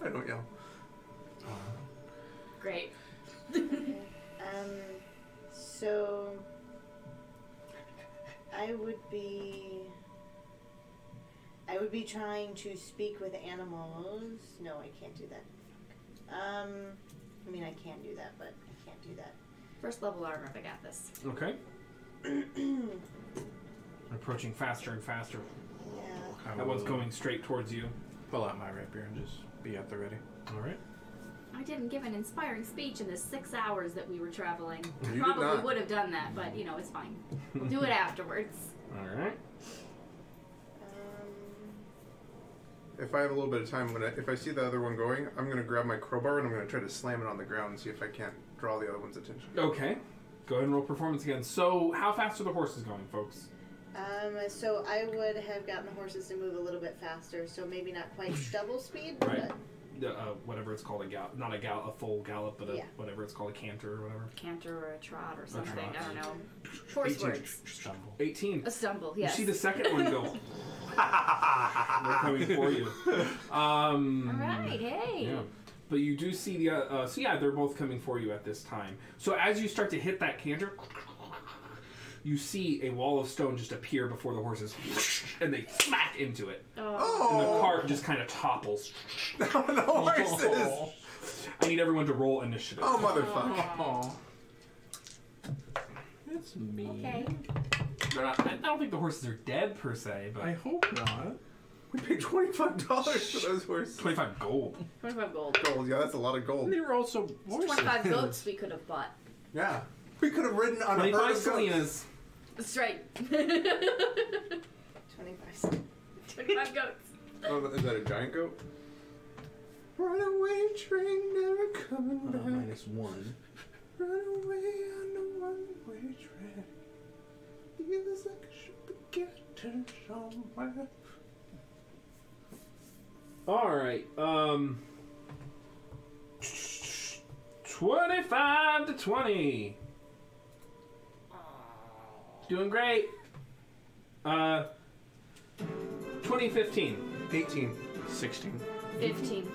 B: I don't yell.
F: Great.
E: um, so I would be. I would be trying to speak with animals. No, I can't do that. Um, I mean, I can do that, but I can't do that. [clears throat]
F: First level armor. I got [laughs] this.
A: Okay. Approaching faster and faster.
E: Yeah.
C: I
A: That one's
C: will
A: going straight towards you.
C: Pull out my rapier and just be at the ready.
A: All right.
F: I didn't give an inspiring speech in the six hours that we were traveling.
B: You did
F: Probably
B: not.
F: would have done that, but you know it's fine. We'll do it afterwards.
A: All right.
E: Um,
B: If I have a little bit of time, when I, if I see the other one going, I'm gonna grab my crowbar and I'm gonna try to slam it on the ground and see if I can't draw the other one's attention.
A: Okay. Go ahead and roll performance again. So, how fast are the horses going, folks?
E: Um, so I would have gotten the horses to move a little bit faster, so maybe not quite double speed, but
A: Right. The, uh, whatever it's called, a gallop. Not a gallop, a full gallop, but a,
E: Yeah.
A: whatever it's called, a canter or whatever.
F: Canter or a trot or something.
A: trot.
F: I don't know. Force words.
C: Stumble.
A: 18.
F: A stumble. Yes.
A: You see the second one go. They're coming for you. Um,
F: All right. Hey.
A: Yeah. But you do see the uh, uh, so yeah, they're both coming for you at this time. So as you start to hit that canter, you see a wall of stone just appear before the horses, and they smack into it,
F: Oh.
A: and the
B: Oh,
A: cart just kind of topples.
B: the [laughs] horses!
C: [laughs]
A: I need everyone to roll initiative.
B: Oh, motherfucker.
C: Oh. That's me.
F: Okay.
A: They're not, I don't think the horses are dead per se,
C: I
A: but
C: hope not.
B: We paid $25 for those horses.
A: twenty-five gold.
F: Twenty-five gold.
B: Gold, yeah, that's a lot of gold.
C: They were also horses.
F: Twenty-five goats we could have bought.
B: Yeah. We could have ridden on a herd
A: Twenty-five
B: of goats.
A: Salinas.
F: That's right. [laughs]
E: [laughs] 25.
F: Twenty-five goats.
B: Oh, is that a giant goat? Runaway train never coming [laughs]
C: Uh,
B: back.
C: minus one.
B: Runaway on the one-way track. Feels like I should be getting somewhere.
A: All right. Um. Twenty-five to twenty. Doing great. Uh. Twenty fifteen.
B: 18.
C: 16.
F: Fifteen.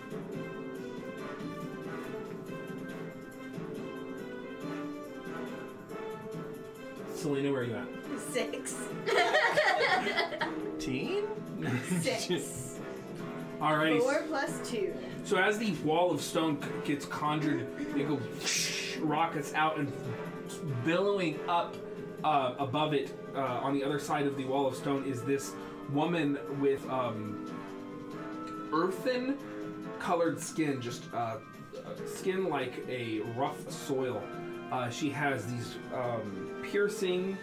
A: Selena, where are you at?
E: Six.
C: 18? [laughs]
E: Six.
A: Alrighty.
E: Four plus two.
A: So as the wall of stone c- gets conjured, it goes rockets out and billowing up uh, above it. Uh, on the other side of the wall of stone is this woman with um, earthen colored skin, just uh, uh, skin like a rough soil. Uh, she has these um, piercing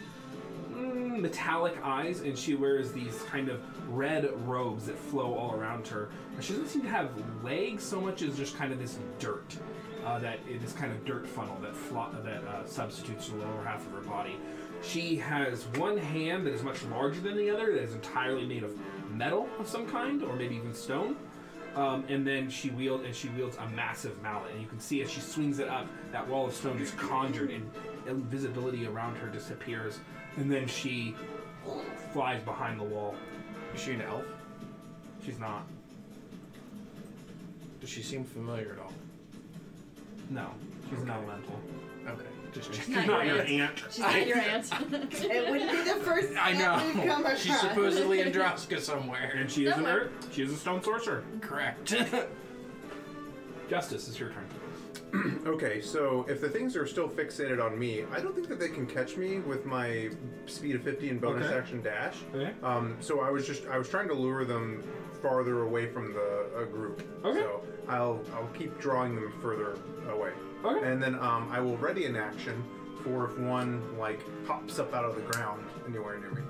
A: mm, metallic eyes, and she wears these kind of red robes that flow all around her. And She doesn't seem to have legs so much as just kind of this dirt. Uh, that it is kind of dirt funnel that flo- that uh, substitutes the lower half of her body. She has one hand that is much larger than the other that is entirely made of metal of some kind, or maybe even stone. Um, and then she wield and she wields a massive mallet, and you can see as she swings it up, that wall of stone is conjured, and invisibility around her disappears, and then she flies behind the wall.
C: Is she an elf?
A: She's not.
C: Does she seem familiar at all?
A: No, she's an
C: Okay.
A: elemental.
C: Okay, just
A: She's
C: checking.
A: not, your aunt.
D: She's
A: [laughs]
D: not your aunt.
F: [laughs]
E: It wouldn't be the first
C: I
E: that we've come
C: know.
E: across.
C: [laughs] She's supposedly in Droska somewhere.
A: And she is an
D: Somewhere.
A: earth. She is a stone sorcerer.
C: Correct.
A: Justice, it's your turn.
B: Okay, so if the things are still fixated on me, I don't think that they can catch me with my speed of 50 and bonus
A: Okay.
B: action dash.
A: Okay.
B: Um, so I was just I was trying to lure them farther away from the uh, group.
A: Okay.
B: So I'll I'll keep drawing them further away.
A: Okay.
B: And then um, I will ready an action for if one like pops up out of the ground anywhere near me.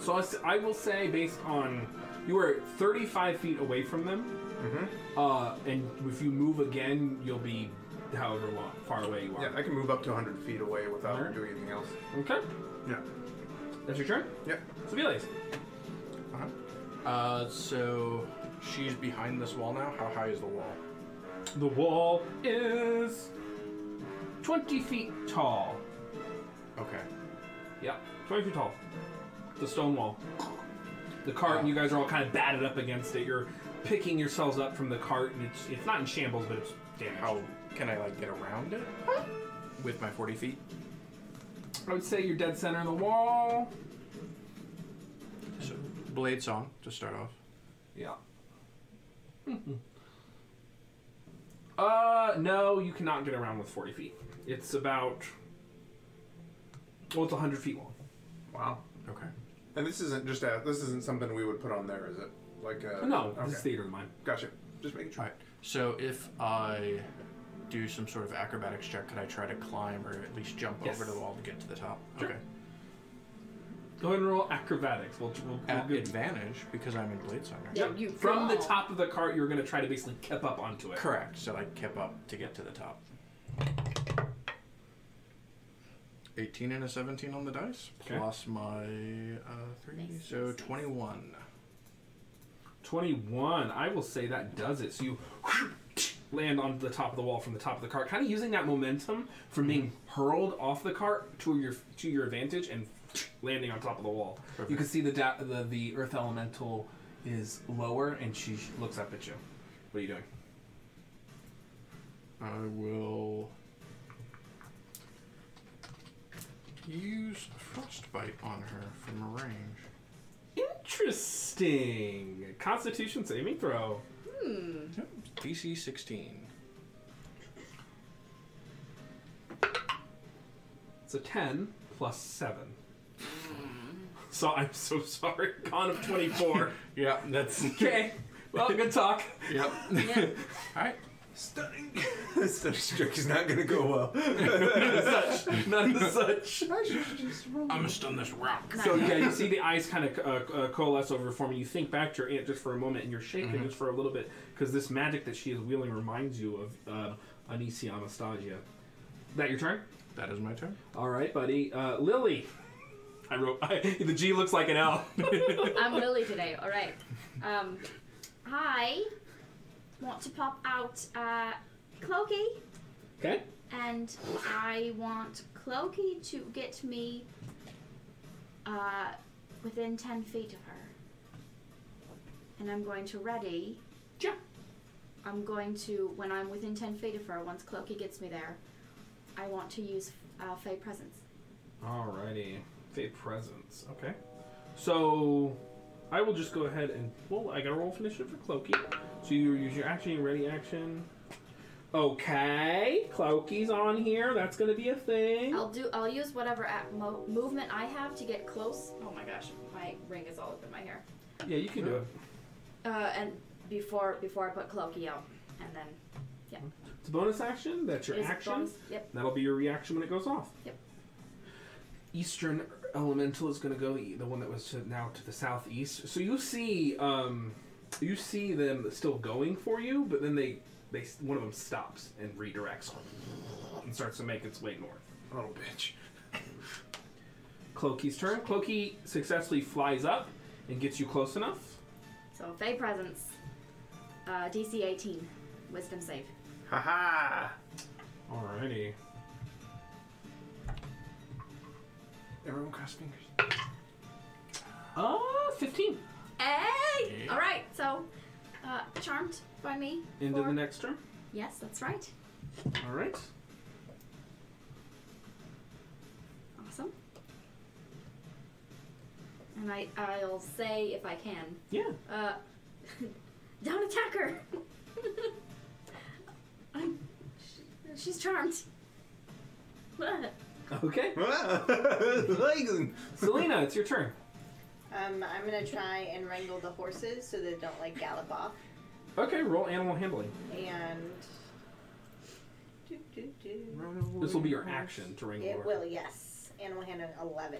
A: So I s- I will say, based on you are 35 feet away from them,
B: Mm-hmm.
A: uh, and if you move again, you'll be however long, far away you are.
B: Yeah, I can move up to 100 feet away without
A: Alright.
B: doing anything else.
A: Okay,
B: Yeah.
A: that's your turn.
B: Yeah.
A: So Belize.
B: Uh-huh.
C: uh, so she's behind this wall now. How high is the wall?
A: The wall is 20 feet tall.
C: Okay.
A: Yeah, 20 feet tall. The stone wall. The cart, and you guys are all kind of batted up against it. You're picking yourselves up from the cart, and it's it's not in shambles, but it's damaged.
C: How can I like get around it with my 40 feet?
A: I would say you're dead center of the wall.
C: So blade song to start off.
A: Yeah. [laughs] uh, no, you cannot get around with 40 feet. It's about. Well, it's 100 feet long.
B: Wow.
C: Okay.
B: And this isn't just a this isn't something we would put on there, is it? Like a,
A: no,
B: Okay.
A: this is theater of mine.
B: Gotcha. Just making sure.
C: Alright, so if I do some sort of acrobatics check, could I try to climb or at least jump
A: Yes.
C: over the wall to get to the top?
A: Sure.
C: Okay.
A: Go ahead and roll acrobatics. We'll, we'll, we'll
C: At
A: give-
C: advantage, because I'm in Blade Song. right?
D: Yeah,
A: Yep.
D: you
A: From the
D: go.
A: top of the cart, you're going to try to basically kip up onto it.
C: Correct, so I kept up to get to the top. 18 and a 17 on the dice,
A: Okay.
C: plus my uh, 3,
D: Nice,
C: so
D: nice, nice.
C: 21.
A: 21. I will say that does it. So you [sniffs] land on the top of the wall from the top of the cart, kind of using that momentum from being hurled off the cart to your to your advantage and [sniffs] landing on top of the wall. You can see the da- the the earth elemental is lower and she sh- looks up at you. What are you doing?
C: I will use Frostbite on her from range.
A: Interesting. Constitution saving throw.
C: Yep. DC 16.
A: It's a 10 plus 7. So I'm so sorry. Con of 24.
C: Yeah,
A: [laughs]
C: that's.
A: okay. Well, good talk.
C: Yep. [laughs]
D: Yeah.
C: Alright.
B: Stunning. [laughs] This trick is not going to go well. [laughs]
A: None of such.
C: I'm gonna stun this rock.
A: So yeah, you see the eyes kind of uh, uh, coalesce over forming. You think back to your aunt just for a moment, and you're shaken just for a little bit because this magic that she is wielding reminds you of uh, Anisi Anastasia. That your turn?
C: That is my turn.
A: All right, buddy. Uh, Lily. I wrote [laughs] I, the G looks like an L.
D: I'm Lily today. All right. Um, I want to pop out uh, Cloaky,
A: [laughs] okay.
D: and I want Cloaky to get me uh, within ten feet of her. And I'm going to ready.
A: Yeah.
D: I'm going to when I'm within ten feet of her. Once Cloaky gets me there, I want to use uh, Fey Presence.
A: Alrighty. Fate presence. Okay. So I will just go ahead and well, I got to roll for initiative for Cloaky. So you use your action, your ready action. Okay, Cloaky's on here. That's gonna be a thing.
D: I'll do. I'll use whatever at mo- movement I have to get close. Oh my gosh, my ring is all up in my hair.
A: Yeah, you can do it.
D: Uh, and before before I put Cloaky out, and then
A: It's a bonus action. That's your
D: Is it
A: action.
D: bonus? Yep.
A: That'll be your reaction when it goes off.
D: Yep.
A: Eastern Elemental is going to go e- the one that was to, now to the southeast. So you see, um, you see them still going for you, but then they they s- one of them stops and redirects and starts to make its way north.
B: Little bitch.
A: Cloaky's turn. Cloaky successfully flies up and gets you close enough.
D: so Fey presence. Uh, DC 18, Wisdom save.
B: Haha.
A: Alrighty.
B: Everyone cross fingers. [laughs]
A: Uh, 15.
D: Hey! All right, so uh, charmed by me.
A: Into
D: for-
A: the next turn.
D: Yes, that's right.
A: Alright.
D: Awesome. And I, I'll say if I can.
A: Yeah.
D: Uh, [laughs] don't attack her. [laughs] I'm, she, she's charmed. [laughs]
A: Okay. Selena, it's your turn.
E: Um, I'm gonna try and wrangle the horses so they don't like gallop off.
A: Okay, roll animal handling.
E: And do, do, do.
A: This will be your action to wrangle.
E: it
A: her.
E: will, yes. Animal handling eleven.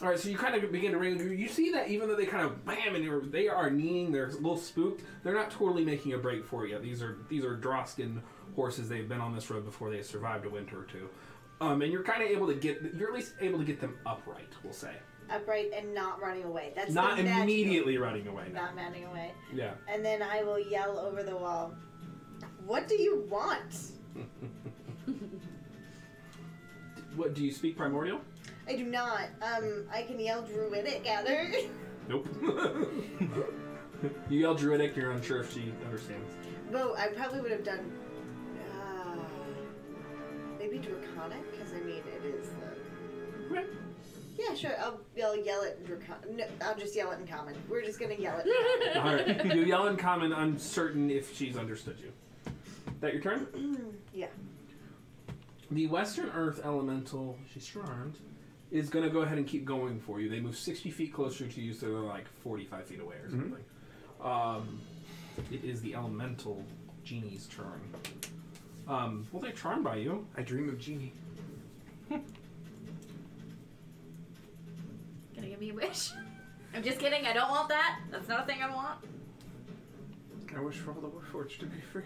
A: All right, so you kind of begin to wrangle. You see that even though they kind of bam and you're- they are kneeing, they're a little spooked. They're not totally making a break for you. These are these are Droskin horses. They've been on this road before. They survived a winter or two. Um, and you're kind of able to get you're at least able to get them upright. We'll say
E: Upright and not running away. That's
A: not
E: the magical-
A: immediately running away. Now.
E: Not running away.
A: Yeah.
E: And then I will yell over the wall. What do you want?
A: What do you speak primordial?
E: I do not. Um, I can yell druidic at her. [laughs]
A: Nope. [laughs] you yell druidic. You're unsure if she understands.
E: Well, I probably would have done. Uh, maybe Draconic, because I mean, it is the.
A: Okay.
E: Yeah, sure. I'll, I'll yell it in Draconic. No, I'll just yell it in common. We're just gonna yell it.
A: All right. You yell in common, uncertain if she's understood you. That your turn?
E: yeah.
A: The Western Earth Elemental, she's charmed, is going to go ahead and keep going for you. They move 60 feet closer to you, so they're like 45 feet away or
D: Mm-hmm.
A: something. Um, it is the Elemental Genie's turn. Um, well, they're charmed by you.
B: I dream of genie.
D: Gonna give me a wish? [laughs] I'm just kidding. I don't want that. That's not a thing I want.
B: I wish for all the Warforged to be free.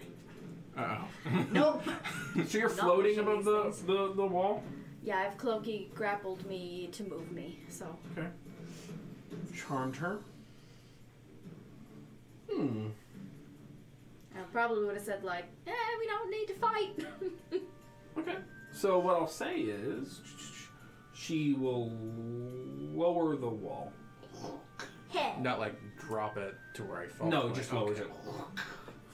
C: Uh
D: Nope.
A: So you're
D: [laughs] Not
A: floating
D: pushing
A: above
D: these
A: the,
D: things.
A: the, the wall?
D: yeah, I've Cloaky grappled me to move me, so.
A: Okay. Charmed her. Hmm.
D: I probably would have said, like, eh, we don't need to fight. [laughs]
A: Okay. So what I'll say is, she will lower the wall.
D: Hey.
C: oh. [laughs] Not like drop it to where I fall.
A: no,
C: like,
A: just lowers
C: Oh,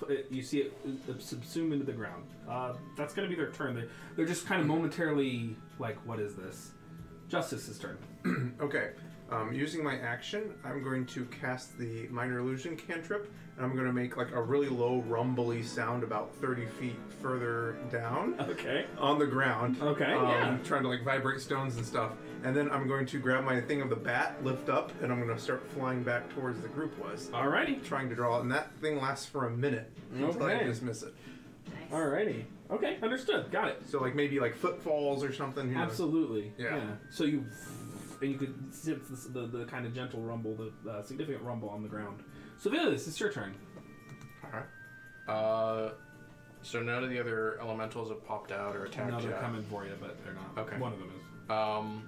C: okay.
A: it. It- You see it, it subsume into the ground. Uh, that's going to be their turn. They, they're just kind of momentarily like, what is this? Justice's turn.
B: Okay. Um, using my action, I'm going to cast the minor illusion cantrip, and I'm going to make like a really low rumbly sound about 30 feet further down
A: Okay.
B: on the ground.
A: Okay,
B: Um,
A: yeah.
B: Trying to like vibrate stones and stuff, and then I'm going to grab my thing of the bat, lift up, and I'm going to start flying back towards the group was.
A: Alrighty.
B: Trying to draw, it, and that thing lasts for a minute until I
A: Okay.
B: dismiss it.
D: Nice.
A: Alrighty. Okay, understood. Got it.
B: So like maybe like footfalls or something. who knows?
A: Absolutely.
B: Yeah.
A: So you, and you could sense the, the, the kind of gentle rumble, the uh, significant rumble on the ground. So Villas, it's your turn.
C: Alright. Uh, so none of the other elementals have popped out or attacked
A: No, they're
C: yet.
A: coming for you, but they're not.
C: Okay.
A: One of them is.
C: Um,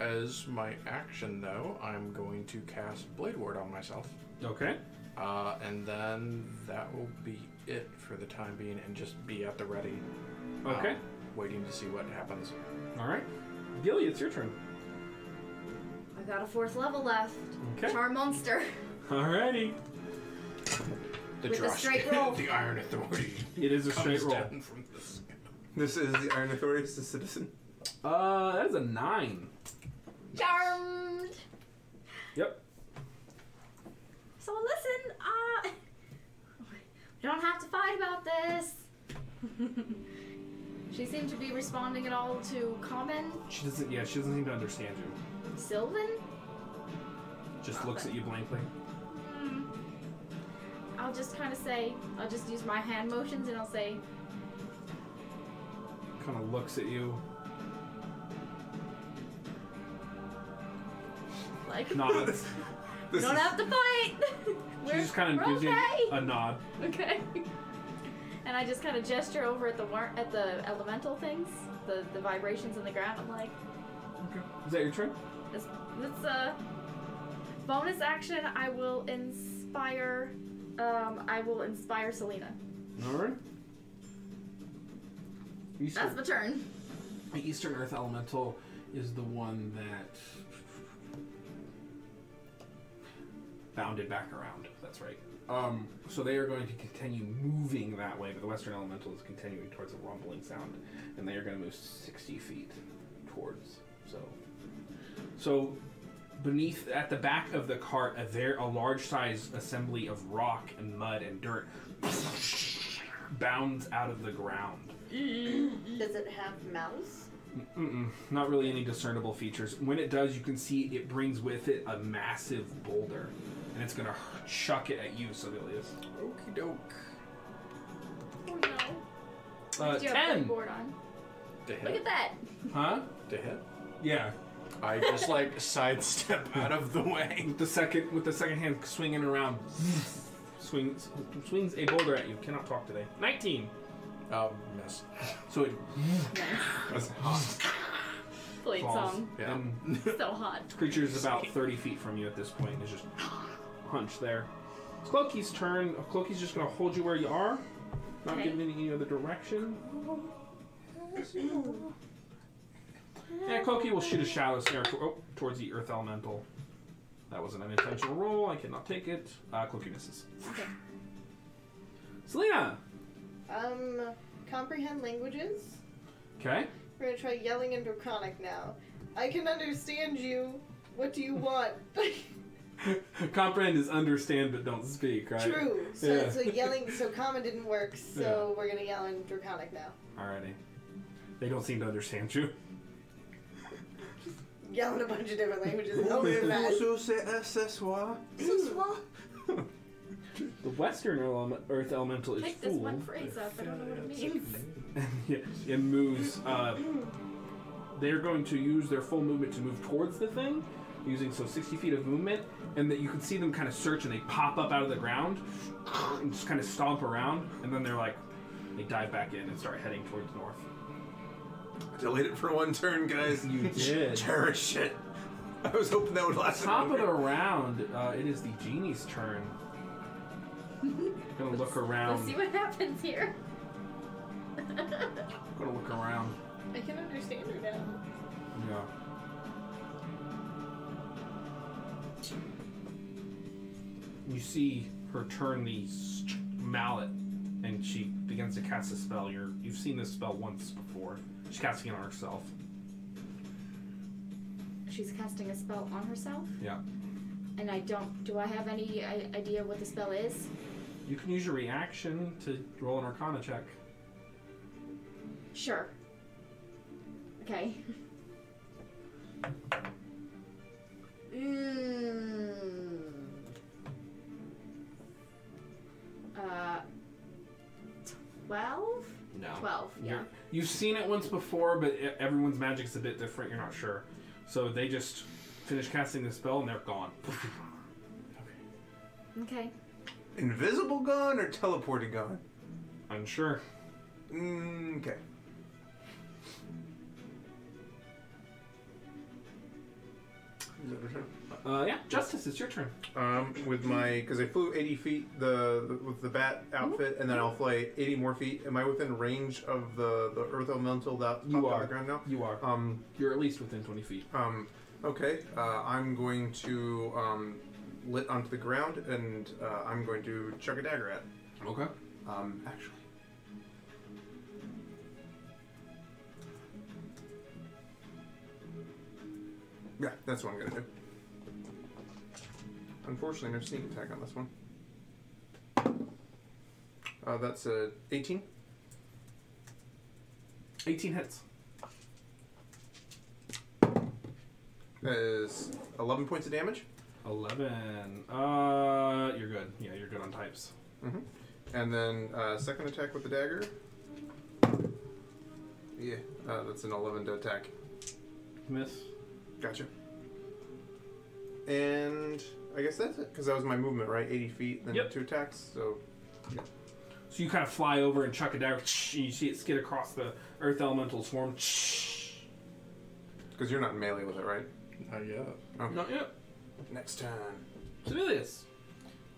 C: as my action, though, I'm going to cast Blade Ward on myself.
A: Okay.
C: Uh, and then that will be it for the time being, and just be at the ready. um,
A: Okay.
C: waiting to see what happens.
A: All right. Gilly, it's your turn.
D: I got a fourth level left.
A: Okay.
D: Charm monster.
A: Alrighty.
C: The
D: With a
C: Drosh-
D: straight roll.
C: [laughs] the Iron Authority
A: It is a straight
C: comes
A: roll.
C: down from the sky.
B: This is the Iron Authority's the citizen.
A: Uh, that is a nine.
D: Charmed.
A: Yep.
D: So listen, uh, [laughs] we don't have to fight about this. [laughs] she seemed to be responding at all to common
A: She doesn't. Yeah, she doesn't seem to understand you.
D: Sylvan.
A: Just looks at you blankly.
D: Hmm. I'll just kind of say, I'll just use my hand motions and I'll say,
A: Kind of looks at you. [laughs]
D: like,
A: Nods.
B: This
D: don't
B: is-
D: have to fight. [laughs]
A: she
D: we're,
A: just kind of
D: we're
A: gives
D: okay. [laughs]
A: you a nod.
D: Okay. And I just kind of gesture over at the war- at the elemental things, the, the vibrations in the ground. I'm like,
A: Okay. Is that your turn?
D: This, this uh, bonus action, I will inspire
F: Um, I will inspire Selena.
A: Alright.
F: That's my turn.
A: The Eastern Earth Elemental is the one that bounded back around. That's right. Um, so they are going to continue moving that way, but the Western Elemental is continuing towards a rumbling sound, and they are going to move 60 feet towards. So, so beneath at the back of the cart, a there a large size assembly of rock and mud and dirt bounds out of the ground.
E: Does it have mouths?
A: Mm-mm, not really any discernible features. When it does, you can see it brings with it a massive boulder, and it's gonna chuck it at you, Sibelius.
C: Okie doke.
F: Oh no.
A: Uh,
F: Do you have
A: ten,
F: board on?
C: The
F: Look
C: hit.
F: at that.
A: huh?
C: The hit.
A: Yeah.
C: I just like [laughs] sidestep out of the way.
A: With the second, with the second hand swinging around, swings swings a boulder at you. Cannot talk today. Nineteen.
C: Oh, miss.
A: So it
B: That's hot.
F: Blade
A: falls.
D: Um,
F: song.
C: Yeah.
A: And
F: So hot.
A: the creature is about thirty feet from you at this point. and It's just hunched there. It's Cloaky's turn. Cloaky's just gonna hold you where you are, not
F: Okay.
A: giving any other direction. Yeah, Cloaky will shoot a shallow snare to- oh, towards the Earth Elemental. That was an unintentional roll. I cannot take it. Uh, Cloaky misses.
F: Okay.
A: Selena!
E: Um, comprehend languages?
A: Okay. [laughs]
E: We're gonna try yelling in Draconic now. I can understand you. What do you want?
A: Comprehend is understand but don't speak, right?
E: [laughs] True. So,
A: Yeah.
E: so yelling, so common didn't work, so we're gonna yell in Draconic now.
A: Alrighty. They don't seem to understand you.
E: Yell in a bunch of different languages. Oh, that.
A: The Western Ele- Earth Elemental is
F: Pick this
A: fool.
F: one phrase up. I don't know what it means.
A: [laughs] yeah, it moves. Uh, they're going to use their full movement to move towards the thing, using so 60 feet of movement, and that you can see them kind of search and they pop up out of the ground and just kind of stomp around, and then they're like, they dive back in and start heading towards north.
B: Delete it for one turn, guys. [laughs]
A: You did.
B: Cherish it. I was hoping that would last.
A: Top of the
B: longer.
A: round, uh, it is the genie's
F: [laughs]
A: turn. gonna look
F: Let's see
A: around.
F: what happens here.
A: Gonna look around.
E: I can understand her now.
A: Yeah. You see her turn the s- mallet, and she begins to cast a spell. You're, you've seen this spell once before. She's casting it on herself.
F: She's casting a spell on herself,
A: Yeah.
F: and I don't. Do I have any
D: uh,
F: I- idea what the spell is?
A: You can use your reaction to roll an Arcana check.
F: Sure.
D: [laughs]
F: Okay.
D: Hmm.
F: Mm. Uh, 12?
A: Oh,
C: No.
F: 12, yeah.
A: You're- You've seen it once before, but e- everyone's magic's a bit different. You're not sure. So they just finish casting the spell and they're gone. [laughs]
F: Okay.
B: Invisible gun or teleported gun?
A: Unsure.
B: Okay.
A: Uh, yeah, Justice, it's your turn.
B: Um, with my because I flew 80 feet the, the with the bat outfit, and then I'll fly 80 more feet. Am I within range of the the earth elemental that
A: You
B: popped out
A: are.
B: of the ground now?
A: You are.
B: Um,
A: You're at least within 20 feet.
B: um, okay. Uh, I'm going to um, lit onto the ground, and uh, I'm going to chuck a dagger at. it.
A: Okay.
B: Um, actually. Yeah, that's what I'm gonna do. Unfortunately, no sneak attack on this one. Uh, that's a 18.
A: 18 hits.
B: That is 11 points of damage.
A: 11. Uh, you're good. Yeah, you're good on types.
B: Mm-hmm. And then uh, second attack with the dagger. Yeah, uh, that's an 11 to attack.
A: Miss.
B: Gotcha. And I guess that's it, because that was my movement, right? 80 feet, then
A: Yep.
B: two attacks, so.
A: So you kind of fly over and chuck it down, and you see it skid across the earth elemental swarm.
B: Because you're not in melee with it, right?
C: Not yet.
B: Okay.
A: Not yet.
B: Next turn.
A: Sibelius.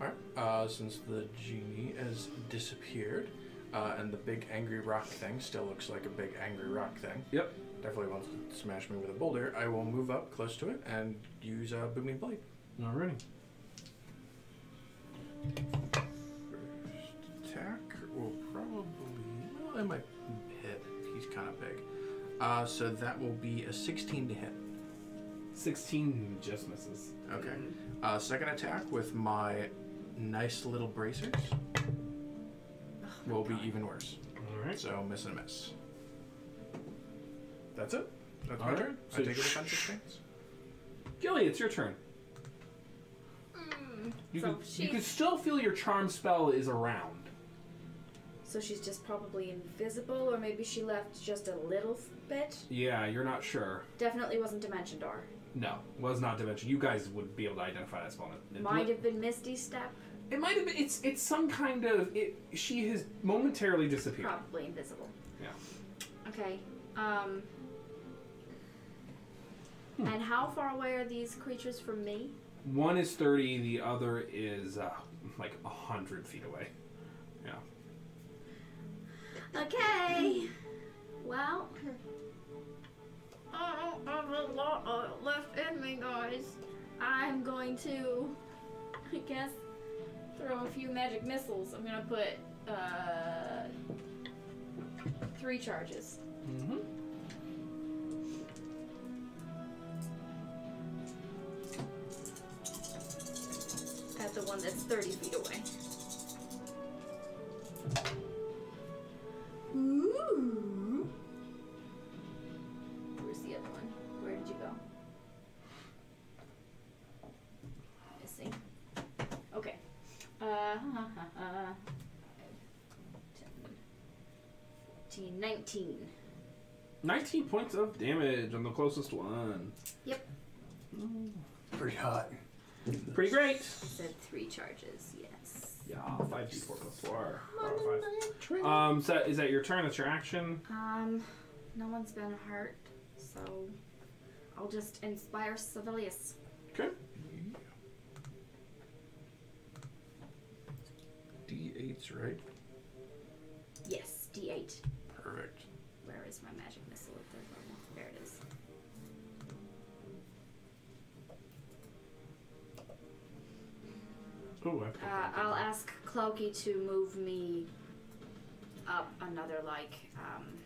C: Alright, uh, since the genie has disappeared, uh, and the big angry rock thing still looks like a big angry rock thing.
A: Yep.
C: Definitely wants to smash me with a boulder. I will move up close to it and use a booming blade.
A: Alrighty.
C: First attack will probably. Well, it might hit. He's kind of big. Uh, so that will be a 16 to hit.
A: 16 just misses.
C: Okay. Uh, second attack with my nice little bracers will be even worse.
A: Alright.
C: So miss and a miss. That's it. That's my
A: Alright,
C: turn. I
A: so
C: take a
A: sh-
C: defensive stance.
A: Gilly, it's your turn. You,
D: Hmm, So
A: can,
D: she-
A: you can still feel your charm spell is around.
D: So she's just probably invisible, or maybe she left just a little bit.
A: Yeah, you're not sure.
D: Definitely wasn't Dimension Door.
A: No, was not to mention you guys would be able to identify that spell. It,
D: Might have been Misty Step,
A: it might have been. It's it's some kind of. It, she has momentarily disappeared.
D: probably invisible.
A: Yeah.
D: Okay. Um. And how far away are these creatures from me?
A: One is thirty, the other is uh, like hundred feet away. Yeah.
D: Okay. Well. I don't have a lot uh, left in me, guys. I'm going to, I guess, throw a few magic missiles. I'm gonna put uh, three charges.
A: Mm-hmm.
D: at the one that's 30 feet away. Ooh. Where's the other one? Where did you go? Missing. Okay. Uh, [laughs] 10, 14, 19.
A: Nineteen points of damage on the closest one.
M: Pretty hot.
A: Pretty great.
D: I said three charges, yes.
A: Yeah, five d four plus four. Four, five. Um, so is that your turn? That's your action.
D: Um, no one's been hurt, so I'll just inspire Sevilius.
A: Okay.
C: D8's right.
D: Yes, D8.
C: Perfect.
D: Where is my magic missile? At third level? There it is.
A: Oh, I
D: Uh, I'll ask Clokey to move me up another, like, um,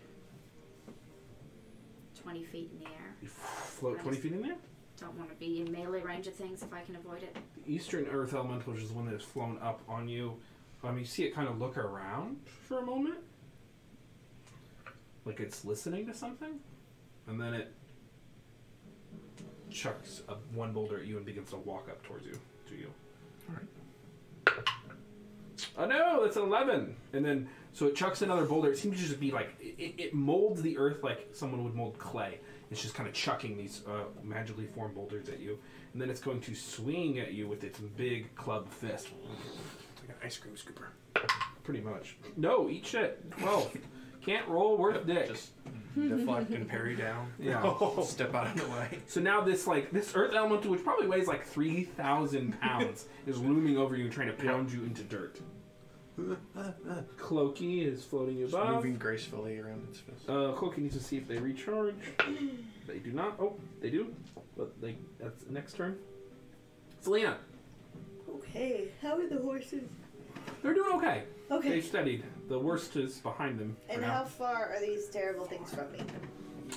D: 20 feet in the air.
A: You float 20 feet in there?
D: Don't want to be in melee range of things if I can avoid it.
A: The Eastern Earth Elemental, which is the one that has flown up on you, um, you see it kind of look around for a moment. Like it's listening to something. And then it chucks a, one boulder at you and begins to walk up towards you. To you.
C: Alright.
A: Oh no, that's an 11! And then, so it chucks another boulder. It seems to just be like, it, it molds the earth like someone would mold clay. It's just kind of chucking these uh, magically formed boulders at you. And then it's going to swing at you with its big club fist.
C: It's like an ice cream scooper.
A: Pretty much. No, eat shit. 12. Can't roll worth dick.
C: Just deflect and parry down.
A: Yeah.
C: [laughs] Step out of the way.
A: So now this like this earth elemental, which probably weighs like three thousand
C: [laughs]
A: pounds, is looming over you and trying to pound you into dirt. Clokey is floating
C: Just
A: above.
C: moving gracefully around its fist.
A: Uh, Clokey needs to see if they recharge. they do not. Oh, they do. But they that's next turn. Selena,
E: Okay, how are the horses?
A: they're doing okay.
E: Okay.
A: They've steadied. The worst is behind them. for
E: And
A: now.
E: how far are these terrible things from me?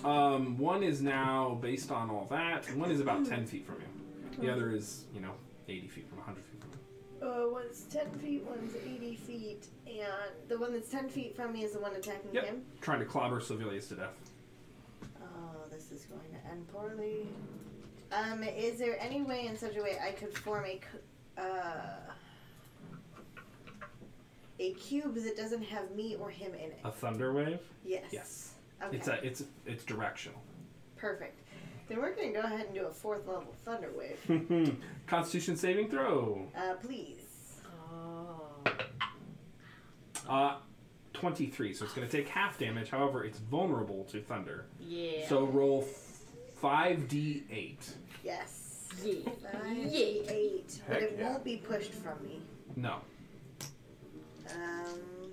A: Um, one is now based on all that. and One is about ten feet from you. The other is, you know, eighty feet from hundred feet from you.
E: Uh, one's 10 feet, one's 80 feet, and the one that's 10 feet from me is the one attacking
A: Yep.
E: him.
A: Trying to clobber Civilius to death.
E: Oh, this is going to end poorly. Um, is there any way in such a way I could form a, c- uh, a cube that doesn't have me or him in it?
A: A thunder wave.
E: Yes.
A: Yes.
E: Okay.
A: Uh, It's a, it's it's directional.
E: Perfect. Then we're going to go ahead and do a fourth level thunder wave.
A: [laughs] Constitution saving throw.
E: Uh, please.
F: Oh.
A: Uh, twenty three. So it's going to take half damage. However, it's vulnerable to thunder.
D: Yeah.
A: So roll five d eight.
E: Yes.
D: yeah.
E: Nine, eight. but
B: Heck
E: it
B: yeah.
E: won't be pushed from me.
A: No.
E: Um,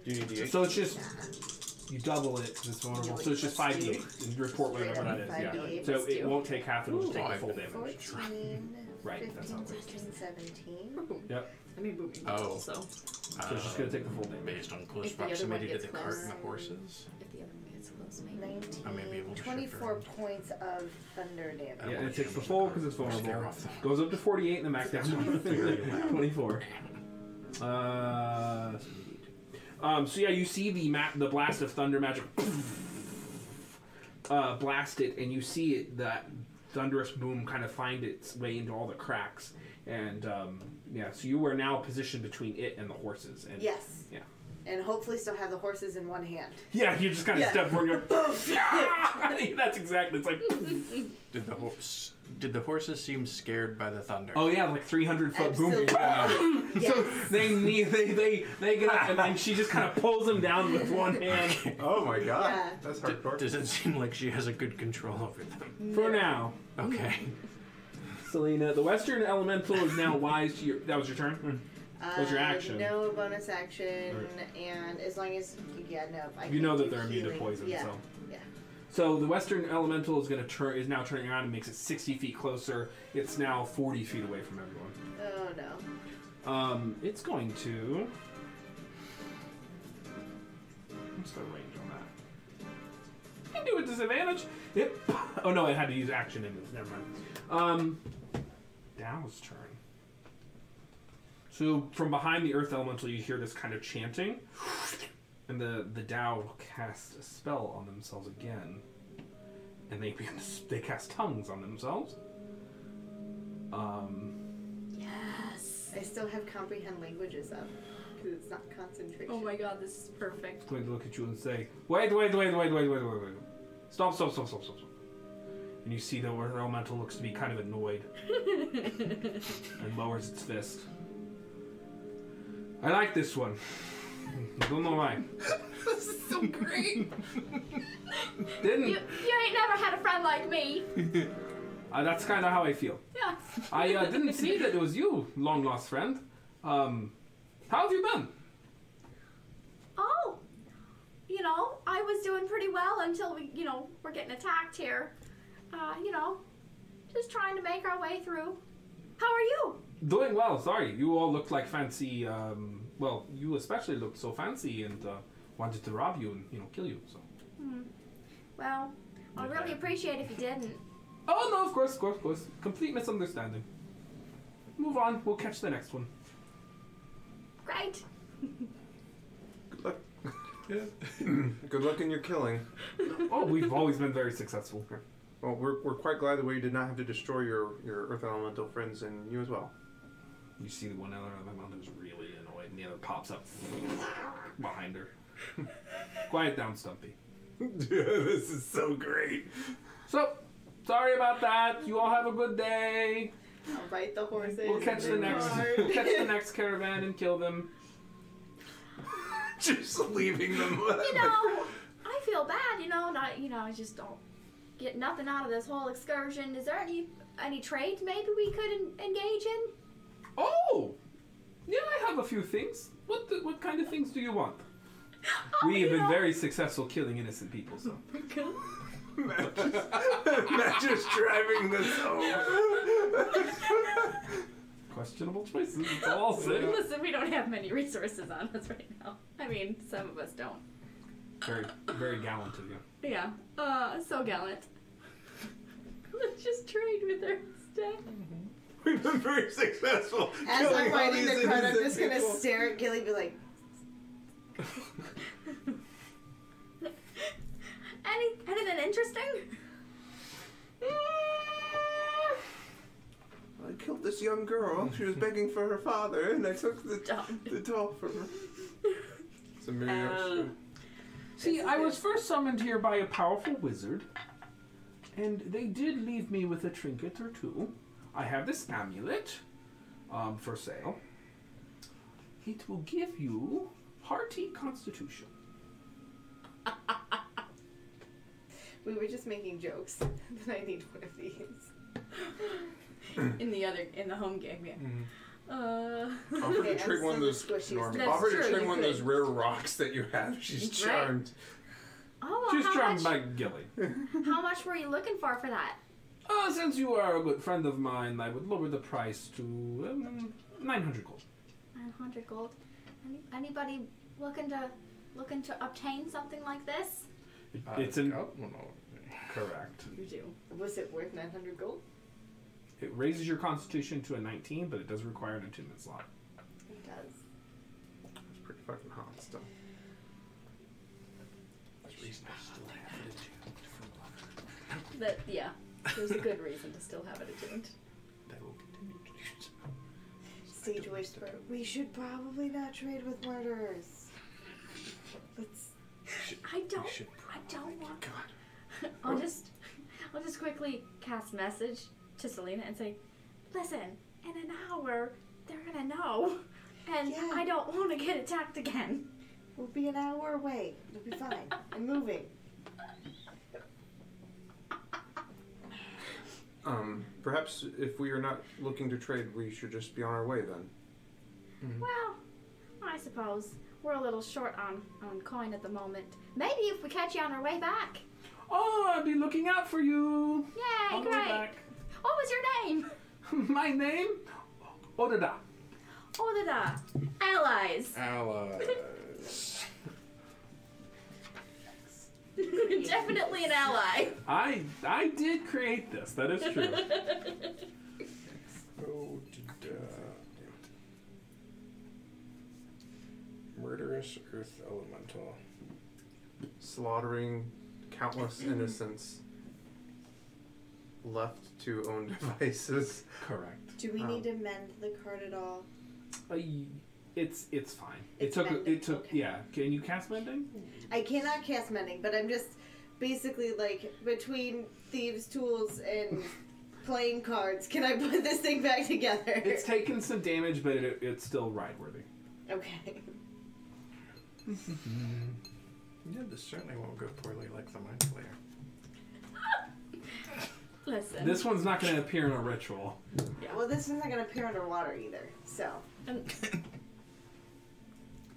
N: Do you need D8?
A: So it's just you double it because it's vulnerable. So it's just five d8 and report whatever that is.
E: Straight up
A: Yeah.
E: 5d8.
A: So
D: Let's do
A: it
D: it.
A: won't take half; it'll just take the
C: Ooh.
A: full damage.
E: 14,
A: [laughs] Right, that's
E: 15,
A: not
E: 16, 17.
A: Yep.
F: I mean, moving
C: Oh.
F: So
A: So it's just gonna take the full damage.
C: Based on close
F: If the other one
C: proximity to
F: gets
C: the cart and the
F: close.
C: horses.
F: if the other one gets close, maybe.
E: 19,
C: [laughs] I may be able to shift
E: 24
C: around.
E: points of thunder damage.
A: Yeah, and it takes the full because it's vulnerable. Goes up to 48 and the max down to 24. Uh, um, so yeah, you see the ma- the blast of thunder magic uh, blast it, and you see it that thunderous boom kind of find its way into all the cracks. And um, yeah, so you are now positioned between it and the horses. And
E: Yes.
A: Yeah.
E: And hopefully still have the horses in one
A: [laughs]
E: hand.
A: yeah, you just kind of
E: Yeah.
A: step forward. and You're, Yeah! [laughs] That's exactly. It's like
C: Did the horse? Did the horses seem scared by the thunder?
A: oh yeah, like 300 foot boom.
E: [laughs] Absolutely. yes.
A: So they knee, they they they get up, and then she just kind of pulls him down with
E: [laughs]
A: one hand.
B: [laughs] Oh my god,
E: Yeah.
B: that's
C: D-
B: hardcore.
C: does it seem like she has a good control over them?
A: For now,
C: Okay.
B: [laughs]
A: Selena, the Western Elemental is now wise to your. That was your turn.
E: Uh,
A: was your action?
E: No bonus action, and as long as yeah, no. I
A: You know
E: can
A: that
E: do
A: they're immune to
E: healing.
A: poison,
E: Yeah.
A: so.
E: Yeah.
A: So the Western Elemental is going to turn is now turning around and makes it 60 feet closer. It's now 40 feet away from everyone.
E: Oh no.
A: Um, it's going to. What's the range on that? I can do a disadvantage. It. Oh no, it had to use action in this. Never mind. Um, Dow's turn. So from behind the Earth Elemental, you hear this kind of chanting, and the the Dow will cast a spell on themselves again, and they begin to, s- they cast tongues on themselves. Um.
F: Yes.
E: I still have comprehend languages up because it's not concentration.
F: Oh my god, this is perfect.
A: going to look at you and say, "Wait, wait, wait, wait, wait, wait, wait, wait! Stop, stop, stop, stop, stop, stop!" And you see the Earth elemental looks to be kind of
F: [laughs]
A: annoyed and lowers its fist. I like this one. I don't know why.
F: this is [laughs] so great.
A: Didn't
D: You, you ain't never had a friend like me.
A: uh, that's kind of how I feel.
D: Yeah.
A: I uh, didn't see that it was you, long lost friend. Um, how have you been?
D: Oh, you know, I was doing pretty well until we, you know, we're getting attacked here. Uh, you know, just trying to make our way through. How are you?
A: Doing well. Sorry, you all looked like fancy. Um, well, you especially looked so fancy and uh, wanted to rob you and you know kill you. So.
D: Well, I'd really appreciate if you didn't.
A: Oh no, of course, of course, of course. Complete misunderstanding. Move on, we'll catch the next one.
D: Great.
C: [laughs]
B: [clears throat] Good luck in your killing.
A: Oh, we've always been very successful.
B: Well, we're, we're quite glad that we did not have to destroy your, your earth elemental friends and you as well.
A: You see the one other my mom who's really annoyed, and the other pops up behind her. Quiet down, Stumpy.
B: this is so great. [laughs]
A: So, sorry about that. You all have a good day.
E: I'll bite the horses.
A: We'll catch the
E: and
A: next
E: guard.
A: we'll [laughs] catch the next caravan and kill them.
B: Just leaving them.
D: You
B: [laughs]
D: know, I feel bad. You know, not. You know, I just don't get nothing out of this whole excursion. Is there any any trades maybe we could en- engage in? [laughs]
A: Oh, yeah, I have a few things. What the, what kind of things do you [laughs] want?
D: Oh,
A: We have
D: you
A: been
D: know,
A: very successful killing innocent people, so.
B: Matt just driving this home.
A: Questionable choices, it's all [laughs] same.
F: [laughs] Listen, we don't have many resources on us right now. I mean, some of us don't.
A: Very, very gallant of you.
F: Yeah. Uh, so gallant. [laughs] Let's just trade
A: [laughs]
F: with her instead.
B: We've been very successful.
E: [laughs] As
B: killing
E: I'm
B: all
E: biting
B: these
E: the card, I'm
B: innocent
E: just gonna
B: people.
E: stare at Gilly, and be like,
D: Any anything interesting? [laughs]
B: I killed this young girl. She was begging for her father, and I took the
F: Stop.
B: the doll from her. It's a
F: Oh.
A: See, I was first summoned here by a powerful wizard, and they did leave me with a trinket or two. I have this amulet um, for sale. It will give you hearty constitution.
E: we were just making jokes. [laughs] then I need one of these.
F: In the other, in the home game, yeah.
A: Mm-hmm.
F: Uh,
B: Offer
E: Okay,
B: to trade
E: that's
B: one of
E: not
B: those.
E: the squishiest
B: Norman,
F: thing.
B: offer
F: That's
B: to
F: true,
B: trade
F: you
B: one of those
F: could.
B: rare rocks that you have. [laughs] She's charmed.
D: Oh, well,
A: She's
D: how,
A: charmed
D: much,
A: by Gilly.
D: how much were you looking for for that?
A: Uh, since you are a good friend of mine, I would lower the price to um, 900 gold.
D: 900 gold. Any, anybody looking to looking to obtain something like this?
A: It's an-
C: got one already.
A: Correct.
F: you do.
E: Was it worth 900 gold?
A: It raises your constitution to a 19, but it does require an attunement slot.
E: It does.
B: It's pretty fucking hot stuff.
F: That yeah. There's a good reason to still have it attuned.
C: They will continue to do so.
E: Sage whisper. We should probably not trade with murderers. Let's.
D: I don't.
C: We should
D: I don't want.
C: God.
D: [laughs]
F: I'll just I'll just quickly cast message to Selena and say,
D: Listen, in an hour, they're gonna know. And
E: Yeah.
D: I don't want to get attacked again.
E: We'll be an hour away. It'll be fine. I'm moving.
B: Um, perhaps if we are not looking to trade, we should just be on our way then.
D: Well, I suppose we're a little short on, on coin at the moment. Maybe if we catch you on our way back.
A: Oh, I'll be looking out for you.
D: Yay,
A: I'll be
D: great.
A: back. [laughs]
D: What was your name?
A: My name? Odada.
D: Oh, da da.
C: [laughs]
D: Allies.
C: Allies.
D: Definitely an [laughs] ally.
A: I I did create this. That is
E: [laughs]
A: true.
C: Oh, da, da. Murderous Earth Elemental.
B: Slaughtering
F: [clears throat]
B: countless innocents left to own [laughs] devices.
A: Correct.
E: Do we
B: Um,
E: need to mend the card at all?
A: Uh, it's it's fine.
E: It's
A: it took
E: mending,
A: it took
E: okay.
A: yeah. Can you cast mending?
E: I cannot cast mending, but I'm just basically like between thieves' tools and playing cards. Can I put this thing back together?
A: It's
E: [laughs]
A: taken some damage, but it, it's still ride worthy.
E: okay.
C: Yeah, this certainly won't go poorly like the Mind Flayer.
F: Listen.
A: This one's not going to appear in a ritual.
E: Well, this one's not gonna appear underwater either. So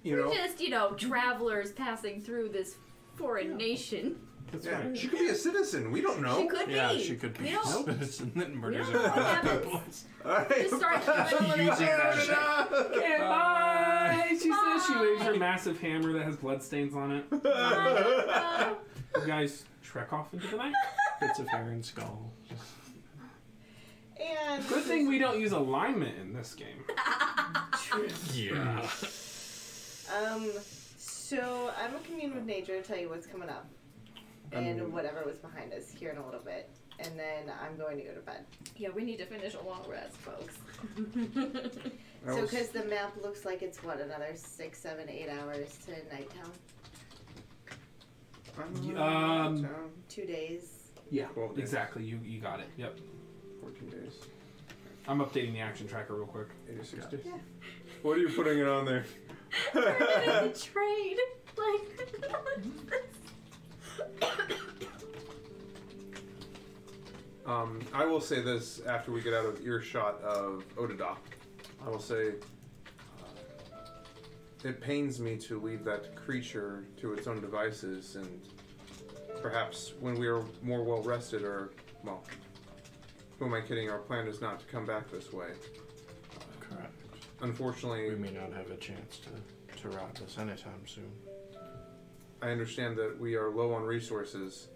B: You
F: we're
B: know,
F: just, you know, travelers passing through this foreign nation.
A: That's
B: yeah,
A: right.
B: she could be a citizen. We don't
F: She
B: know.
F: could
C: Yeah,
F: be.
C: she could be [laughs]
F: We
C: a
F: don't,
C: citizen that
F: we
C: murders
F: don't know what happens.
B: [laughs]
C: [laughs]
B: All right.
F: Just start in the middle of
C: Using that shit.
A: Okay, bye. She says she waves her massive hammer that has bloodstains on it.
D: [laughs]
A: You guys trek off into the night.
C: Bits of hair and skull.
E: and
A: Good thing we don't use alignment in this game.
C: Yeah.
E: Um, so I'm gonna commune with nature to tell you what's coming up and
B: Um,
E: whatever was behind us here in a little bit, and then I'm going to go to bed.
F: Yeah, we need to finish a long rest, folks.
B: That
E: [laughs] so,
B: was-
E: because the map looks like it's what another six, seven, eight hours to nighttime,
B: [laughs] I'm
A: Um,
B: down
E: two days.
A: Yeah,
B: Twelve days.
A: exactly. You you got it. Yep.
B: 14 days.
A: I'm updating the action tracker real quick.
B: 86
C: Okay.
B: days.
E: Yeah.
B: What are you putting it on there?
F: [laughs]
B: [laughs]
F: the trade. Like,
B: Um, I will say this after we get out of earshot of Odadoc. I will say, uh, it pains me to leave that creature to its own devices, and perhaps when we are more well rested, or, well, who am I kidding? Our plan is not to come back this way.
C: Correct. We
B: Unfortunately,
C: may not have a chance to, to rob this anytime soon.
B: I understand that we are low on resources.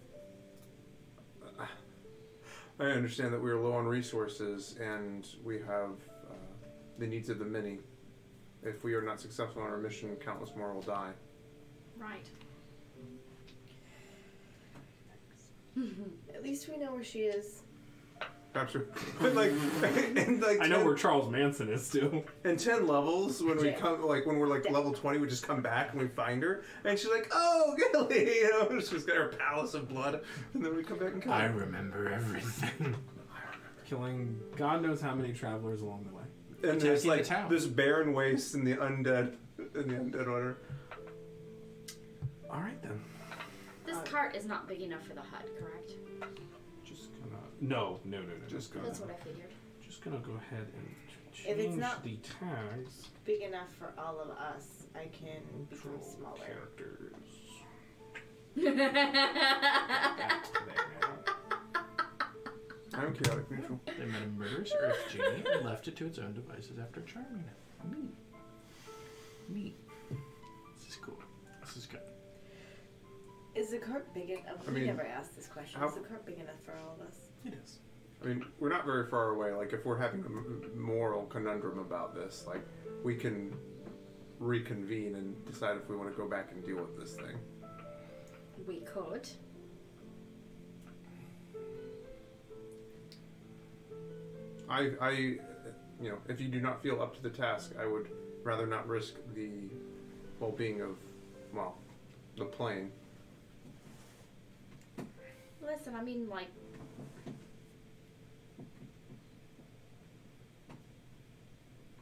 B: I understand that we are low on resources and we have uh, the needs of the many. If we are not successful in our mission, countless more will die.
F: right.
E: At least we know where she is.
B: Perhaps [laughs] we're, but like, and like
A: I know
B: 10
A: where Charles Manson is too.
B: in ten levels when we
E: Yeah.
B: come, like when we're like
E: Yeah.
B: level twenty, we just come back and we find her, and she's like, "Oh, [laughs] Gilly," you know, she's got her palace of blood, and then we come back and kill
C: I
B: her.
C: remember everything.
A: killing God knows how many travelers along the way.
B: and there's
C: attacking
B: like
C: the town.
B: this barren waste and the undead, in the undead order.
A: All right then.
F: This cart is not big enough for the hut, correct?
A: Just gonna no no no no.
B: Just go.
C: [laughs]
F: That's what I figured.
A: just gonna go ahead and
E: If it's
A: Change
E: not-
A: the tags,
E: Big enough for all of us, I can become
A: control
E: smaller.
A: characters.
C: Back to there.
B: I'm chaotic neutral.
C: They met a murderous earth genie and left it to its own devices after charming it. Me. Me. This is cool. This is good.
E: Is the cart big enough?
B: I
E: we
B: mean,
E: never asked this question.
B: how-
E: Is the cart big enough for all of us?
C: It is.
B: I mean, we're not very far away. Like, if we're having a m- moral conundrum about this, like, we can reconvene and decide if we want to go back and deal with this thing.
D: We could.
B: I, I, you know, if you do not feel up to the task, I would rather not risk the well-being of, well, the plane.
D: Listen, I mean, like.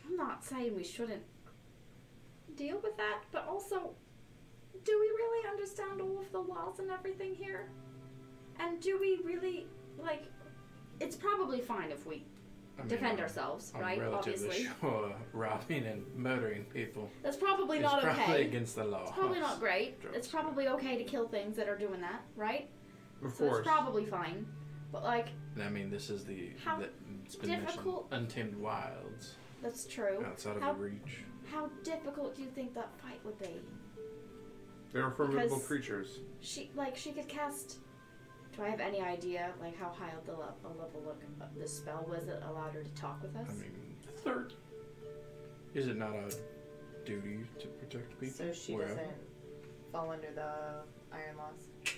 D: I'm not saying we shouldn't deal with that, but also, do we really understand all of the laws and everything here? And do we really, like. It's probably fine if we
C: I mean,
D: defend
C: I'm-
D: ourselves,
C: I'm
D: right?
C: relatively [laughs]
D: Obviously.
C: sure uh, robbing and murdering people
D: That's probably
C: is
D: not
C: probably
D: okay.
C: against the law.
D: It's probably not great.
C: Drugs.
D: It's probably okay to kill things that are doing that, right?
B: Of
D: so
B: course.
D: it's probably fine. But, like,
C: I mean, this is the,
D: How
C: the it's been mentioned,
D: difficult-
C: untamed wilds
D: that's true.
C: outside of
D: How
C: reach.
D: How difficult do you think that fight would be?
B: They're formidable
D: because-
B: creatures.
D: She like she could cast. Do I have any idea like how high of the le- a level look of the spell was that allowed her to talk with us?
C: I mean, third. Is it not a duty to protect people?
E: So she
C: Wherever?
E: doesn't fall under the iron laws.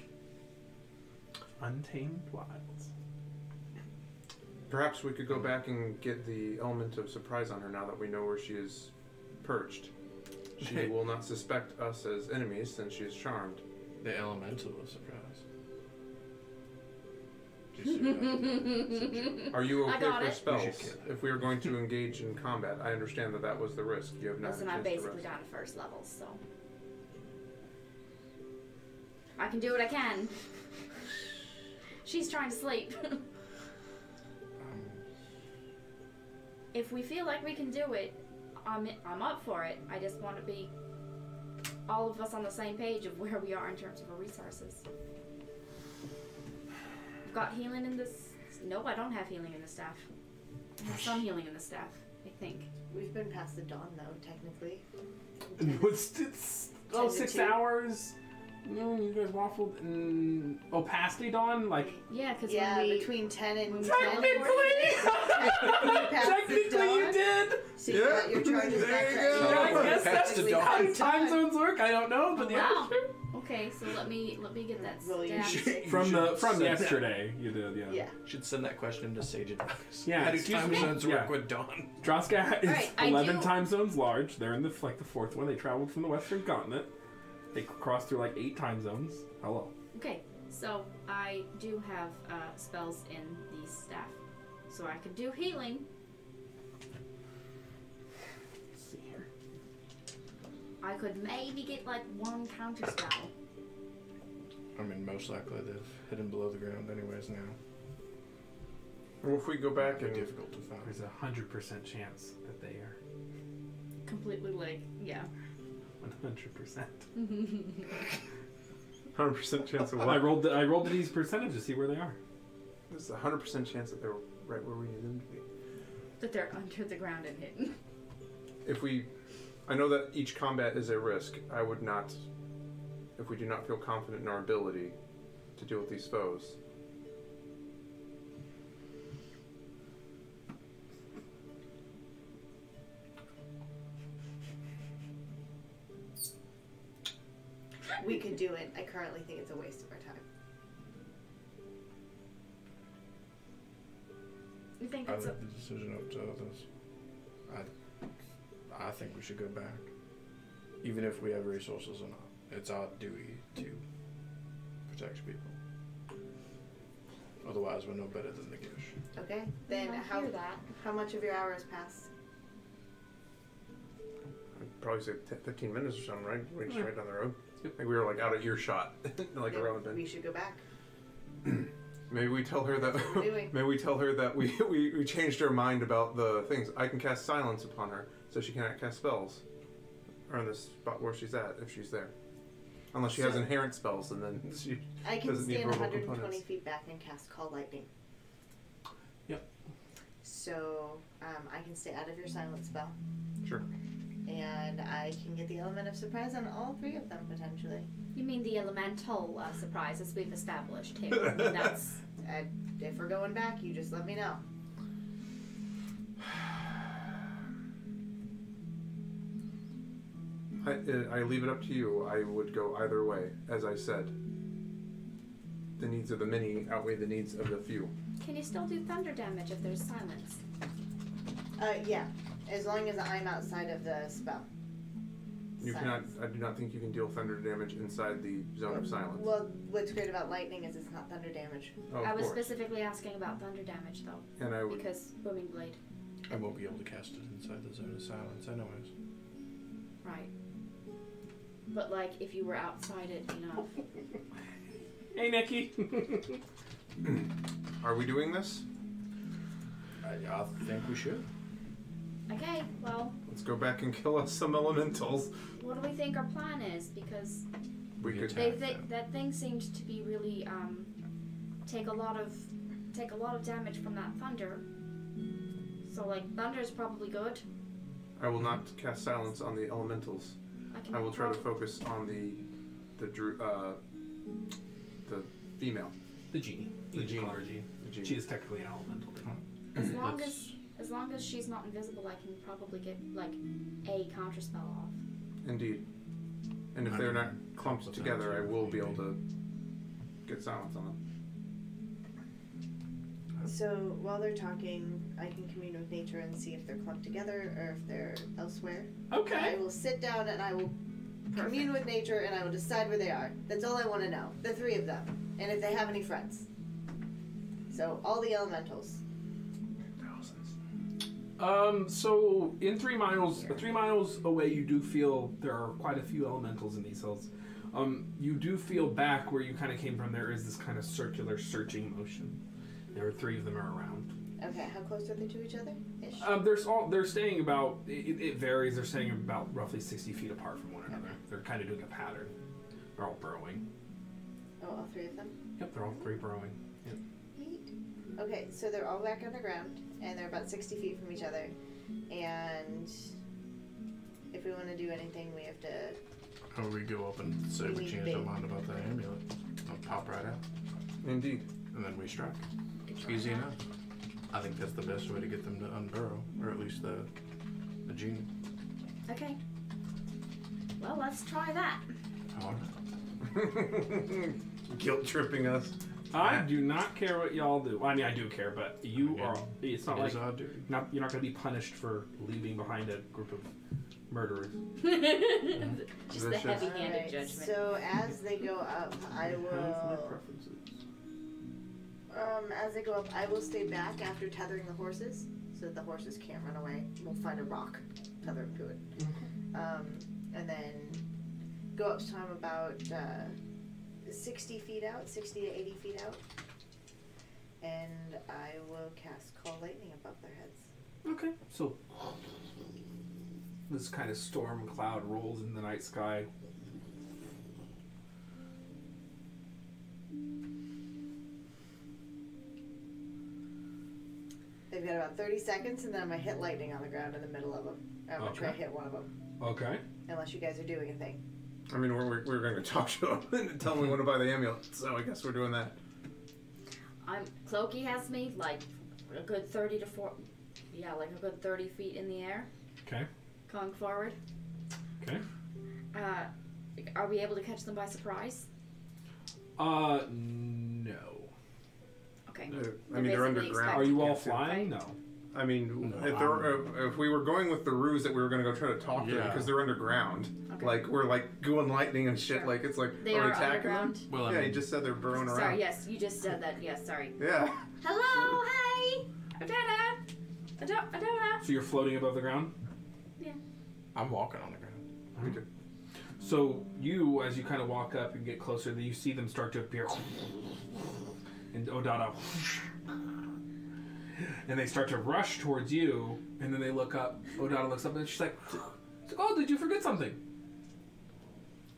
A: Untamed [laughs] wilds.
B: Perhaps we could go back and get the element of surprise on her now that we know where she is perched. She will not suspect us as enemies since she is charmed.
C: The elemental was surprised. Do you see what I did?
D: [laughs]
C: It's a joke.
B: Are you
D: Mm, I
B: okay
D: got
B: for
D: it.
B: spells?
C: You should kill it.
B: If we are going to engage in combat, I understand that that was the risk. You have not
D: Listen,
B: had
D: I'm
B: a chance to
D: basically
B: rest.
D: down to first level, so I can do what I can. [laughs] She's trying to sleep. [laughs]
C: Um,
D: if we feel like we can do it, I'm I'm up for it. I just want to be all of us on the same page of where we are in terms of our resources. I've got healing in this. No, I don't have healing in the staff. I have some healing in the staff, I think.
E: We've been past the dawn though, technically.
A: What's it's oh
E: Ten to
A: six
E: two.
A: hours? No, you guys waffled. Mm, oh, past day dawn, like
D: Yeah, because
E: Yeah,
D: when we
E: between ten and
D: when we-
E: ten.
D: Technically!
E: [laughs]
A: [laughs]
E: past the
A: Technically, you
E: dawn.
A: did.
E: So you got your charges
B: There
E: back
B: you go.
E: right.
A: Yeah, I guess
C: Past
A: that's
C: the
E: dawn.
A: how time zones work. I don't know, but yeah.
D: wow. Okay, so let me let me get that
E: Roll your
D: staff.
E: shit.
A: From
C: You
A: the
C: should
A: from
C: send that-
A: yesterday, you did, yeah.
E: Yeah.
C: Should send that question to Sage Advice.
A: Yeah,
C: How do
A: excuse
C: time
A: me?
C: zones
A: Yeah.
C: work with Dawn?
A: Droska is
D: Alright, I
A: eleven
D: do-
A: time zones large. They're in the like the fourth one. They traveled from the western continent. They crossed through like eight time zones. Hello.
D: Okay, so I do have uh, spells in the staff, so I could do healing.
A: Let's see here.
D: I could maybe get like one counter spell.
C: I mean, most likely they've hidden below the ground, anyways. Now,
B: Well, if we go back
C: They're
B: and
C: difficult to find.
A: There's a hundred percent chance that they are.
D: Completely like, yeah.
A: One hundred percent.
B: 100% chance of
A: I
B: what?
A: rolled. The, I rolled these percentages to see where they are.
B: There's a 100% chance that they were right where we needed them to be.
D: That they're under the ground and hidden.
B: if we i know that each combat is a risk i would not if we do not feel confident in our ability to deal with these foes
E: We could do it. I currently think it's a waste of our time.
D: You think
C: I
D: that's a,
C: leave the decision up to others. I, I think we should go back, even if we have resources or not. It's our duty to protect people. Otherwise, we're no better than the Gish.
E: Okay. Then
D: I
E: how
D: hear that.
E: how much of your hours passed?
B: I'd probably say 10, 15 minutes or something right we just
A: Yeah.
B: right down the road [laughs] like we were like out of earshot like
E: Then
B: around then
E: We should go back.
B: Maybe we tell her that.
E: Maybe.
B: [laughs] maybe we tell her that we, [laughs] we we changed her mind about the things. I can cast silence upon her, so she cannot cast spells, or in the spot where she's at if she's there, unless she has
E: So-
B: inherent spells, and then [laughs] she.
E: I can
B: Doesn't need
E: stand
B: verbal
E: 120
B: components.
E: feet back and cast Call Lightning.
A: Yep.
E: So um, I can stay out of your silence spell,
B: Sure.
E: and I can get the element of surprise on all three of them potentially.
D: You mean the elemental uh, surprises we've established here? I
B: [laughs]
D: mean, that's
E: I, if we're going back, you just let me know.
B: I, uh, I leave it up to you. I would go either way, as I said. The needs of the many outweigh the needs of the few.
D: Can you still do thunder damage if there's silence?
E: Uh, yeah, as long as I'm outside of the spell.
B: You cannot.
E: Silence.
B: I do not think you can deal thunder damage inside the zone of silence.
E: Well, what's great about lightning is it's not thunder damage.
B: Oh, of
D: I was
B: course.
D: specifically asking about thunder damage though,
B: and I would.
D: because booming blade,
C: I won't be able to cast it inside the zone of silence, anyways.
D: right? But like, if you were outside it
B: [laughs]
D: enough,
A: Hey, Nikki.
B: Are we doing this?
C: I, I think we should.
D: okay. Well,
B: Let's go back and [laughs] kill us some elementals.
D: what do we think our plan is? Because
B: We
C: We
B: could.
D: They
C: attack
D: thi-
C: them.
D: that thing seemed to be really um, take a lot of take a lot of damage from that thunder. So like thunder is probably good.
B: I will not cast silence on the elementals.
D: I can
B: I will try to
D: prob-
B: focus on the, the dru- uh, the female.
A: the genie.
B: The
A: You can call
B: genie.
A: her genie.
B: The genie.
A: She is technically an elemental.
B: [clears throat]
D: as long
B: Let's-
D: as as long as she's not invisible, I can probably get like a counter spell off.
B: Indeed. And if
C: I
B: they're
C: can
B: not clumped
C: compliment
B: together, I
C: you,
B: will be able
C: maybe.
B: to get silence on them. Uh-huh.
E: So while they're talking, I can commune with nature and see if they're clumped together or if they're elsewhere. I
A: Okay.
E: will sit down and I will commune with nature and I will decide where they are. That's all I want to know. The three of them. And if they have any friends. So all the elementals.
A: Um. So in three miles, three miles away, you do feel there are quite a few elementals in these hills. Um. You do feel back where you kind of came from. There is this kind of circular searching motion. There are three of them are around.
E: Okay, how close are they to each other? Ish.
D: Uh,
A: Um, there's all they're staying about. It, it varies. They're staying about roughly sixty feet apart from one another. They're kind of doing a pattern. They're all burrowing.
E: Oh, all three of them.
A: Yep, they're all three burrowing.
E: Neat. Okay, so they're all back on the ground and they're about 60 feet from each other. And if we want to do anything, we have to
C: Oh, we go up and say we
E: We
C: changed our
E: bait.
C: mind about that amulet. It'll pop right out,
B: Indeed. [laughs]
C: and then we strike. Easy enough. I think that's the best way to get them to unburrow, or at least the the genie.
D: Okay. Well, let's try that. [laughs]
C: Alright.
B: Guilt tripping us.
A: I do not care what y'all do. Well, I mean, I do care, but you are. It's not
C: It
A: like
C: is our duty.
A: not, you're not going to be punished for leaving behind a group of murderers.
D: Just the
B: Vicious.
D: heavy-handed
E: Alright,
D: judgment.
E: So as they go up, I will. Um, as they go up, I will stay back after tethering the horses, so that the horses can't run away. We'll find a rock, tether them to it, um, and then go up to them about uh, sixty feet out, sixty to eighty feet out, and I will cast call lightning above their heads.
A: Okay, so this kind of storm cloud rolls in the night sky.
E: They've got about thirty seconds, and then I'm gonna hit lightning on the ground in the middle of them. I'm gonna try to
A: Okay.
E: hit one of them,
A: Okay.
E: unless you guys are doing a thing.
B: I mean, we're, we're, we're going to talk to them [laughs] and tell them we want to buy the amulet, so I guess we're doing that.
D: I'm Clokey has me like a good thirty to four, yeah, like a good thirty feet in the air.
A: Okay.
D: Going forward.
A: Okay.
D: Uh, are we able to catch them by surprise?
A: Uh, no.
D: Okay.
B: Uh, I mean,
D: basically
B: they're underground.
D: expect-
A: Are you all
B: Can't see 'em.
A: flying? No.
B: I mean,
C: No,
B: if, there were, if we were going with the ruse that we were going to go try to talk to them
C: Yeah.
B: because they're underground,
D: Okay.
B: like we're like going lightning and shit,
D: Sure.
B: like it's like
D: They
B: we
D: are
B: attacking
D: underground.
B: Them?
C: Well, I
B: yeah,
C: mean-
B: you just said they're burrowing
D: Sorry.
B: around.
D: Yes, you just said that. Yes. Sorry.
B: Yeah.
D: Hello. Hey. Adana. Adana. Adana.
A: So you're floating above the ground.
C: I'm walking on the ground.
B: We could-
A: So you, as you kind of walk up and get closer, you see them start to appear, and Odada. And they start to rush towards you, and then they look up. Odada looks up, and she's like, she's like, "Oh, did you forget something?"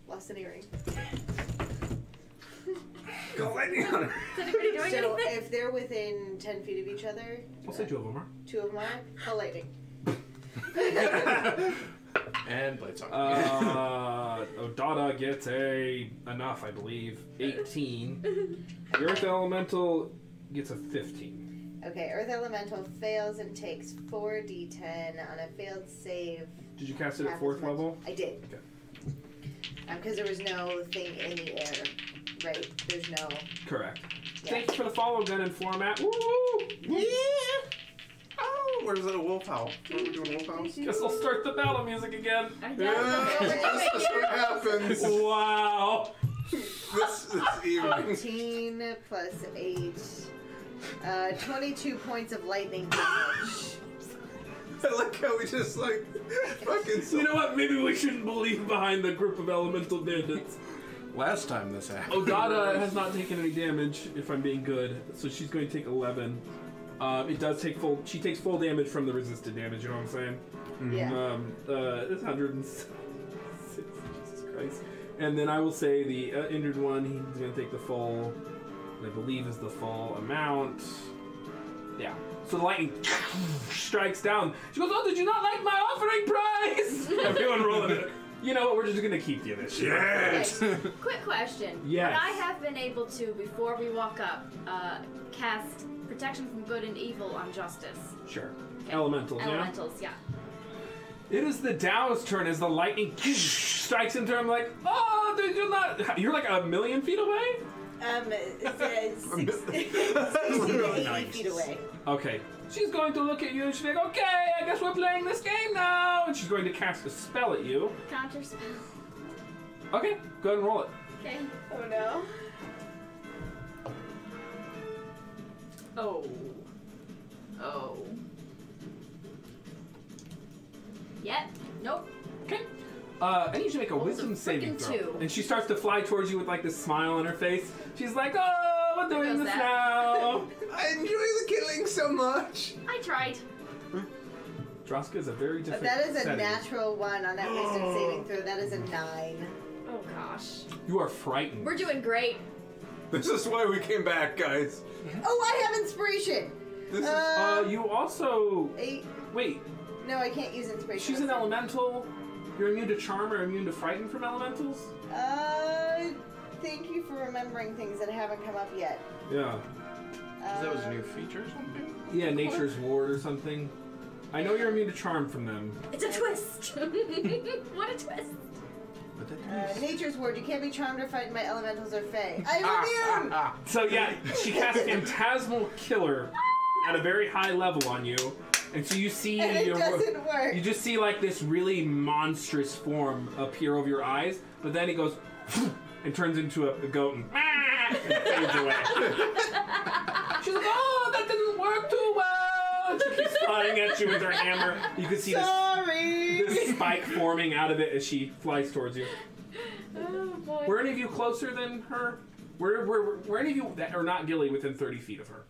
E: Lost an earring.
B: Go lightning on her.
D: [laughs] Is anybody doing
E: So
D: anything?
E: if they're within 10 feet of each other,
A: I'll say two of them are.
E: two of them are collating.
C: And blades on.
A: Uh, [laughs] Odada gets a enough, I believe, eighteen. The Earth Elemental gets a fifteen.
E: Okay, Earth Elemental fails and takes 4d10 on a failed save.
A: Did you cast it
E: half
A: at
E: as
A: fourth
E: much-
A: level?
E: I did.
A: Okay.
E: Because there was no thing in the air, right? There's no.
A: Correct.
E: Yeah.
A: Thanks for the follow, Gun and Format. Woo!
B: Yeah. Oh, where's that wolf howl? Are we doing wolf
D: [laughs]
B: howls?
A: Guess I'll start the battle music [laughs] again.
D: I
B: Yeah,
D: doubt
E: we're
B: [laughs]
E: doing
B: this is what
A: [laughs] Wow.
B: happens this,
D: [laughs]
B: this evening.
E: 14 plus 8. Uh, 22 points of lightning damage.
B: I like how we just like fucking.
A: You know what? Maybe we shouldn't believe behind the group of elemental bandits.
C: [laughs] Last time this
A: oh,
C: happened. [laughs]
A: Odada has not taken any damage, if I'm being good, so she's going to take 11. Um, it does take full. She takes full damage from the resisted damage. You know what I'm saying?
E: Yeah.
A: Um, uh, it's 106. Jesus Christ. And then I will say the uh, injured one, he's going to take the full, I believe is the full amount. Yeah. So the lightning strikes down. She goes, Oh, did you not like my offering prize? Everyone rolling it. You know what? We're just going to keep you this year.
C: [laughs]
B: Yes.
D: it. Quick question.
A: Yes.
D: Would I have been able to, before we walk up, uh, cast protection from good and evil on justice?
A: Sure. Elementals, yeah?
D: Elementals, yeah.
A: It is the Dow's turn as the lightning strikes into her. I'm like, Oh, did you not? You're like a million feet away?
E: Um, it
A: [laughs]
E: says six- 60 to 80 feet away.
A: Okay. She's going to look at you and she's like, okay, I guess we're playing this game now. And she's going to cast a spell at you.
D: Counter spell.
A: Okay, go ahead and roll it.
D: Okay.
E: Oh no.
D: Oh. Oh. Yep. Nope.
A: Okay. Uh, I need you to make a
D: Rolled a
A: wisdom saving
D: frickin'
A: throw.
D: two.
A: And she starts to fly towards you with like this smile on her face. She's like, oh, we're doing
D: goes
A: this
D: that. [laughs]
A: now.
B: [laughs] I enjoy the killing so much.
D: I tried.
A: Droska is a very different.
E: But that is a
A: setting.
E: natural one on that wisdom saving throw. That is a nine.
D: Oh gosh.
A: You are frightened.
D: We're doing great.
B: This is why we came back, guys.
E: Oh, I have inspiration.
B: This is.
E: Uh,
A: uh, you also.
E: eight.
A: Wait,
E: No, I can't use inspiration.
A: she's an elemental. You're immune to charm or immune to frighten from elementals?
E: Uh, thank you for remembering things that haven't come up yet.
A: Yeah.
E: Uh,
C: that was a new feature or something?
A: Yeah, Nature's Ward or something. I know you're immune to charm from them.
D: It's a twist. [laughs] what a twist.
C: But that
E: uh,
C: thing is-
E: nature's word. You can't be charmed or frightened by elementals or fae. [laughs]
C: [laughs]
E: I'm immune.
A: So yeah, she casts Phantasmal Killer at a very high level on you, and so you see
E: And [laughs] it
A: your-
E: doesn't work.
A: you just see like this really monstrous form appear over your eyes, but then it goes [laughs] and turns into a, a goat and, [laughs] and fades away. She's like, "Oh, that didn't work too well." And she keeps flying at you with her hammer. You can see this,
E: [laughs] Sorry.
A: this spike forming out of it as she flies towards you.
D: Oh boy.
A: Were any of you closer than her? Were, were, were any of you that are not Gilly within 30 feet of her?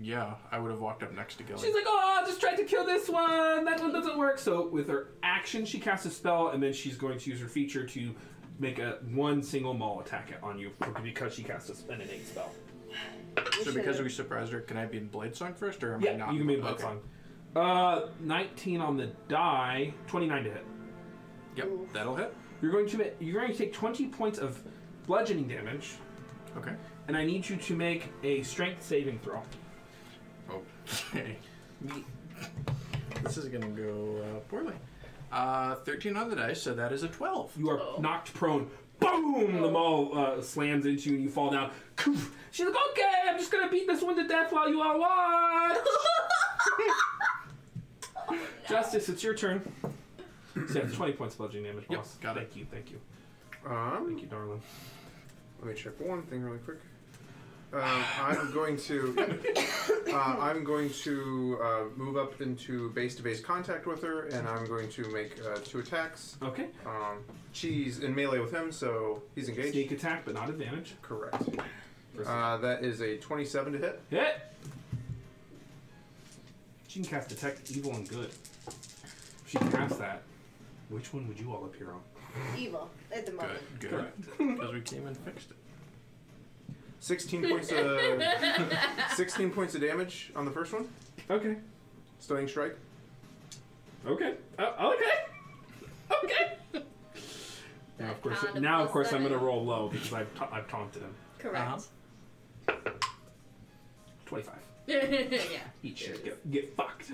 C: Yeah, I would have walked up next to Gilly.
A: She's like, oh, I just tried to kill this one. That one doesn't work. So with her action, she casts a spell, and then she's going to use her feature to make a one single maul attack on you for- because she cast a, an innate spell.
C: so because we surprised her, can I be in blade song first, or am I
A: Yeah,
C: not?
A: you can make that
C: Okay.
A: song. Uh, 19 on the die, 29 to hit.
C: Yep, that'll hit.
A: You're going to ma- you're going to take 20 points of bludgeoning damage,
C: Okay.
A: and I need you to make a strength saving throw.
C: Okay. this is gonna go uh, poorly. Uh, 13 on the dice, so that is a 12.
A: You are knocked prone. Boom! The maul uh, slams into you and you fall down. Koof. She's like, okay, I'm just gonna beat this one to death while you all watch. Justice, it's your turn. So yeah, it's 20 points bludgeoning damage
C: Yep,
A: loss.
C: got it.
A: thank you, thank you.
B: Um,
A: Thank you, darling.
B: let me check one thing really quick. Um, I'm going [laughs] to. Uh, I'm going to uh, move up into base-to-base contact with her, and I'm going to make uh, two attacks.
A: Okay.
B: Um, she's in melee with him, so he's engaged.
A: Sneak attack, but not advantage.
B: Correct. Uh, that is a 27 to hit.
A: Hit! She can cast Detect Evil and Good. If she casts that, which one would you all appear on?
E: Evil at the moment.
C: Good, good. Because we came and fixed it.
B: 16 points [laughs] of 16 points of damage on the first one.
A: Okay.
B: Stunning strike.
A: Okay. Oh, okay. Okay. Now, of course, now of course, I'm going to roll low because I've, ta- I've taunted him.
C: Uh-huh.
F: Correct.
A: 25.
F: [laughs] yeah.
A: Eat shit. Get, get fucked.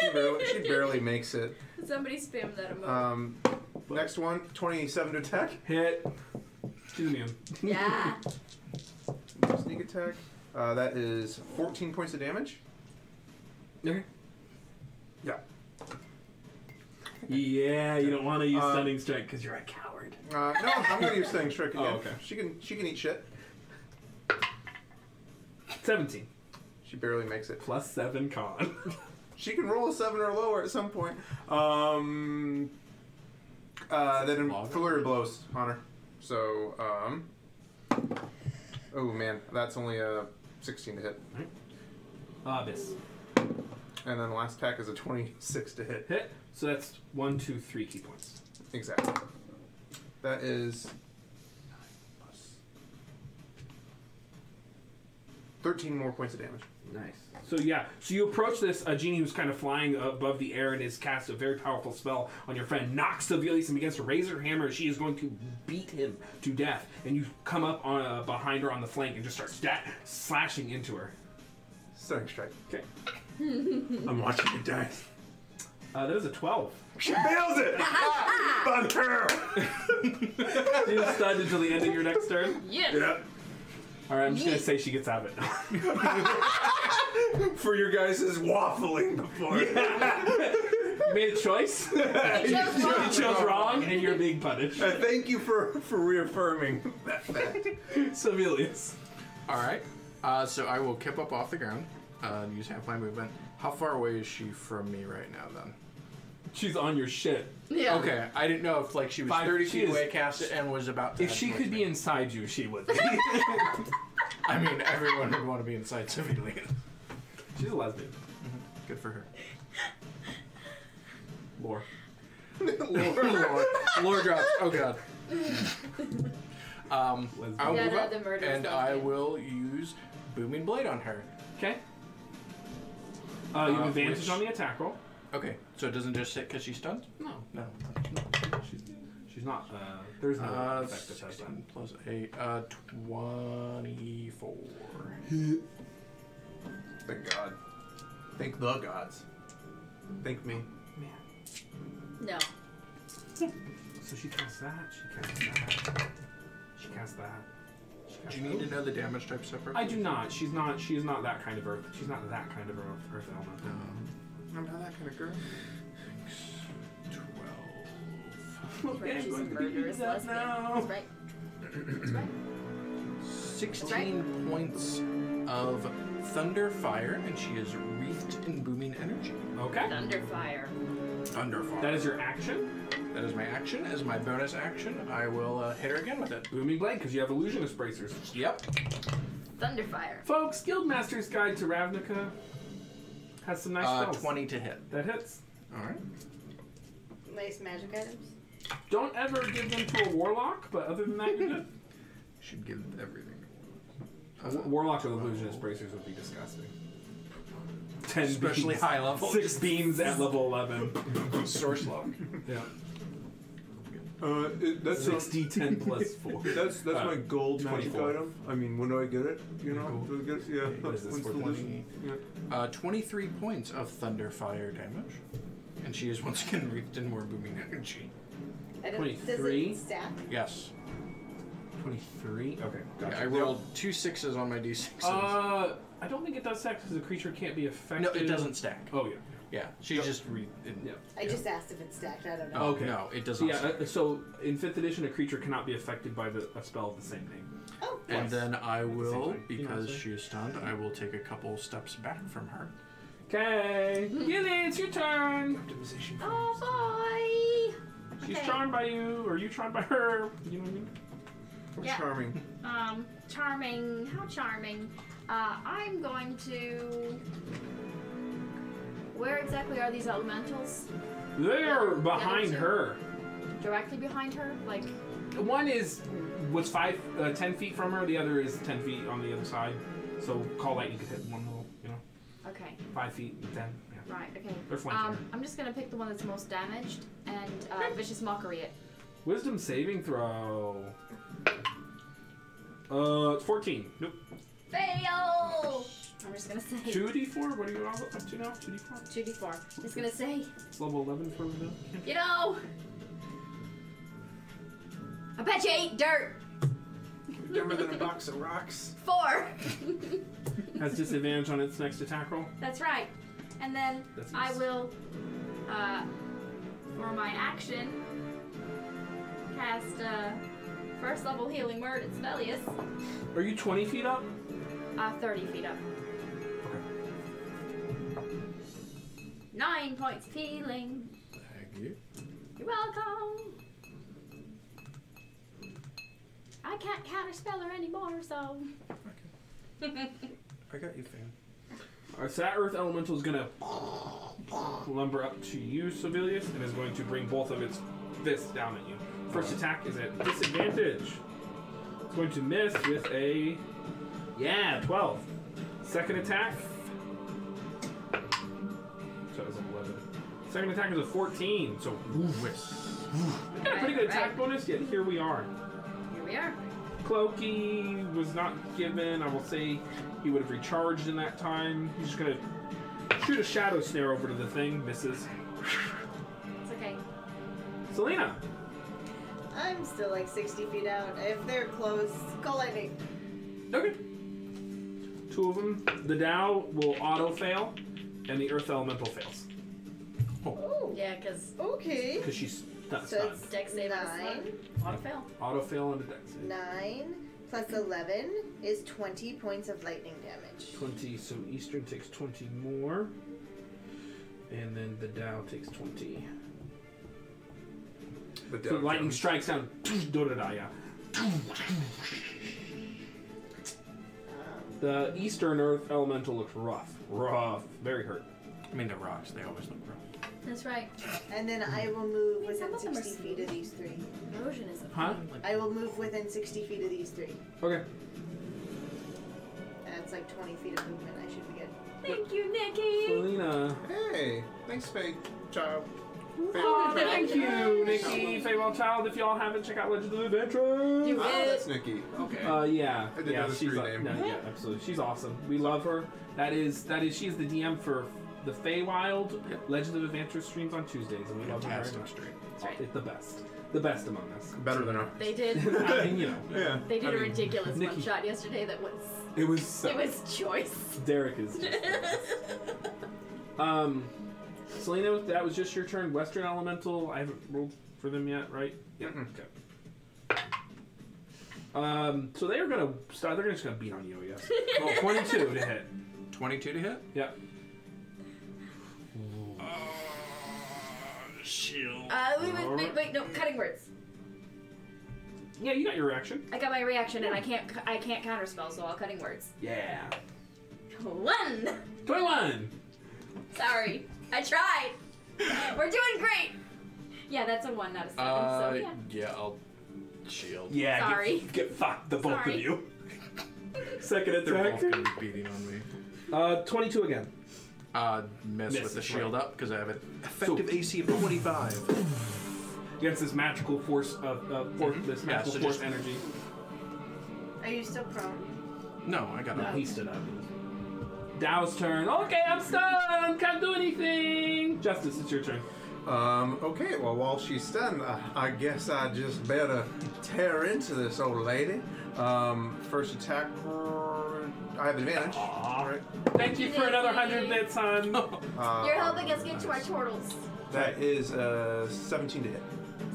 B: She barely, she barely makes it.
F: Somebody spam that emoji.
B: Um, next one, 27 to attack.
A: Hit. She's immune.
F: yeah.
B: Sneak attack. Uh, that is 14 points of damage.
A: Okay.
B: Yeah.
A: Yeah, you don't want to use
B: Uh,
A: stunning strike because you're a coward.
B: Uh, no, I'm gonna use stunning strike again.
A: [laughs] Oh, okay.
B: She can she can eat shit.
A: 17
B: She barely makes it.
A: plus 7 con.
B: She can roll a seven or lower at some point. Um, uh, then
C: Log?
B: flurry blows on her. So, um, oh man, that's only a 16 to hit,
A: Abyss.
B: and then the last attack is a 26 to hit.
A: Hit. So that's one, two, three key points.
B: Exactly. That is 13 more points of damage.
A: Nice. So yeah, so you approach this uh, genie who's kind of flying above the air and has cast a very powerful spell on your friend Nox Sevelius and begins to raise her hammer. She is going to beat him to death, and you come up on uh, behind her on the flank and just start stat- slashing into her.
B: Stunning strike.
A: Okay,
B: I'm watching you die.
A: uh, that is a twelve.
B: She fails it. Fuck
C: [laughs]
B: her.
A: She is stunned until the end of your next turn.
F: Yes.
B: Yep.
A: All right, I'm just gonna say she gets out of it. [laughs]
B: For your guys' waffling
A: [laughs]
B: before.
A: you made a choice. you chose wrong, and you're being punished.
B: Uh, thank you for, for reaffirming that fact.
A: Sevelius.
C: All right. Uh, so I will kip up off the ground uh, and use half my movement. How far away is she from me right now, then?
A: She's on your shit.
F: Yeah.
C: Okay, I didn't know if like she was
A: Five-
C: thirty
A: she
C: feet
A: is-
C: away, cast it, and was about. to
A: If
C: head
A: she
C: towards
A: could be
C: me.
A: inside you, she would. be. [laughs]
C: I mean, everyone would want to be inside [laughs] Sophie Lee.
A: She's a lesbian.
C: Good
A: [laughs]
C: for her.
A: Lore.
C: Lord, Lord, Lord drops. Oh god. Um, I'll
F: Yeah,
C: move
F: no,
C: up,
F: the murderous
C: and I
F: lesbian.
C: will use booming blade on her.
A: Okay. Uh, you have
C: Uh,
A: advantage
C: which-
A: on the attack roll.
C: Okay, so it doesn't just hit because she's stunned.
A: No,
C: No.
A: she's, she's not. Uh, there's no
C: Uh,
A: effective test on.
C: 16 plus eight, uh, twenty-four.
B: Thank God. Thank the gods. Thank me.
F: No.
A: So she casts that. She casts that. She casts that. She casts
C: Do you need to know the damage type separate?
A: I do not. She's not. She's not that kind of earth. She's not that kind of earth, earth element.
C: Um,
B: I'm not that kind of girl.
C: Twelve.
F: That's right. She's a murderous lesbian. That's right.
C: Sixteen points of thunder fire, and she is wreathed in booming energy.
A: Okay.
F: Thunderfire.
C: Thunder fire.
A: That is your action.
C: That is my action. As my bonus action, I will uh, hit her again with it.
A: Booming blade, because you have illusionist bracers.
C: Yep.
F: Thunderfire.
A: Folks, Guildmaster's Guide to Ravnica has some nice
C: Uh,
A: spells.
C: 20 to hit.
A: That hits.
C: All right.
E: Nice magic items.
A: Don't ever give them to a warlock, but other than that, you're [laughs] good.
C: Should give everything.
B: Uh,
A: A wa- warlock with illusionist bracers would be disgusting. Ten [laughs]
C: Especially
A: beams.
C: high level.
A: Six beams at level eleven.
C: Source lock. [laughs]
A: Yeah.
B: Uh, it, that's a-
A: 60, 10 plus four.
B: that's that's
A: Uh,
B: my gold magic
A: 24.
B: item. I mean, when do I get it? You know,
C: Gold.
B: do I get it? Yeah.
A: What is this,
B: when's the
A: 420?
B: list? Yeah.
C: Uh, 23 points of thunder fire damage. And she is once again wreathed in more booming energy.
E: I don't-
A: Twenty-three.
E: Does it stack?
C: Yes.
A: Twenty-three. Okay, gotcha.
C: I rolled two sixes on my d6s.
A: Uh, I don't think it does sex because the creature can't be
C: no,
A: affected.
C: it doesn't stack.
A: Oh yeah.
C: Yeah. She's just wreathed in.
A: Yeah.
E: I just asked if it's stacked. I don't know.
C: Oh,
A: Okay.
C: No, it does
A: So
C: not
A: yeah.
C: stack.
A: uh, So in fifth edition, a creature cannot be affected by the, a spell of the same name.
E: Oh,
C: And then I will,
A: time. You know what I'm
C: because
A: saying?
C: she is stunned, I will take a couple steps back from her.
A: [laughs] Okay, Gilly, it's your turn.
B: Optimization.
F: Oh boy.
A: She's
F: Okay.
A: charmed by you, or you charmed by her. You know what I mean?
F: Yeah.
B: Charming.
F: Um, charming. How charming. Uh, I'm going to. Where exactly are these elementals?
A: They're behind
F: two.
A: her.
F: Directly behind her? Like,
A: One is what's five, uh, ten feet from her. The other is ten feet on the other side. So call lightning could hit one little, you know,
F: okay,
A: five feet, ten. Yeah.
F: right, okay.
A: They're flanking
F: Um,
A: her.
F: I'm just gonna pick the one that's most damaged and uh, vicious mockery it.
A: Wisdom saving throw. Uh, it's fourteen. Nope.
F: Fail! I'm just gonna say.
A: Two d four. What are you all up to now? Two d four.
F: 2d4. I'm just gonna say,
A: It's level eleven for the.
F: you know! I bet you ate dirt!
B: Dumber than a box of rocks.
F: Four!
A: Has disadvantage on its next attack roll.
F: That's right. And then
A: That's
F: I
A: nice.
F: will, uh, for my action, cast uh, first level healing word at Smellius,
A: Are you twenty feet up?
F: uh, 30 feet up. Nine points of healing.
C: Thank you.
F: You're welcome. I can't counter spell her anymore, so.
C: I got you, fam.
A: Our Sat Earth Elemental is gonna lumber up to you, Sevilius, and is going to bring both of its fists down at you. First attack is at disadvantage. It's going to miss with a yeah, twelve. Second attack. So it was an eleven. Second attack is a fourteen. So oof. we got a pretty good attack bonus, yet here we are.
F: Here we are.
A: Clokey was not given. I will say he would have recharged in that time. He's just gonna shoot a shadow snare over to the thing. Misses.
F: It's okay.
A: Selena.
E: I'm still like 60 feet out. If they're close, call lightning.
A: Okay. Two of them. The Dow will auto fail, and the Earth Elemental fails
E: Ooh.
F: Yeah, because
E: Okay.
A: because she's not
E: So
A: stunned.
E: it's
F: deck save
E: nine,
F: Auto fail.
A: Auto fail and a dex. save.
E: nine plus 11 is 20 points of lightning damage.
A: Twenty. So Eastern takes twenty more, and then the Dow takes twenty.
B: But
A: So lightning strikes down. [clears throat] Dota Daya.
E: Um,
A: The Eastern Earth Elemental looks rough. Rough. Very hurt.
C: I mean, the rocks, they always look rough.
F: That's right.
E: And then I will move
F: Some
E: within
F: of them are
E: 60 feet of these three.
F: Erosion is a
A: Huh?
E: I will move within 60 feet of these three.
A: Okay.
E: That's like 20 feet of movement. I should be good.
F: Thank you, Nikki.
A: Selena.
B: Hey, thanks, Faye. Child.
A: Oh,
B: Faye.
A: thank you, Nikki. Fable Child. If y'all haven't, check out Legends of Adventure.
F: Do
B: Ah, that's
F: it.
B: Nikki. Okay.
A: Uh, yeah,
B: I didn't
A: yeah,
B: know the
A: she's
B: screen
A: a-
B: name.
A: no, yeah, absolutely. She's awesome. We love her. That is, that is. She's the DM for the Feywild Legends of Adventure streams on Tuesdays, and we love her very
C: Fantastic
A: much.
C: street.
A: Oh, It's the best, the best among us.
B: Better than her.
F: They did.
A: [laughs] I mean, you know,
B: Yeah.
F: They did
B: I
F: a
B: mean,
F: ridiculous
A: Nikki.
F: one shot yesterday that was
A: it was. So,
F: it was [laughs] choice.
A: Derek
F: Uh,
A: is. Just [laughs] Um, Selena, that was just your turn. Western Elemental, I haven't rolled for them yet, right? Yeah.
B: Mm-mm.
A: Okay. Um, so they are gonna start. They're just gonna beat on you, I
F: [laughs]
A: guess. well, twenty-two to hit.
C: 22 to hit?
A: Yeah.
C: Shield.
F: uh, wait, wait, wait, wait, no, cutting words.
A: Yeah, you got your reaction.
F: I got my reaction and I can't cu- I can't counterspell, so I'll cutting words.
A: Yeah.
F: One.
A: Twenty-one.
F: Sorry, I tried. We're doing great. Yeah, that's a one, not a seven.
C: Uh,
F: so yeah.
C: yeah, I'll shield.
A: Yeah. get-
F: Sorry.
A: Get, fucked, the both
F: Sorry.
A: of
F: [laughs]
A: you. Second
C: They're both
A: attack.
C: gonna be beating on me.
A: Uh, twenty-two again.
C: Uh, miss,
A: Miss,
C: with the
A: right.
C: shield up because I have an effective AC of 25.
A: Against this magical force of uh, force, this
C: Yeah,
A: magical
C: so
A: force
C: just-
A: energy.
E: Are you still prone?
C: No, I got
A: No,
C: it.
A: he stood up. Dow's turn. Okay, I'm stunned. Can't do anything. Justice, it's your turn.
B: Um, okay, well, while she's stunned, I, I guess I just better tear into this old lady. Um, first attack, I have advantage.
A: All right. Thank you for another hundred bits on
B: Uh,
F: You're helping us get to our turtles.
B: That is uh, 17 to hit.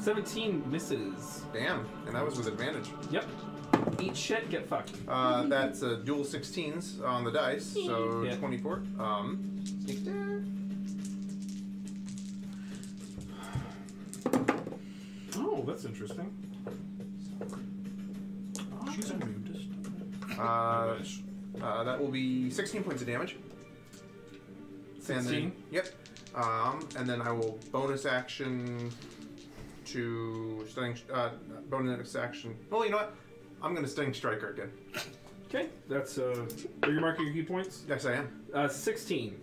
A: [laughs] seventeen misses.
B: Damn, and that was with advantage.
A: Yep. Eat shit. Get fucked.
F: [laughs]
B: Uh, that's a dual 16s on the dice, so
A: Yeah.
B: 24. Um, sneak attack.
A: Oh, that's interesting.
C: She's a nudist.
B: Uh, uh, that will be 16 points of damage. And then,
A: 16?
B: yep. Um, and then I will bonus action to stunning. sh- Uh, bonus action. Well, you know what? I'm gonna stunning strike her again.
A: Okay, that's uh. Are you marking your key points?
B: Yes, I am.
A: Uh, sixteen.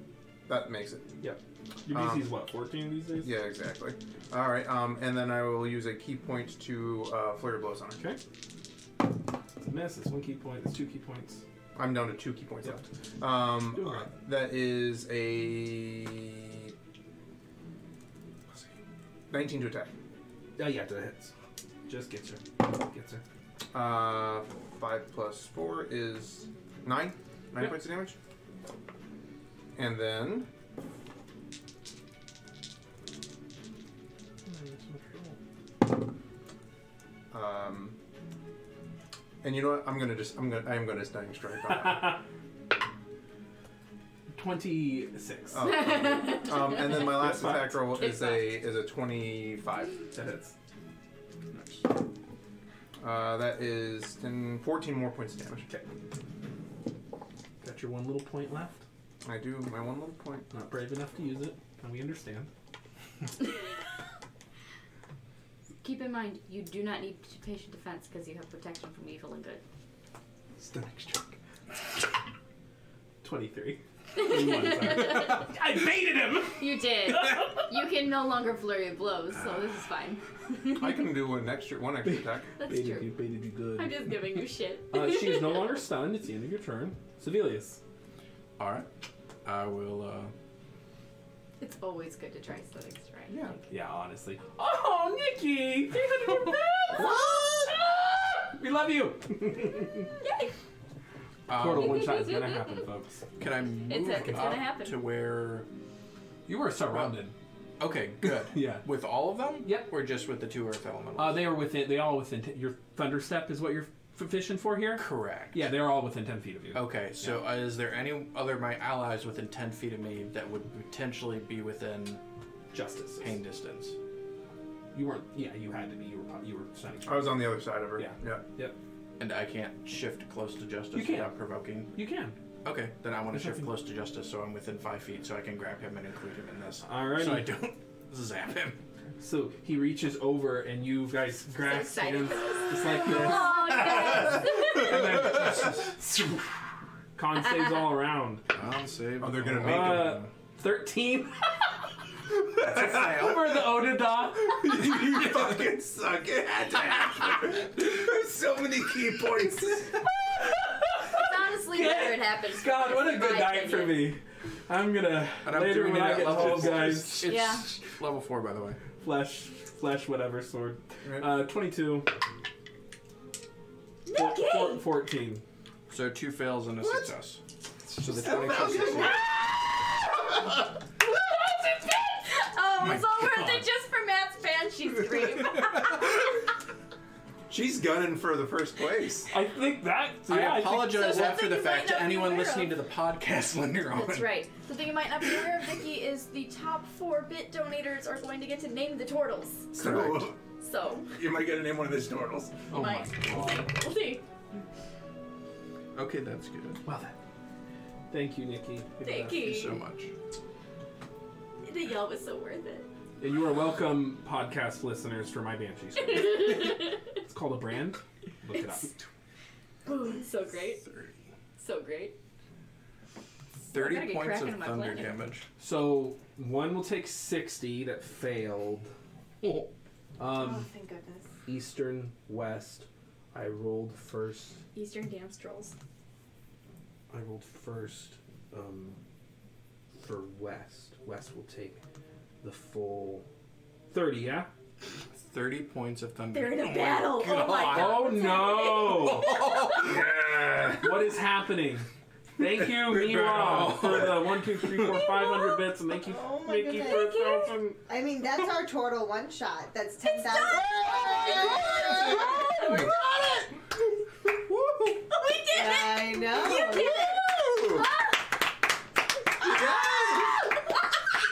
B: That makes it.
A: Yep. Your
B: Um,
A: DC's is what? Fourteen these days.
B: Yeah, exactly. All right. Um, and then I will use a key point to uh, flare your blows on her.
A: Okay. It's a miss. It's one key point. It's two key points.
B: I'm down to two key points
A: Yep.
B: left. Um,
A: Doing
B: uh, that is a 19 to attack.
A: Oh yeah, that hits. Just gets her. Gets her.
B: Uh, five plus four is nine. Nine
A: Yep.
B: points of damage. And then Um, and you know what? I'm gonna just I'm gonna I'm gonna stunning strike. On that.
A: Twenty-six.
O: [laughs]
B: Oh, okay. um, and then my last
A: Get
B: attack roll
F: Get
B: is a is a 25.
A: That hits.
B: Uh, that is 10, 14 more points of damage.
A: Got your one little point left.
B: I do my one little point.
A: Not brave enough to use it. And we understand.
O: Keep in mind, you do not need patient defense because you have protection from evil and good.
A: Stunning strike. Twenty-three. 21, sorry. [laughs] I baited him.
O: You did. you can no longer flurry of blows, so this is fine.
B: I can do an extra one [laughs] extra attack.
O: [laughs] That's
A: Baited
O: true.
A: you. Baited you good.
O: I'm just giving you shit.
A: Uh, she is no longer stunned. It's the end of your turn. Sevelius.
C: All right. I will. uh...
O: It's always good to try something, right?
B: Yeah.
A: Yeah, honestly. Oh, Nikki! 300 [laughs] We love [laughs] you!
C: um,
A: Portal one shot is gonna happen, folks.
C: Can I move
O: It's a- it's gonna
C: up
O: happen.
C: to where?
A: You were surrounded.
C: Okay, good.
A: [laughs] Yeah.
C: With all of them?
A: Yep.
C: Or just with the two earth elementals?
A: Uh, they were within, they all within, t- your thunderstep is what you're f- fishing for here?
C: Correct.
A: Yeah, they're all within 10 feet of you.
C: Okay, so uh, is there any other of my allies within 10 feet of me that would potentially be within
A: Justice.
C: pain distance?
A: You weren't, yeah, you had to be. You were, po- you were stunning.
B: I was on the other side of her.
A: Yeah.
B: Yeah.
C: And I can't shift close to
A: You
C: justice
A: can.
C: without provoking.
A: You can.
C: Okay, then I want to
A: There's
C: shift
A: nothing-
C: close to justice so I'm within 5 feet so I can grab him and include him in this.
A: Alrighty.
C: So I don't [laughs] zap him.
A: So he reaches over and you guys grasp hands just like this. and then con saves all around.
C: I'll save.
B: Oh, they're gonna make
A: Uh, 13 [laughs] Uh,
C: [laughs]
A: over the Odadot.
B: you fucking suck it. so many key points.
O: It's honestly better it happens. [laughs]
A: God, what a good
O: My
A: night for
O: opinion.
A: me. I'm gonna
C: And I'm
A: later
C: doing
A: when
C: it
A: I
C: at
A: get
C: level
A: home,
C: four.
A: guys.
C: It's
O: Yeah.
C: level 4, by the way.
A: Flesh, flesh, whatever sword.
B: Right.
A: Uh, 22. Four- four- 14.
C: So two fails and a success. So the
B: So
C: 20
B: that was
C: plus
B: good.
O: Oh, it was
C: My
O: all
C: God.
O: worth it just for Matt's banshee scream.
B: She's gunning for the first place.
A: I think that. yeah,
C: I
A: think-
C: apologize
O: So one
C: after
O: thing
C: the
O: you
C: fact
O: might
C: to
O: not be
C: anyone
O: aware
C: listening
O: of-
C: to the podcast [laughs] when you're on.
O: That's right. The thing you might not be aware of, Vicky, is the top four bit donators are going to get to name the turtles.
B: So
O: So, [laughs]
B: you might get to name one of these turtles.
C: Oh my
O: might.
C: god.
O: we'll see.
C: Okay, that's good.
A: Well then. Thank you, Nikki.
O: Thank
C: Thank you so
O: you.
C: much.
O: The yell was so worth it.
A: And you are welcome, podcast listeners, for my Banshee Scream. it's called a brand. Look it up.
O: Boom. So great. So great. I gotta
C: 30
O: get
C: points
O: cracking
C: of
O: on my
C: thunder
O: plan.
C: damage.
A: So one will take 60 that failed.
E: Oh,
A: Um,
E: thank goodness.
A: Eastern, West. I rolled first.
O: Eastern dance trolls.
A: I rolled first um, for West. West will take the full 30, yeah?
C: 30 points of thunder [laughs]
O: They're in a battle. Oh my god.
A: Oh no!
C: Oh!
A: What is happening? Thank you, Miwa, for the 1, 2, 3, 4, 500 bits, and thank you,
E: Oh my
A: Mickey,
E: goodness.
A: for a thousand.
E: I mean, that's our turtle one shot. That's 10,000.
O: We got it! We did it!
E: I know.
O: You did it!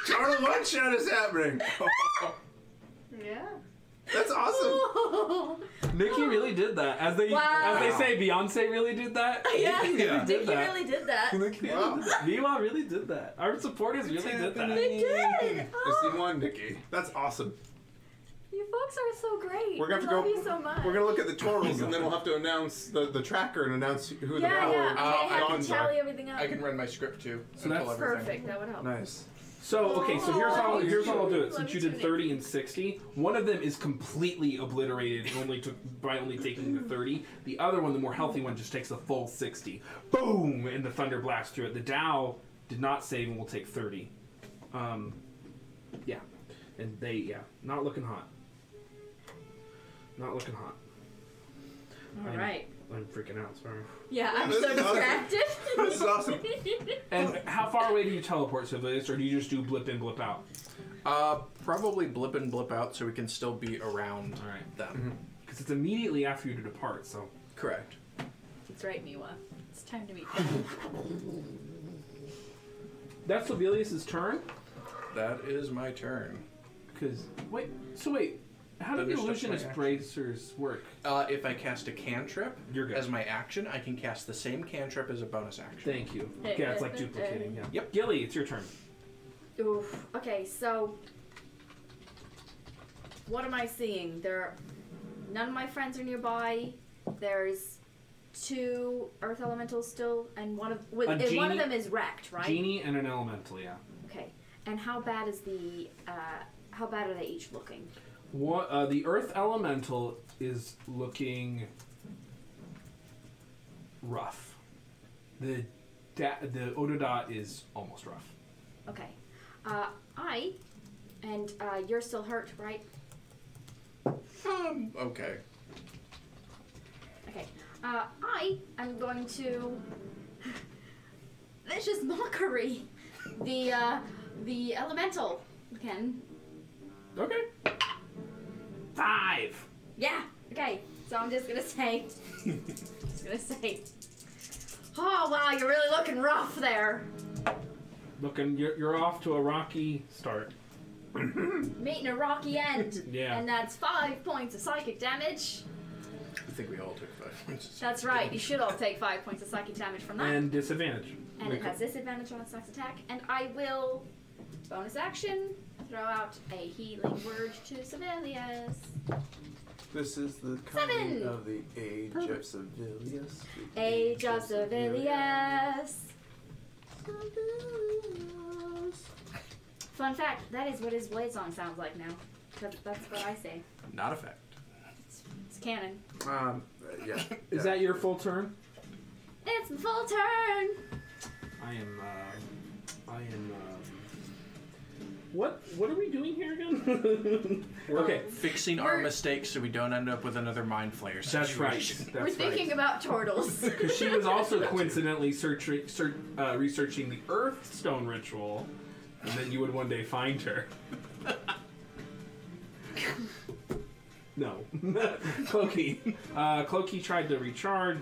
B: Turtle one [laughs] shot is happening.
E: Yeah.
B: That's awesome.
O: Oh,
A: Nikki really did that. As they
D: Wow.
A: as they say, Beyonce really did that.
D: Yeah,
A: Nikki really
D: Nikki
A: did that.
D: really did that.
B: Wow.
A: Miwa really did that. Our supporters really did that.
D: They did.
B: It's
D: Oh,
B: the one, Nikki. That's awesome.
D: you folks are so great.
B: We're gonna have
D: we
B: to
D: love
B: go-
D: you so much.
B: We're gonna look at the totals and then [laughs] we'll have to announce the, the tracker and announce who the
D: yeah,
B: power
D: yeah.
C: Uh,
D: I have to
B: bonds are.
D: tally everything up.
C: I can run my script too.
A: So
C: and
A: that's
C: pull everything.
D: Perfect. That would help.
B: Nice.
A: So okay, so here's how here's how I'll do it.
D: Let me
A: Since you
D: do
A: did
D: it.
A: 30 and 60, one of them is completely obliterated and only took by only taking the 30. The other one, the more healthy one, just takes the full 60. Boom! And the thunder blasts through it. The Dow did not save and will take 30. Um, yeah, and they yeah, not looking hot. Not looking hot.
D: All right.
A: I'm freaking out. Sorry.
D: Yeah, I'm
B: this
D: so
B: is awesome. [laughs]
D: distracted.
B: [laughs] This is awesome.
D: [laughs]
A: And how far away do you teleport to this, or do you just do blip in, blip out?
C: Uh, probably blip and blip out so we can still be around
A: All right.
C: them.
A: Because it's immediately after you to depart, so.
C: Correct.
D: That's right, Miwa. It's time to meet them.
A: That's Sibelius's turn.
C: That is my turn.
A: Because wait, so wait, how do the
C: Thunderstruck
A: illusionist
C: by action.
A: bracers work?
C: Uh, if I cast a cantrip
A: You're good.
C: as my action, I can cast the same cantrip as a bonus action.
A: Thank you.
D: Hey,
A: Yeah, it's
D: hey,
A: like
D: hey,
A: duplicating. Yeah.
C: Yep.
A: Gilly, it's your turn.
D: [laughs] Oof. Okay, so what am I seeing? There, none of my friends are nearby. There's two earth elementals still, and one of with,
A: A
D: and one
A: genie-
D: of them is wrecked, right?
A: Genie and an elemental. Yeah.
D: Okay. And how bad is the? Uh, how bad are they each looking?
A: What? Uh, the earth elemental is looking rough. The da- the Ododa is almost rough.
D: Okay. Uh, I, and uh, you're still hurt, right?
C: Um, okay.
D: Okay. Uh, I am going to. [laughs] Vicious mockery. The uh, the elemental again.
A: Okay. Five.
D: Yeah. Okay. So I'm just gonna say. [laughs] just gonna say. Oh wow, you're really looking rough there.
A: Looking, you're, you're off to a rocky start.
D: Meeting a rocky end.
A: [laughs] Yeah.
D: And that's five points of psychic damage.
C: I think we all took [laughs] five points.
D: That's right. You should all take five points of psychic damage from that.
A: And disadvantage.
D: And it has disadvantage on its next attack. And I will, bonus action, throw out a healing word to Sibelius.
B: This is the
D: coming Seven. of
B: the age
D: Perfect.
B: Civilius.
D: Age of Sibelius. Fun fact, that is what his blade song sounds like now. 'Cause That's what I say.
C: Not a fact.
D: It's canon.
B: Um, yeah.
A: Is that your full turn?
D: It's my full turn!
A: I am. Uh, I am. Um, what What are we doing here again? [laughs] okay,
C: Fixing our
D: We're-
C: mistakes so we don't end up with another mind flayer
A: that's right. [laughs]
C: situation. [laughs]
A: That's
D: We're thinking about turtles.
A: Because she was also coincidentally search, search, uh, researching the Earthstone ritual, and then you would one day find [laughs] her. no, [laughs] Cloaky. Uh, Cloaky tried to recharge.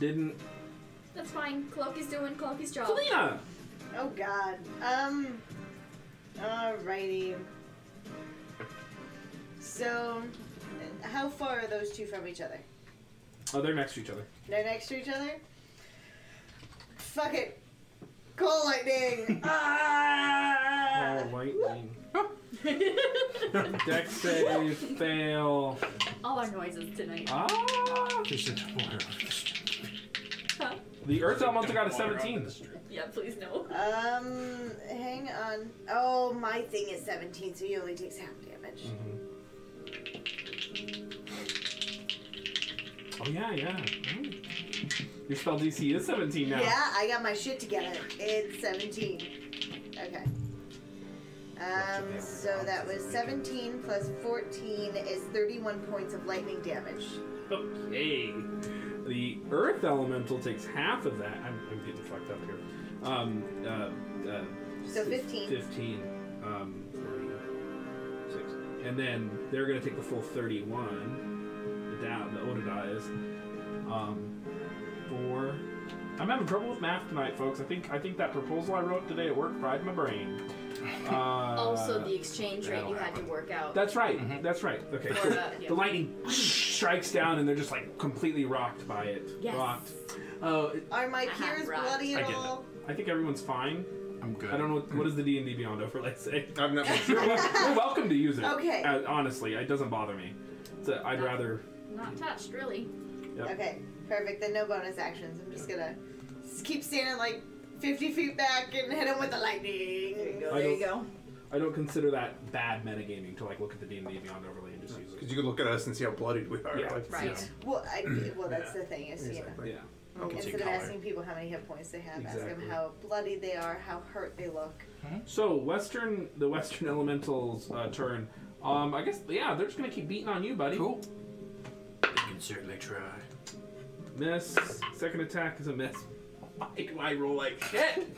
A: Didn't.
D: [laughs] That's fine. Cloaky's doing Cloaky's job.
A: Selena.
E: Oh God. Um. Alrighty. So, how far are those two from each other?
A: Oh, they're next to each other.
E: They're next to each other. Fuck it. Cold lightning. ah!
A: Oh, lightning. Deck save, fail.
D: All our noises tonight.
A: Ah!
C: Just a water
A: The Earth Elemental got a 17.
D: Yeah, please no.
E: Um, hang on. Oh, my thing is 17, so he only takes half damage.
A: Mm-hmm. Oh, yeah, yeah. Mm. Your spell DC is 17 now.
E: Yeah, I got my shit together. It's 17. Okay. Um, so that was 17 plus 14 is 31 points of lightning damage.
A: Okay. The Earth Elemental takes half of that. I'm, I'm getting fucked up here. Um, uh, uh,
E: So 15.
A: 15. Um, 46. And then they're going to take the full 31. The down, the Oda is. Um, four. I'm having trouble with math tonight, folks. I think I think that proposal I wrote today at work fried my brain. Uh,
F: [laughs] also, the exchange rate
C: that'll
F: you had to work out.
A: that's right. That's right. Okay.
F: for, uh, yeah.
A: The lightning strikes down, and they're just like completely rocked by it.
F: Yes.
A: Rocked. Uh,
E: Are my
F: Uh-huh,
E: peers
F: right.
E: bloody
A: I
E: at
A: get
E: all?
A: I think everyone's fine.
C: I'm good.
A: I don't know what, what does the D and D Beyond overlay say.
B: I've never.
A: [laughs] You're, wel- you're welcome to use it.
E: Okay.
A: Uh, honestly, it doesn't bother me. It's a, I'd rather.
F: Not touched, really.
A: Yep.
E: Okay, perfect. Then no bonus actions. I'm just gonna s- keep standing like 50 feet back and hit him with the lightning. There you go.
A: I
F: There you
A: don't,
F: go.
A: I don't consider that bad metagaming to like look at the D and D Beyond overlay and just use it.
B: Because you could look at us and see how bloodied we are.
A: Yeah.
B: Like,
F: Right.
E: Well,
A: [clears throat]
E: I, well, that's the thing is, you know,
B: Exactly.
A: Yeah.
C: I can see
E: instead of
C: color.
E: asking people how many hit points they have, ask
A: Exactly.
E: them how bloody they are, how hurt they look.
A: So Western, the Western Elemental's uh, turn. Um, I guess yeah, they're just gonna keep beating on you, buddy.
C: Cool. You can certainly try.
A: Miss. Second attack is a miss. Why do I roll like shit?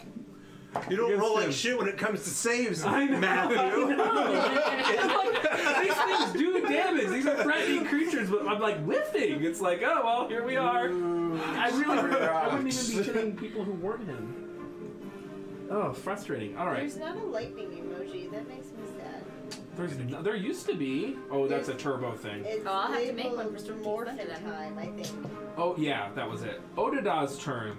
B: You don't roll like
A: him.
B: shit when it comes to saves,
A: I know.
B: Matthew.
D: [laughs]
A: These things do damage. These are threatening creatures, but I'm like whiffing. It's like, oh well, here we are. I really, I wouldn't even be killing people who weren't him. Oh, frustrating. All right,
E: There's not a lightning emoji. That makes me sad.
A: there's no- there used to be. Oh, that's a
E: There's-
A: turbo thing.
E: It's
F: Oh, I'll have to make
E: labeled
F: one for Storm King's
E: Morphin
F: Thunder then.
E: time, I think.
A: Oh yeah, that was it. Odada's turn.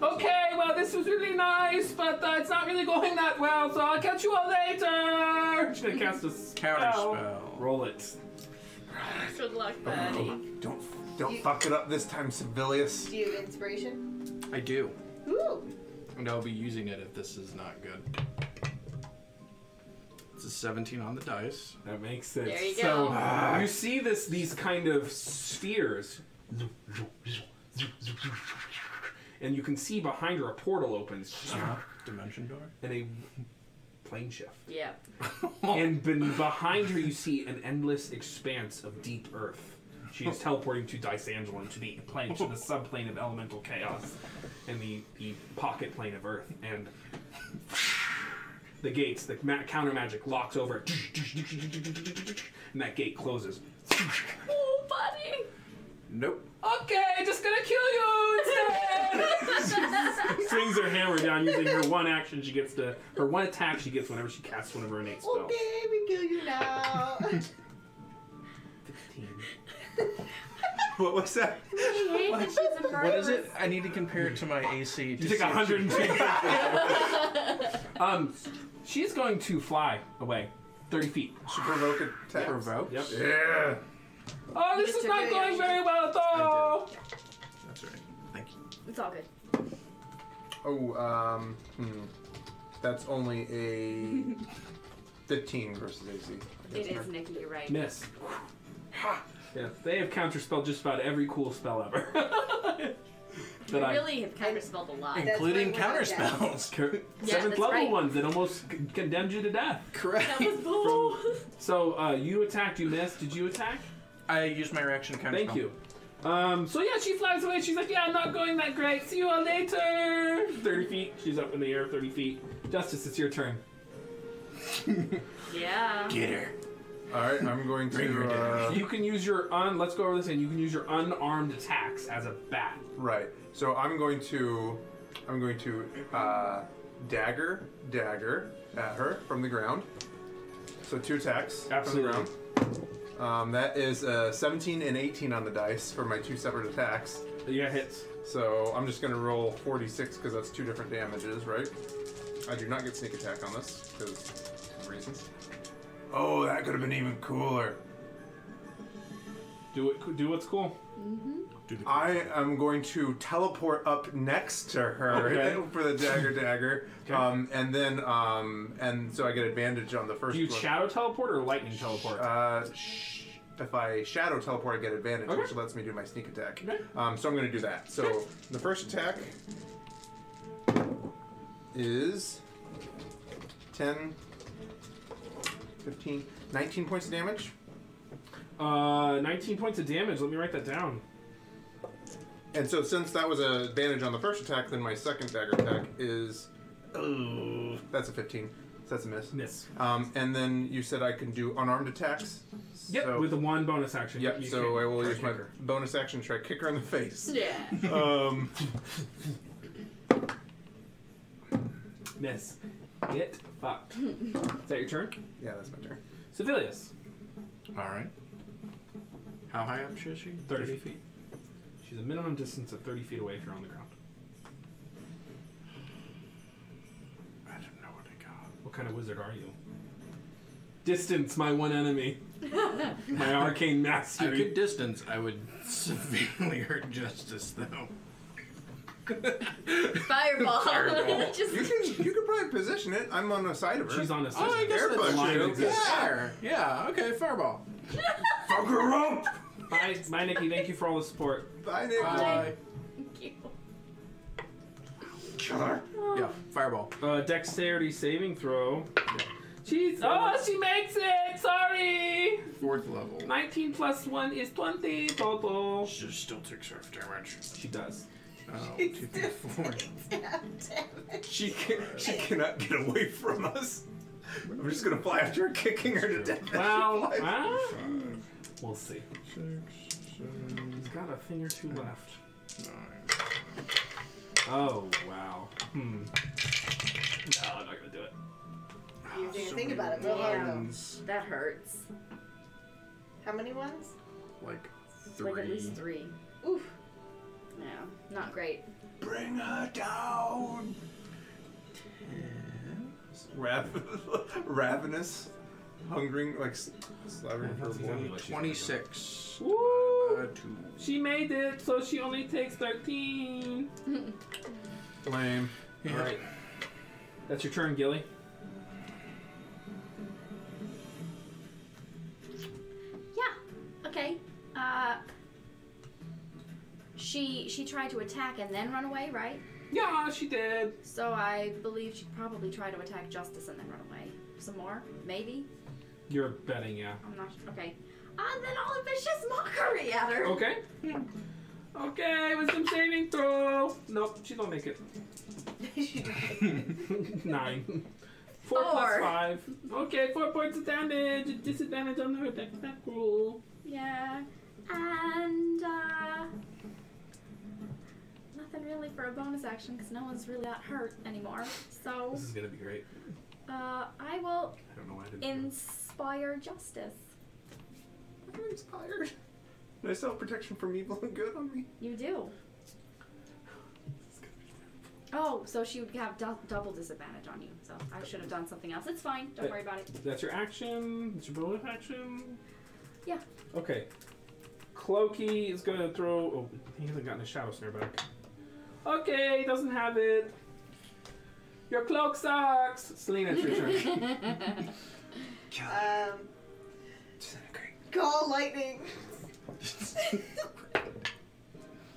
A: Okay, well this was really nice, but uh, it's not really going that well, so I'll catch you all later. Oh. She's gonna cast a spell.
C: Counter spell.
A: Roll it.
B: [laughs]
F: Good luck, buddy.
B: Don't don't fuck it up this time, Civilius.
E: Do you have inspiration?
C: I do.
E: Ooh,
C: And I'll be using it if this is not good. It's a 17 on the dice.
A: That makes sense.
F: There you
A: So uh,
F: go.
A: you see this these kind of spheres. And you can see behind her a portal opens
C: Dimension door?
A: and a plane shift.
F: Yeah.
A: And ben- behind her, you see an endless expanse of deep earth. She is teleporting to Dysangela to the plane, to the subplane of elemental chaos, and the, the pocket plane of earth. And the gates, the ma- counter magic locks over, it. and that gate closes.
F: Oh,
D: [laughs]
F: buddy.
A: [laughs]
C: Nope.
A: Okay, just gonna kill you instead. [laughs] Swings her hammer down using her one action. She gets to her one attack. She gets whenever she casts one of her innate spells.
E: okay, we oh, kill
A: [laughs]
E: you now. [laughs]
B: What was that?
F: He hates that she's a murderer.
C: What is it? I need to compare it to my AC. To
A: You take
C: see if she-
A: [laughs] 102. um, she's going to fly away, 30 feet.
B: Should provoke attack.
C: Provoke?
A: Yep.
B: Yeah.
A: Oh,
F: this is not going very
A: well, though.
C: That's right. Thank you.
F: It's all good.
B: Oh, um, hmm. That's only a 15 versus AC.
F: It is Nikki, you're right.
A: Miss. Yeah, they have counterspelled just about every cool spell ever. [laughs]
F: We
A: that I
F: really have counterspelled a lot.
E: That's
C: Including
E: why we're
C: counter
E: not dead.
C: spells.
A: cur-
F: Yeah,
A: seventh
F: that's
A: level
F: right.
A: ones that almost c- condemned you to
F: [laughs]
A: death.
C: [laughs]
F: That
C: Correct.
F: was bull.
A: So uh, you attacked, you missed. Did you attack?
C: I used my reaction counter
A: Thank you. Um, so yeah, she flies away. She's like, yeah, I'm not going that great. See you all later. 30 feet. She's up in the air, 30 feet. Justice, it's your turn.
F: Yeah.
C: Get her.
B: Alright, I'm going
C: Bring her
B: to.
C: down.
B: Uh,
A: You can use your un. Let's go over this again. You can use your unarmed attacks as a bat.
B: right. So I'm going to. I'm going to uh, dagger, dagger at her from the ground. So two attacks
A: Absolutely.
B: from the ground. Um, that is uh, 17 and 18 on the dice for my two separate attacks.
A: Yeah, hits.
B: So I'm just gonna roll 46 because that's two different damages, right? I do not get sneak attack on this because reasons. Oh, that could have been even cooler.
A: Do it. Do what's cool.
C: Uh,
B: I am going to teleport up next to her
A: Okay.
B: [laughs] for the dagger, dagger, um, and then um, and so I get advantage on the first.
A: Do you
B: one.
A: shadow teleport or lightning teleport?
B: Uh, sh- if I shadow teleport, I get advantage,
A: Okay.
B: which lets me do my sneak attack.
A: Okay.
B: Um, so I'm going to do that. So the first attack is 10, 15, 19 points of damage.
A: Uh, 19 points of damage. Let me write that down.
B: And so since that was a advantage on the first attack, then my second dagger attack is. Oh, that's a 15. So that's a miss.
A: Miss.
B: Um, and then you said I can do unarmed attacks.
A: Yep.
B: So,
A: with the one bonus action.
B: yep.
A: You
B: So
A: can-
B: I will
A: try
B: use my
A: kicker.
B: [laughs] Um, bonus action to try kick her in the face.
F: Yeah.
B: Um,
A: Miss. Get fucked. Is that your turn?
B: Yeah, that's my turn.
A: Sevilius.
C: All right. How high up is she?
A: 30 feet. She's a minimum distance of 30 feet away if you're on the ground.
C: I don't know what I got.
A: What kind of wizard are you? Distance, my one enemy. my arcane
C: I
A: mastery.
C: could distance. I would [laughs] severely hurt justice, [laughs] though.
P: Fireball.
E: [laughs]
C: [laughs]
F: [laughs]
C: Fireball.
P: Just
B: You can you could probably position it. I'm on the side of her.
A: She's on a
C: Oh, I guess
B: Air
C: that's
B: push.
C: true.
B: Yeah.
C: Yeah. yeah. Okay. Fireball.
B: Fuck her up.
A: Bye, bye, Nikki. Thank you for all the support.
B: Bye, Nick.
C: Bye.
P: cute.
B: Kill her.
C: Yeah. Fireball.
A: Uh, dexterity saving throw. She's. Oh, she makes it! Sorry!
C: Fourth level.
A: 19 plus 1 is 20 total.
C: She still takes half damage.
A: She does.
C: Oh, two, three,
E: [laughs]
C: four.
B: She can, she cannot get away from us. I'm just gonna fly after her, kicking her to death. as she [laughs]
A: Well,
B: flies.
A: huh?
C: Five,
A: we'll see.
C: six, seven,
A: She's got a thing or two left.
C: nine.
A: Oh, wow. Hmm. No, I'm not gonna do it.
E: You didn't
C: So
E: think
C: many
E: about it real hard, though.
C: ones.
P: That hurts.
E: How many ones?
C: Like
P: Like at
C: three.
P: least three.
E: Oof.
P: No, not great.
B: Bring her down. Rav- [laughs] ravenous, hungering, like s- slavering her
A: exactly
B: boy.
A: what she's gonna do.
C: Twenty-six.
A: Woo!
C: Uh, two.
A: She made it, so she only takes 13.
B: Lame.
C: Yeah.
A: Alright. That's your turn, Gilly.
F: Yeah. Okay. Uh. She she tried to attack and then run away, right?
A: Yeah, she did.
F: So I believe she probably tried to attack Justice and then run away. Some more, maybe.
A: You're betting, yeah.
F: I'm not okay. And then all the vicious mockery at her.
A: Okay. Okay, wisdom saving throw. Nope, she don't [laughs] make it. [laughs] Nine. Four plus
F: Four.
A: five. Okay, four points of damage. Disadvantage on her attack attack roll.
F: Yeah. And uh, nothing really for a bonus action because no one's really that hurt anymore. So
A: This is gonna be great.
F: uh, I will
A: I don't know why I didn't.
F: inspire justice.
B: I'm inspired. [laughs] I still have protection from evil and good on me.
F: You do. Oh, so she would have dou- double disadvantage on you. So I should have done something else. It's fine. Don't
A: But-
F: worry about it.
A: That's your action. That's your bonus action.
F: Yeah.
A: Okay. Clokey is going to throw. Oh, he hasn't gotten a shadow snare back. Okay, he doesn't have it. Your cloak sucks. Selena, it's your turn.
E: Um, call lightning.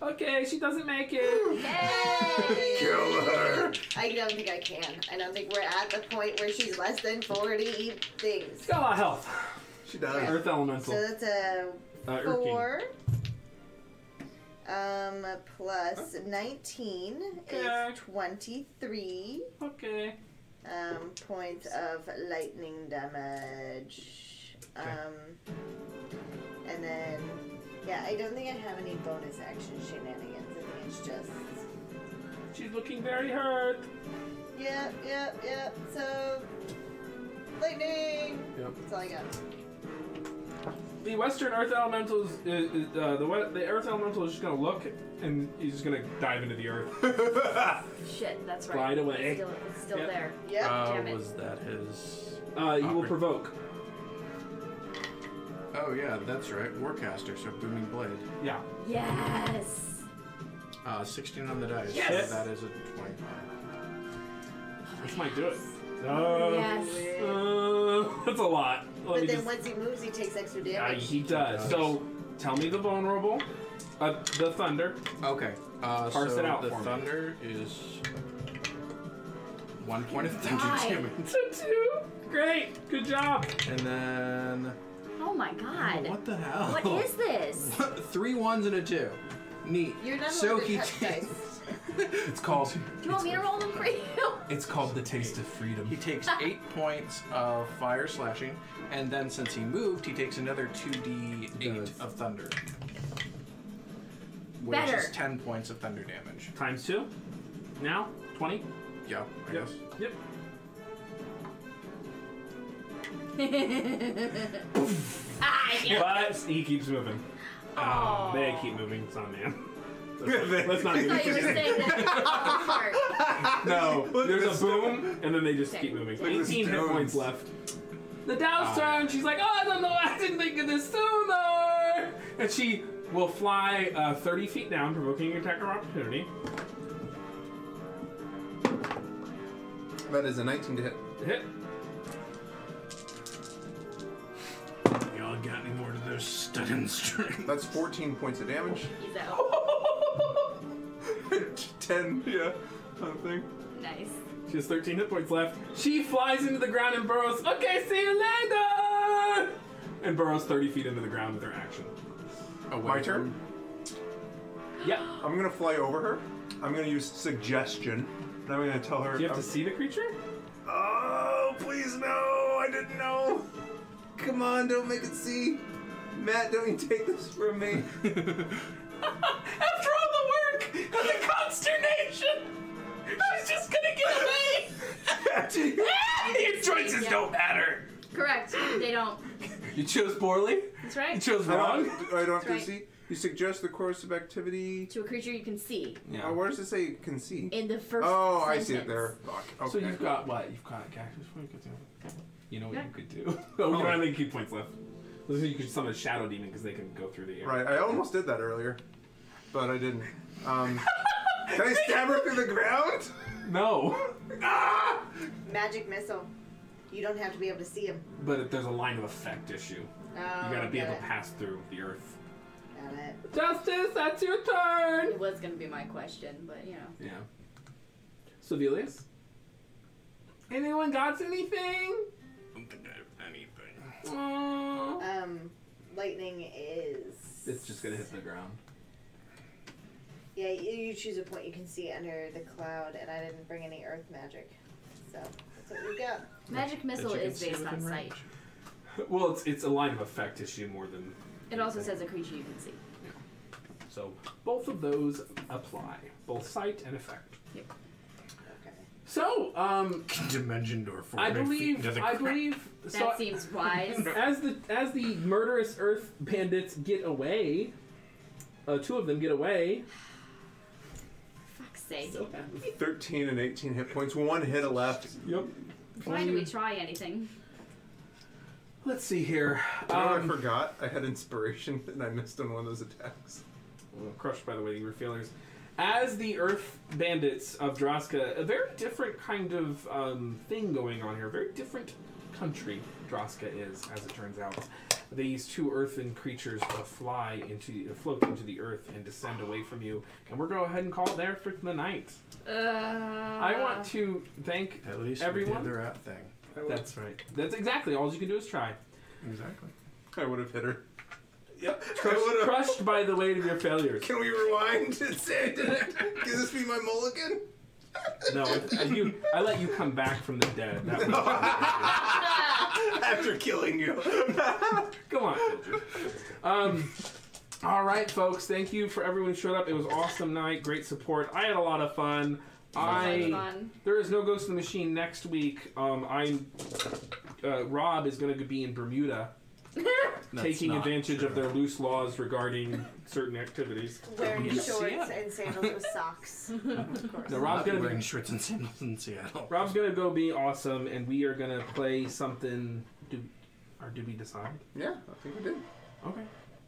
A: okay, she doesn't make it.
B: Kill her.
E: I don't think I can. I don't think we're at the point where she's less than 40 things.
A: She's got a lot of health.
B: She dies.
A: Earth
E: [laughs]
A: elemental.
E: So that's a
A: uh, Earth King.
E: four. Um, plus 19
A: Okay.
E: is 23
A: Okay.
E: um, points of lightning damage. Um, and then, yeah, I don't think I have any bonus action shenanigans. I think it's just
A: She's looking very hurt.
E: Yep, yep, yep. So, lightning.
C: Yep.
E: That's all I got.
A: The Western Earth Elemental is, is, is, uh, the, we- the Earth Elemental is just gonna look and he's just gonna dive into the earth.
P: Shit, that's right.
A: Slide away.
P: It's still, it's still
A: Yep.
P: there.
E: Yep.
C: Uh,
P: Damn it.
C: was that his?
A: Uh, you will
C: Oppor-
A: provoke.
C: Oh yeah, that's right. Warcaster, so booming blade.
A: Yeah.
P: Yes.
C: Uh, sixteen on the dice.
A: Yes!
C: So that is a twenty-five.
A: Which might do it. Uh,
P: Yes.
A: Uh, [laughs] that's a lot. Let me
E: but then
A: just-
E: once he moves, he takes extra
A: Yeah,
E: damage.
A: he does.
C: He does.
A: So tell me the vulnerable. Uh, the thunder.
C: Okay. Uh,
A: Parse
C: so
A: it out
C: the
A: for me.
C: thunder is one point of
P: Die.
C: thunder damage,
A: So two. Great. Good job.
C: and then
P: Oh my god.
C: what the hell?
P: what is this?
C: [laughs] Three ones and a two. Neat.
E: You're not
C: so
E: allowed to
C: he
E: touch
C: takes. [laughs]
E: dice.
A: It's called.
P: Do you want me to roll them for you?
A: It's called the taste of
C: He
A: freedom.
C: takes
E: [laughs]
C: eight points of fire slashing, and then since he moved, he takes another two d eight
A: Nice.
C: of thunder, which
P: Better.
C: is ten points of thunder damage.
A: Times two. Now twenty.
C: Yeah, I
A: Yep.
C: guess.
A: Yep. But he keeps moving. Um, they keep moving. It's not a
C: [laughs]
A: man. Let's not, let's not do
F: thought you were
A: this.
F: saying that.
A: No,
B: Look at
A: there's
B: this
A: a boom, and then they just
F: Okay.
A: keep moving.
B: at this
A: 18 hit
B: Jones.
A: points left. The Dow's turn. She's like, oh, I don't know. I didn't think of this sooner. And she will fly uh, 30 feet down, provoking an attack of opportunity.
B: That is a 19 to hit.
A: Hit.
C: Y'all got any more to those
A: [laughs]
C: stunning strings?
B: That's 14 points of damage.
F: He's out.
B: [laughs] 10, yeah, I think.
F: Nice.
A: She has 13 hit points left. She flies into the ground and burrows. Okay, see you later. And burrows 30 feet into the ground with her action.
C: Oh,
B: My
C: wait.
B: turn?
A: Yeah.
B: I'm gonna fly over her. I'm gonna use suggestion. And I'm gonna tell her.
A: Do you have
B: I'm-
A: to see the creature?
B: Oh, please no! I didn't know. Come on, don't make it see. Matt, don't you take this
A: [laughs]
B: from me?
A: [laughs] After all the work and the consternation, I was just gonna get away. [laughs] Your choices don't matter.
F: Correct. They don't.
A: You chose poorly.
F: That's right.
A: chose
B: I don't, I don't have to
F: Right.
B: see. You suggest the course of activity.
F: To a creature you can see
A: Yeah.
B: Oh, where does it say you can see?
F: in the first.
B: Oh, I
F: sentence.
B: see it there. Fuck. Okay.
A: So you've got what? You've got cactus. What you could do? You know what
F: Yeah.
A: you could do. [laughs] oh, you don't have any key points left. This is you could summon a shadow demon because they can go through the air.
B: Right, I almost did that earlier, but I didn't. Um, can I stab her through the ground?
A: No. Ah!
E: Magic missile. You don't have to be able to see him.
A: But if there's a line of effect issue.
E: Oh,
A: You gotta be
E: got
A: able to
E: it.
A: pass through the earth.
E: Got it.
A: Justice, that's your turn.
F: It was gonna be my question, but you know.
A: Yeah. Sevelius? Anyone got anything?
C: I don't think I have anything.
A: Aww.
E: Um, lightning is.
A: It's just gonna hit the ground.
E: Yeah, you, you choose a point you can see under the cloud, and I didn't bring any earth magic, so that's what we got.
F: Magic missile
C: you can
F: is
C: see
F: based on
C: within
F: sight.
C: range.
A: Well, it's it's a line of effect issue more than
F: It also says a creature you can see.
A: so. Both of those apply, both sight and effect.
E: Okay.
A: So, um,
C: Dimension door for
A: I believe I believe
F: That
A: so.
F: seems wise.
A: As the as the murderous Earth bandits get away, uh, two of them get away.
F: Fuck's sake.
A: So happy.
B: 13 and 18 hit points, one hit a left.
A: Yep.
F: Why do we try anything?
A: Let's see here.
B: You know what
A: Um,
B: I forgot? I had inspiration [laughs] and I missed on one of those attacks.
A: Well, crushed by the waiting refailers. As the Earth Bandits of Droska, a very different kind of um, thing going on here. A very different country Droska is, as it turns out. These two earthen creatures uh, fly into, uh, float into the earth and descend away from you. And we're going to go ahead and call it there for the night.
F: Uh,
A: I
F: I
A: want to thank.
C: At least
A: Everyone?
C: everyone the other app thing.
A: That's right. That's exactly all you can do is try.
C: [laughs] Exactly.
B: I would have hit her.
A: Yep.
B: [laughs] I
A: Crushed,
B: would've-
A: crushed by the weight of your failures.
B: Can we
C: [laughs]
B: rewind and say I did it? Can this be my mulligan?
A: No, I, you, I let you come back from the dead. That
B: [laughs]
A: was-
B: After killing you.
A: Come on, Andrew. Um, all right, folks. Thank you for everyone who showed up. It was awesome night. Great support. I had a lot of fun. I
F: fun.
A: there is no Ghost in the Machine next week. Um, I'm uh, Rob is going to be in
C: [laughs]
A: Bermuda, taking
C: not
A: advantage
C: true.
A: of their loose laws regarding certain activities.
E: Wearing
A: Yeah.
E: shorts and sandals with
A: [laughs]
E: socks. of course.
A: No, Rob's
C: I'll be
A: going to
C: wearing shorts and sandals in Seattle.
A: Rob's gonna go be awesome, and we are gonna play something. Do or do we decide?
B: Yeah, I think we did.
A: Okay.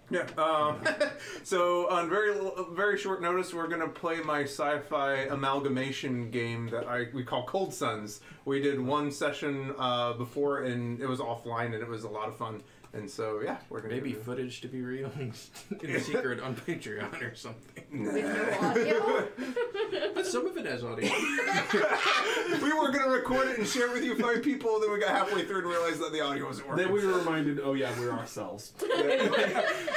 B: Yeah. Um, [laughs] so on very l- very short notice, we're gonna play my sci-fi amalgamation game that I we call Cold Suns. We did one session uh, before, and it was offline, and it was a lot of fun. And so yeah, we're gonna
C: Maybe
B: do-
C: footage to be released [laughs] in secret on Patreon or something.
F: With no audio.
C: But some of it has audio.
B: [laughs] we were gonna record it and share it with you five people. Then we got halfway through and realized that the audio wasn't working.
A: Then we were reminded. Oh yeah, we're [laughs] ourselves.
C: [laughs]
B: [laughs]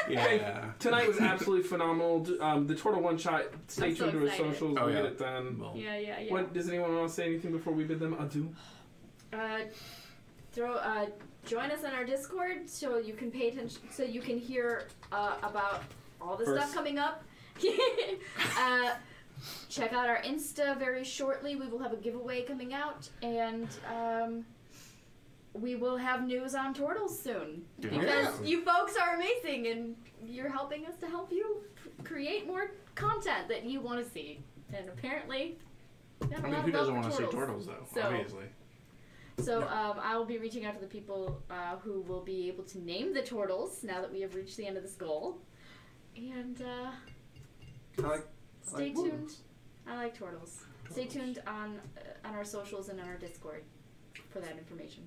C: yeah.
A: Tonight was absolutely phenomenal. D- Um, the Turtle One Shot. Stay
F: I'm so
A: tuned to his
F: excited.
A: socials.
C: Oh,
A: we'll
C: yeah.
A: get it done.
C: Well,
F: Yeah, yeah, yeah.
A: What does anyone want to say anything before we bid them adieu?
F: Uh, throw. Uh, join us on our Discord so you can pay attention. So you can hear uh, about all the
A: First.
F: stuff coming up. [laughs] uh, check out our Insta very shortly. We will have a giveaway coming out, and um, we will have news on turtles soon.
C: Yeah.
F: Because
B: Yeah.
F: you folks are amazing, and you're helping us to help you c- create more content that you want to see. And apparently, we have a
C: I mean,
F: lot
C: who
F: of love
C: doesn't
F: for
C: want to see turtles, though?
F: So-
C: Obviously.
F: So um, I will be reaching out to the people uh, who will be able to name the turtles now that we have reached the end of this goal. And uh,
B: I like, I
F: stay
B: like
F: tuned.
B: turtles.
F: I like turtles. Stay tuned on uh, on our socials and on our Discord for that information.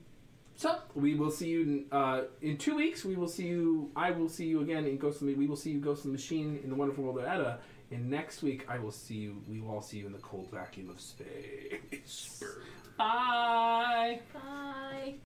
A: So we will see you in, uh, in two weeks. We will see you. I will see you again in Ghost. Of the, we will see you Ghost of the Machine in the Wonderful World of Edda. And next week, I will see you. We will all see you in the cold vacuum of space. Bye.
F: Bye.